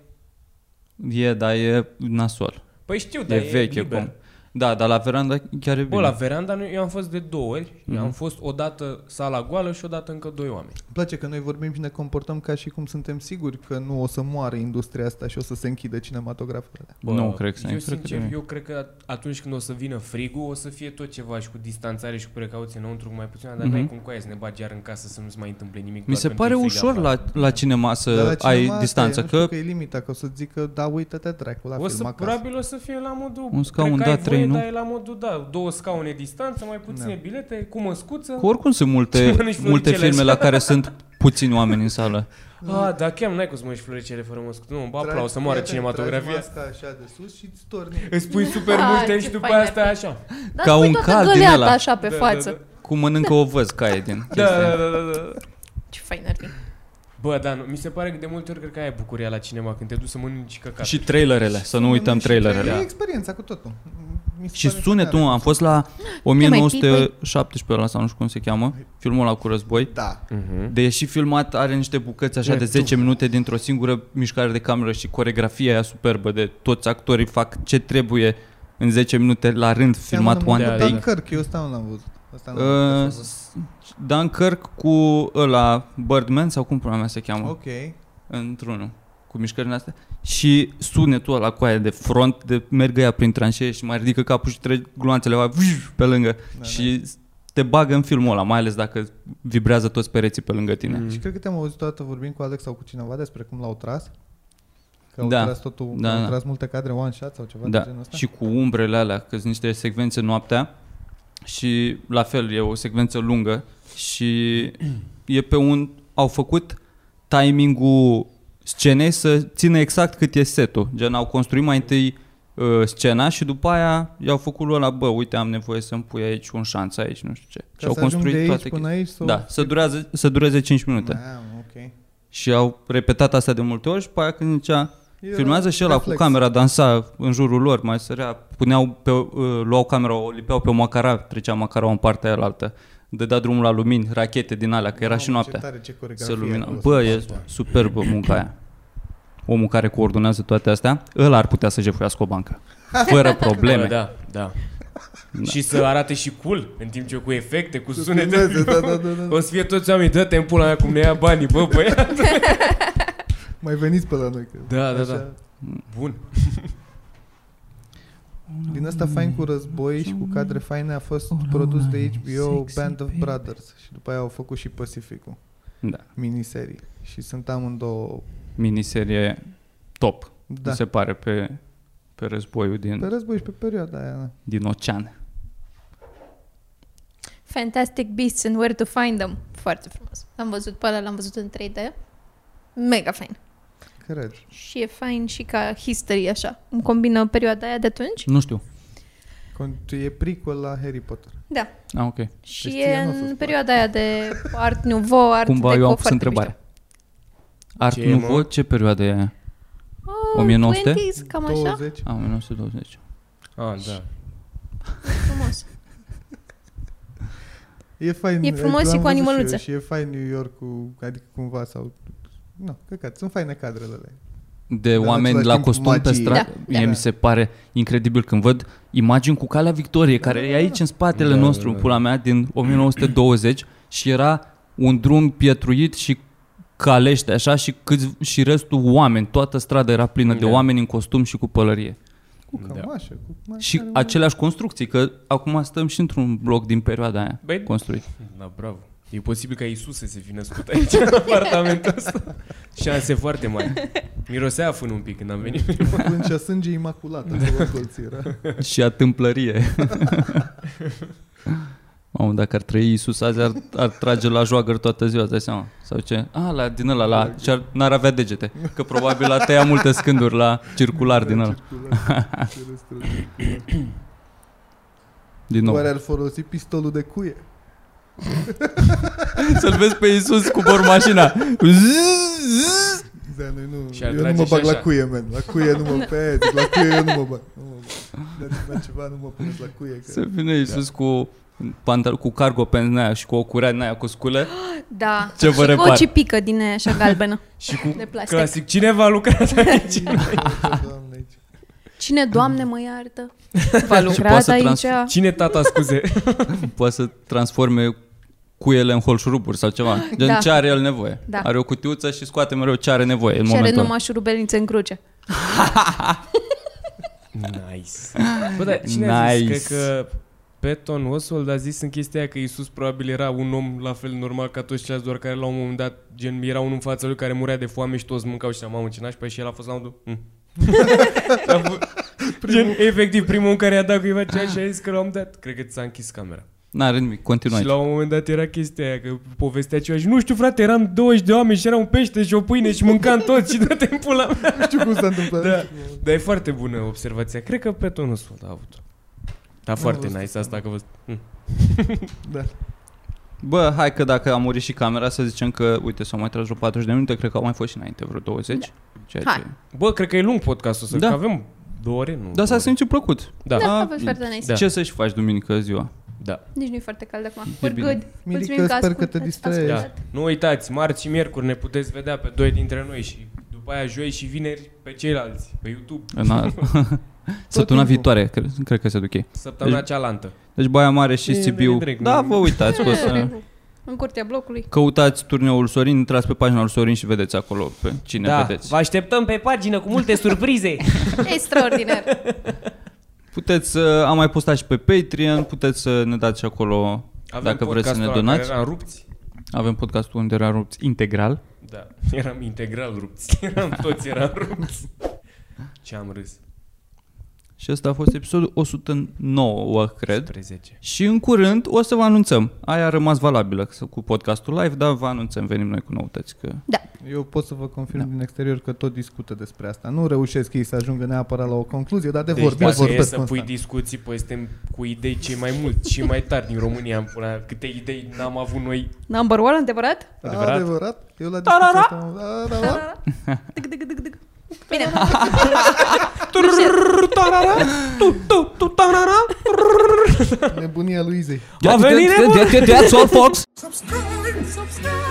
Speaker 3: E, dar e nasol.
Speaker 2: Păi știu,
Speaker 3: Da,
Speaker 2: dar
Speaker 3: e veche
Speaker 2: liber.
Speaker 3: cum. Da, dar la veranda chiar e bine. Mhm.
Speaker 2: Bă, la veranda nu, eu am fost de două ori. Eu am fost odată sala goală și odată încă doi oameni.
Speaker 10: Îmi place că noi vorbim și ne comportăm ca și cum suntem siguri că nu o să moare industria asta și o să se închidă cinematografele.
Speaker 3: Bă, nu cred să
Speaker 2: eu,
Speaker 3: cred că
Speaker 2: sincer,
Speaker 3: nu e.
Speaker 2: eu cred că atunci când o să vină frigul, o să fie tot ceva și cu distanțare și cu precauție înăuntru, cu mai puțin, dar n-ai
Speaker 3: Mhm.
Speaker 2: cum cu aia să ne bagi iar în casă să nu-ți mai întâmple nimic.
Speaker 3: Mi
Speaker 2: doar
Speaker 3: se
Speaker 2: pentru da.
Speaker 3: pare
Speaker 2: frig
Speaker 3: ușor
Speaker 2: afară.
Speaker 3: la, la cinema să
Speaker 10: Dar
Speaker 3: la
Speaker 10: Da, la
Speaker 3: cinema ai
Speaker 10: cinema asta
Speaker 3: distanță,
Speaker 10: e, nu știu
Speaker 3: că
Speaker 10: că e limita, că o să zică, da, uite-te, dracu, la
Speaker 2: O
Speaker 10: film
Speaker 2: să,
Speaker 10: acasă.
Speaker 2: probabil o să fie la modul...
Speaker 3: Un scaun,
Speaker 2: cred că ai
Speaker 3: da,
Speaker 2: voie,
Speaker 3: trei, nu?
Speaker 2: Dar e la modul, da, două scaune distanță, mai puține
Speaker 10: Da.
Speaker 2: bilete, cu măscuță.
Speaker 3: că oricum sunt
Speaker 2: Ce
Speaker 3: multe,
Speaker 2: mănânci
Speaker 3: multe
Speaker 2: floricele
Speaker 3: filme
Speaker 2: așa?
Speaker 3: la care sunt puțini oameni în sală.
Speaker 2: Ah, da, chiar n-ai cum să mănânci floricele fără măscuță. Nu, bă,
Speaker 10: Tragi,
Speaker 2: aplauz, să moară
Speaker 10: prieteni,
Speaker 2: cinematografia.
Speaker 10: Tragi masca așa de sus și îți torni.
Speaker 2: Îți pui super
Speaker 4: Ah,
Speaker 2: multe
Speaker 4: ce
Speaker 2: și după
Speaker 4: fain
Speaker 2: aia
Speaker 4: ar fi.
Speaker 2: stai așa.
Speaker 4: Dar
Speaker 3: Ca
Speaker 4: spui
Speaker 3: un
Speaker 4: toată
Speaker 3: cal din
Speaker 4: găleata
Speaker 3: ăla.
Speaker 4: așa pe
Speaker 2: Da, da,
Speaker 4: față.
Speaker 2: da.
Speaker 3: Cum mănâncă o văz caie din chestia
Speaker 2: Da,
Speaker 3: aia.
Speaker 2: da, da, da, da.
Speaker 4: Ce fain ar fi.
Speaker 2: Bă, da, nu, mi se pare că de multe ori cred că aia e bucuria la cinema când te duci să mănânci căcat.
Speaker 3: Și trailerele, să nu uităm
Speaker 10: E
Speaker 3: trailerele.
Speaker 10: experiența cu totul. Mi se
Speaker 3: Și
Speaker 10: pare
Speaker 3: sunetul,
Speaker 10: tare.
Speaker 3: mă, am fost la
Speaker 4: mai
Speaker 3: 1917 ăla sau nu știu cum se cheamă, filmul ăla cu război.
Speaker 10: Da.
Speaker 2: Uh-huh.
Speaker 3: De și filmat are niște bucăți așa de 10 minute dintr-o singură mișcare de cameră și coregrafia aia superbă de toți actorii fac ce trebuie în 10 minute la rând filmat
Speaker 10: Seamănă
Speaker 3: one
Speaker 10: mult
Speaker 2: da,
Speaker 10: cu
Speaker 3: take.
Speaker 10: Dunkirk, eu ăsta nu l-am văzut. Ăsta nu l-am
Speaker 3: Uh,
Speaker 10: văzut. ăsta
Speaker 3: Dunkirk cu ăla Birdman sau cum până mea se
Speaker 10: nu
Speaker 3: cheamă
Speaker 10: l-am
Speaker 3: okay.
Speaker 10: văzut. Ok.
Speaker 3: într-unul cu mișcările astea și sunetul ăla cu aia de front de merg ea prin tranșee și mai ridică capul și trec gloanțele aia, vuj, pe lângă
Speaker 10: Da,
Speaker 3: și te bagă în filmul ăla, mai ales dacă vibrează toți pereții pe lângă tine.
Speaker 2: Mm.
Speaker 10: da. Și cred că te-am auzit toată vorbind cu Alex sau cu cineva despre cum l-au tras. Că au
Speaker 3: Da.
Speaker 10: tras totul,
Speaker 3: Da,
Speaker 10: da,
Speaker 3: da.
Speaker 10: au tras multe cadre one shot sau ceva de
Speaker 3: Da,
Speaker 10: genul ăsta.
Speaker 3: și cu umbrele alea, că sunt niște secvențe noaptea și la fel e o secvență lungă și e pe un... au făcut timingul scenei să țină exact cât e setul. Gen, au construit mai întâi uh, scena și după aia i-au făcut lui ăla, bă, uite, am nevoie să-mi pui aici un șanț aici, nu știu ce.
Speaker 10: Ca
Speaker 3: și au
Speaker 10: să ajung
Speaker 3: construit
Speaker 10: de aici
Speaker 3: toate
Speaker 10: până
Speaker 3: chestii.
Speaker 10: aici sau... Da.
Speaker 3: Da, să, durează, să dureze 5 minute.
Speaker 10: Mamă, ok.
Speaker 3: Și au repetat asta de multe ori și pe aia când zicea,
Speaker 10: Era
Speaker 3: Filmează și ăla cu
Speaker 10: reflex.
Speaker 3: camera, dansa în jurul lor, mai sărea, puneau pe, uh, luau camera, o lipeau pe o macara, trecea macara în partea aia la altă. Dădea drumul la lumini, rachete din alea, că era
Speaker 10: Mamă,
Speaker 3: și noaptea.
Speaker 10: Ce tare, ce
Speaker 3: Se
Speaker 10: coregrafie
Speaker 3: lumina.
Speaker 10: acolo.
Speaker 3: Bă, e superbă munca aia. Omul care coordonează toate astea, ăla ar putea să jefuiască o bancă. Fără probleme.
Speaker 2: Da, da. Da. Și să arate și cool În timp ce cu efecte, cu sunete
Speaker 10: Filmeze, Da, da, da, da.
Speaker 2: O să fie toți oamenii Dă-te în pula mea cum ne ia banii Bă, băiat
Speaker 10: Mai veniți pe la noi. Că
Speaker 2: Da, da,
Speaker 10: așa-
Speaker 2: da Bun
Speaker 10: Din asta fain cu război și cu cadre faine a fost produs de HBO Band of Brothers și după aia au făcut și Pacificul,
Speaker 3: da.
Speaker 10: miniserii. Și sunt amândouă,
Speaker 3: Miniserie top, da.
Speaker 10: da,
Speaker 3: mi se pare, pe, pe războiul din,
Speaker 10: pe război și pe perioada aia. Da.
Speaker 3: din ocean.
Speaker 4: Fantastic Beasts and Where to Find Them. Foarte frumos. L-am văzut pe ăla, l-am văzut în 3D. Mega fain.
Speaker 10: Cred.
Speaker 4: Și e fain și ca history, așa. Îmi combină perioada aia de atunci.
Speaker 3: Nu știu.
Speaker 10: Con- E prequel la Harry Potter.
Speaker 4: Da.
Speaker 3: Ah, ok.
Speaker 4: Și
Speaker 10: Deci
Speaker 4: e
Speaker 10: ție nu o să-ți
Speaker 4: în
Speaker 10: placă.
Speaker 4: perioada aia de Art Nouveau, Art
Speaker 3: Cumva
Speaker 4: Deco,
Speaker 3: eu am pus
Speaker 4: foarte
Speaker 3: întrebarea. Art
Speaker 2: Ce e, mă?
Speaker 3: Nouveau, ce perioadă e aia?
Speaker 4: mișto. Oh,
Speaker 3: 1900?
Speaker 4: 20s, cam așa.
Speaker 10: 20.
Speaker 3: A, 1920.
Speaker 2: Ah, da.
Speaker 4: Frumos.
Speaker 10: E fain.
Speaker 4: E frumos
Speaker 10: l-am
Speaker 4: și cu
Speaker 10: văzut eu
Speaker 4: animăluțe.
Speaker 10: Și e fain New York cu, adică cumva sau... Nu, căcat, sunt faine cadrele alea.
Speaker 2: Da,
Speaker 3: De
Speaker 10: în
Speaker 3: oameni
Speaker 10: același
Speaker 3: la
Speaker 10: timp,
Speaker 3: costum pe
Speaker 10: magie.
Speaker 3: stradă.
Speaker 4: Da,
Speaker 3: Mie
Speaker 10: da.
Speaker 3: mi se pare incredibil când văd imagini cu Calea Victoriei, care e aici în spatele
Speaker 2: Da, da,
Speaker 3: nostru,
Speaker 2: da.
Speaker 3: pula mea, din 1920 și era un drum pietruit și calește așa și, câți, și restul oameni, toată strada era plină de
Speaker 2: Da.
Speaker 3: oameni în costum și cu pălărie.
Speaker 10: Cu cămașă, cu mai
Speaker 3: Și
Speaker 10: care-
Speaker 3: aceleași construcții, că acum stăm și într-un bloc din perioada aia
Speaker 2: Băi,
Speaker 3: construit.
Speaker 2: Da, bravo. E posibil ca Isus să se fi născut aici în apartamentul ăsta. Șanse foarte mari. Mirosea fân un pic când am venit.
Speaker 10: Plângea sânge imaculat acolo în colț era.
Speaker 3: și a tâmplărie. Mamă, dacă ar trăi Iisus azi, ar, ar trage la joagări toată ziua, îți dai seama? Sau ce? Ah, la, din ăla, la, și ar, n-ar avea degete. Că probabil a tăia multe scânduri la circular din ăla.
Speaker 10: Circular, circular, circular.
Speaker 3: Din nou.
Speaker 10: Oare ar folosi pistolul de cuie?
Speaker 3: Să-l vezi pe Iisus cu bor mașina.
Speaker 10: Da, noi nu,
Speaker 2: Și ar
Speaker 10: eu nu
Speaker 2: trage
Speaker 10: mă
Speaker 2: și
Speaker 10: bag la
Speaker 2: așa.
Speaker 10: cuie, man. La cuie nu mă pe, la cuie eu nu mă bag. Nu mă bag. Dați-mi la ceva, nu mă puneți la cuie. Că...
Speaker 3: Să vine Iisus cu pantal, cu cargo pe aia și cu o curea din aia cu scule
Speaker 4: Da.
Speaker 3: Ce vă
Speaker 4: și cu
Speaker 3: repar?
Speaker 4: o cipică din aia așa galbenă.
Speaker 2: și cu
Speaker 4: De plastic.
Speaker 2: clasic. Cineva a lucrat aici.
Speaker 10: Doamne, aici.
Speaker 4: Cine, Doamne, mă iartă? V-a lucrat
Speaker 3: să
Speaker 4: aici?
Speaker 3: trans-
Speaker 2: Cine tata scuze?
Speaker 3: poate să transforme cuiele în holșuruburi sau ceva. Gen
Speaker 4: Da.
Speaker 3: ce are el nevoie.
Speaker 4: Da.
Speaker 3: Are o cutiuță și scoate mereu ce are nevoie în
Speaker 4: Și are
Speaker 3: momentul
Speaker 4: numai șurubelnițe în cruce.
Speaker 2: Nice. Bă, dar cine nice. a zis?
Speaker 3: Nice.
Speaker 2: Cred că Peton Oswald a zis în chestia aia că Isus probabil era un om la fel normal ca toți ceilalți, doar care la un moment dat, gen, era unul în fața lui care murea de foame și toți mâncau și la mamă ce nașpa și el a fost la modul... "Mm." Și a fost- gen, efectiv, primul om care a dat cuiva ceea și a zis că la un moment dat, cred că ți-a închis camera.
Speaker 3: N-are nimic, continuă
Speaker 2: Și
Speaker 3: aici.
Speaker 2: la un moment dat era chestia aia, că povestea ceva și nu știu frate, eram 20 de oameni și era un pește și o pâine și mâncam toți și dă timpul la
Speaker 10: Nu știu cum s-a întâmplat.
Speaker 2: da, dar e foarte bună observația. Cred că pe tonul sfânt a avut Da, foarte
Speaker 10: văzut.
Speaker 2: nice asta că vă... Hm.
Speaker 10: da.
Speaker 3: Bă, hai că dacă a murit și camera, să zicem că, uite, s-au mai tras vreo 40 de minute, cred că au mai fost și înainte vreo 20. Ceea
Speaker 4: Da. Hai.
Speaker 3: Ce...
Speaker 2: Bă, cred că e lung podcastul ăsta,
Speaker 3: Da.
Speaker 2: că avem două ore, nu?
Speaker 3: Dar s-a
Speaker 2: două ore.
Speaker 3: simțit plăcut.
Speaker 2: Da.
Speaker 4: Da, a
Speaker 3: Ah,
Speaker 4: fost foarte nice.
Speaker 2: Da.
Speaker 3: Ce să-și faci duminică ziua?
Speaker 2: Da.
Speaker 4: Nici nu-i foarte cald acum.
Speaker 3: E
Speaker 4: We're
Speaker 3: bine.
Speaker 4: good. Mulțumim
Speaker 10: Mirica,
Speaker 4: că
Speaker 10: sper că te
Speaker 4: ascultați,
Speaker 10: distrezi.
Speaker 2: da. Nu uitați, marți și miercuri ne puteți vedea pe doi dintre noi și după aia joi și vineri pe ceilalți, pe YouTube,
Speaker 3: În a... Săptămâna
Speaker 10: timpul.
Speaker 3: viitoare, cred, cred că se duc ei.
Speaker 2: săptămâna cealaltă.
Speaker 3: Deci Baia Mare și
Speaker 2: Bine,
Speaker 3: Sibiu.
Speaker 2: bine, drag,
Speaker 3: Da,
Speaker 2: nu-
Speaker 3: vă uitați, că o să...
Speaker 4: În curtea blocului.
Speaker 3: Căutați turneul Sorin, intrați pe pagina lui Sorin și vedeți acolo pe cine vedeți.
Speaker 2: Da, așteptăm pe pagină cu multe surprize.
Speaker 4: Extraordinar.
Speaker 3: Puteți să am mai postat și pe Patreon, puteți să ne dați și acolo
Speaker 2: Avem
Speaker 3: dacă vreți să
Speaker 2: podcastul
Speaker 3: ne
Speaker 2: ăla
Speaker 3: donați.
Speaker 2: care Eram rupți.
Speaker 3: Avem podcastul unde era rupți integral.
Speaker 2: Da, eram integral rupți. Eram toți eram rupți. Ce am râs.
Speaker 3: Și ăsta a fost episodul 109, cred.
Speaker 2: 13.
Speaker 3: Și în curând o să vă anunțăm. Aia a rămas valabilă că- cu podcastul live, dar vă anunțăm, venim noi cu noutăți. Că...
Speaker 10: Eu pot să vă confirm
Speaker 3: Da.
Speaker 10: din exterior că tot discută despre asta. Nu reușesc ei să ajungă neapărat la o concluzie, dar de
Speaker 2: deci
Speaker 10: vorbit
Speaker 2: dacă e
Speaker 10: vorbesc
Speaker 2: să pui
Speaker 10: constant.
Speaker 2: discuții, păi suntem cu idei cei mai mulți și mai tari din România. În pula, mea. câte idei n-am avut noi.
Speaker 4: Number one, adevărat?
Speaker 2: Adevărat?
Speaker 10: Adevărat? Eu la discuția asta am- Da, da, da.
Speaker 4: Dâc, dâc, dâc, dâc. Bine.
Speaker 10: Nebunia lui Izei.
Speaker 2: A venit nebun!
Speaker 3: That's all, folks!
Speaker 5: Subscribe, subscribe.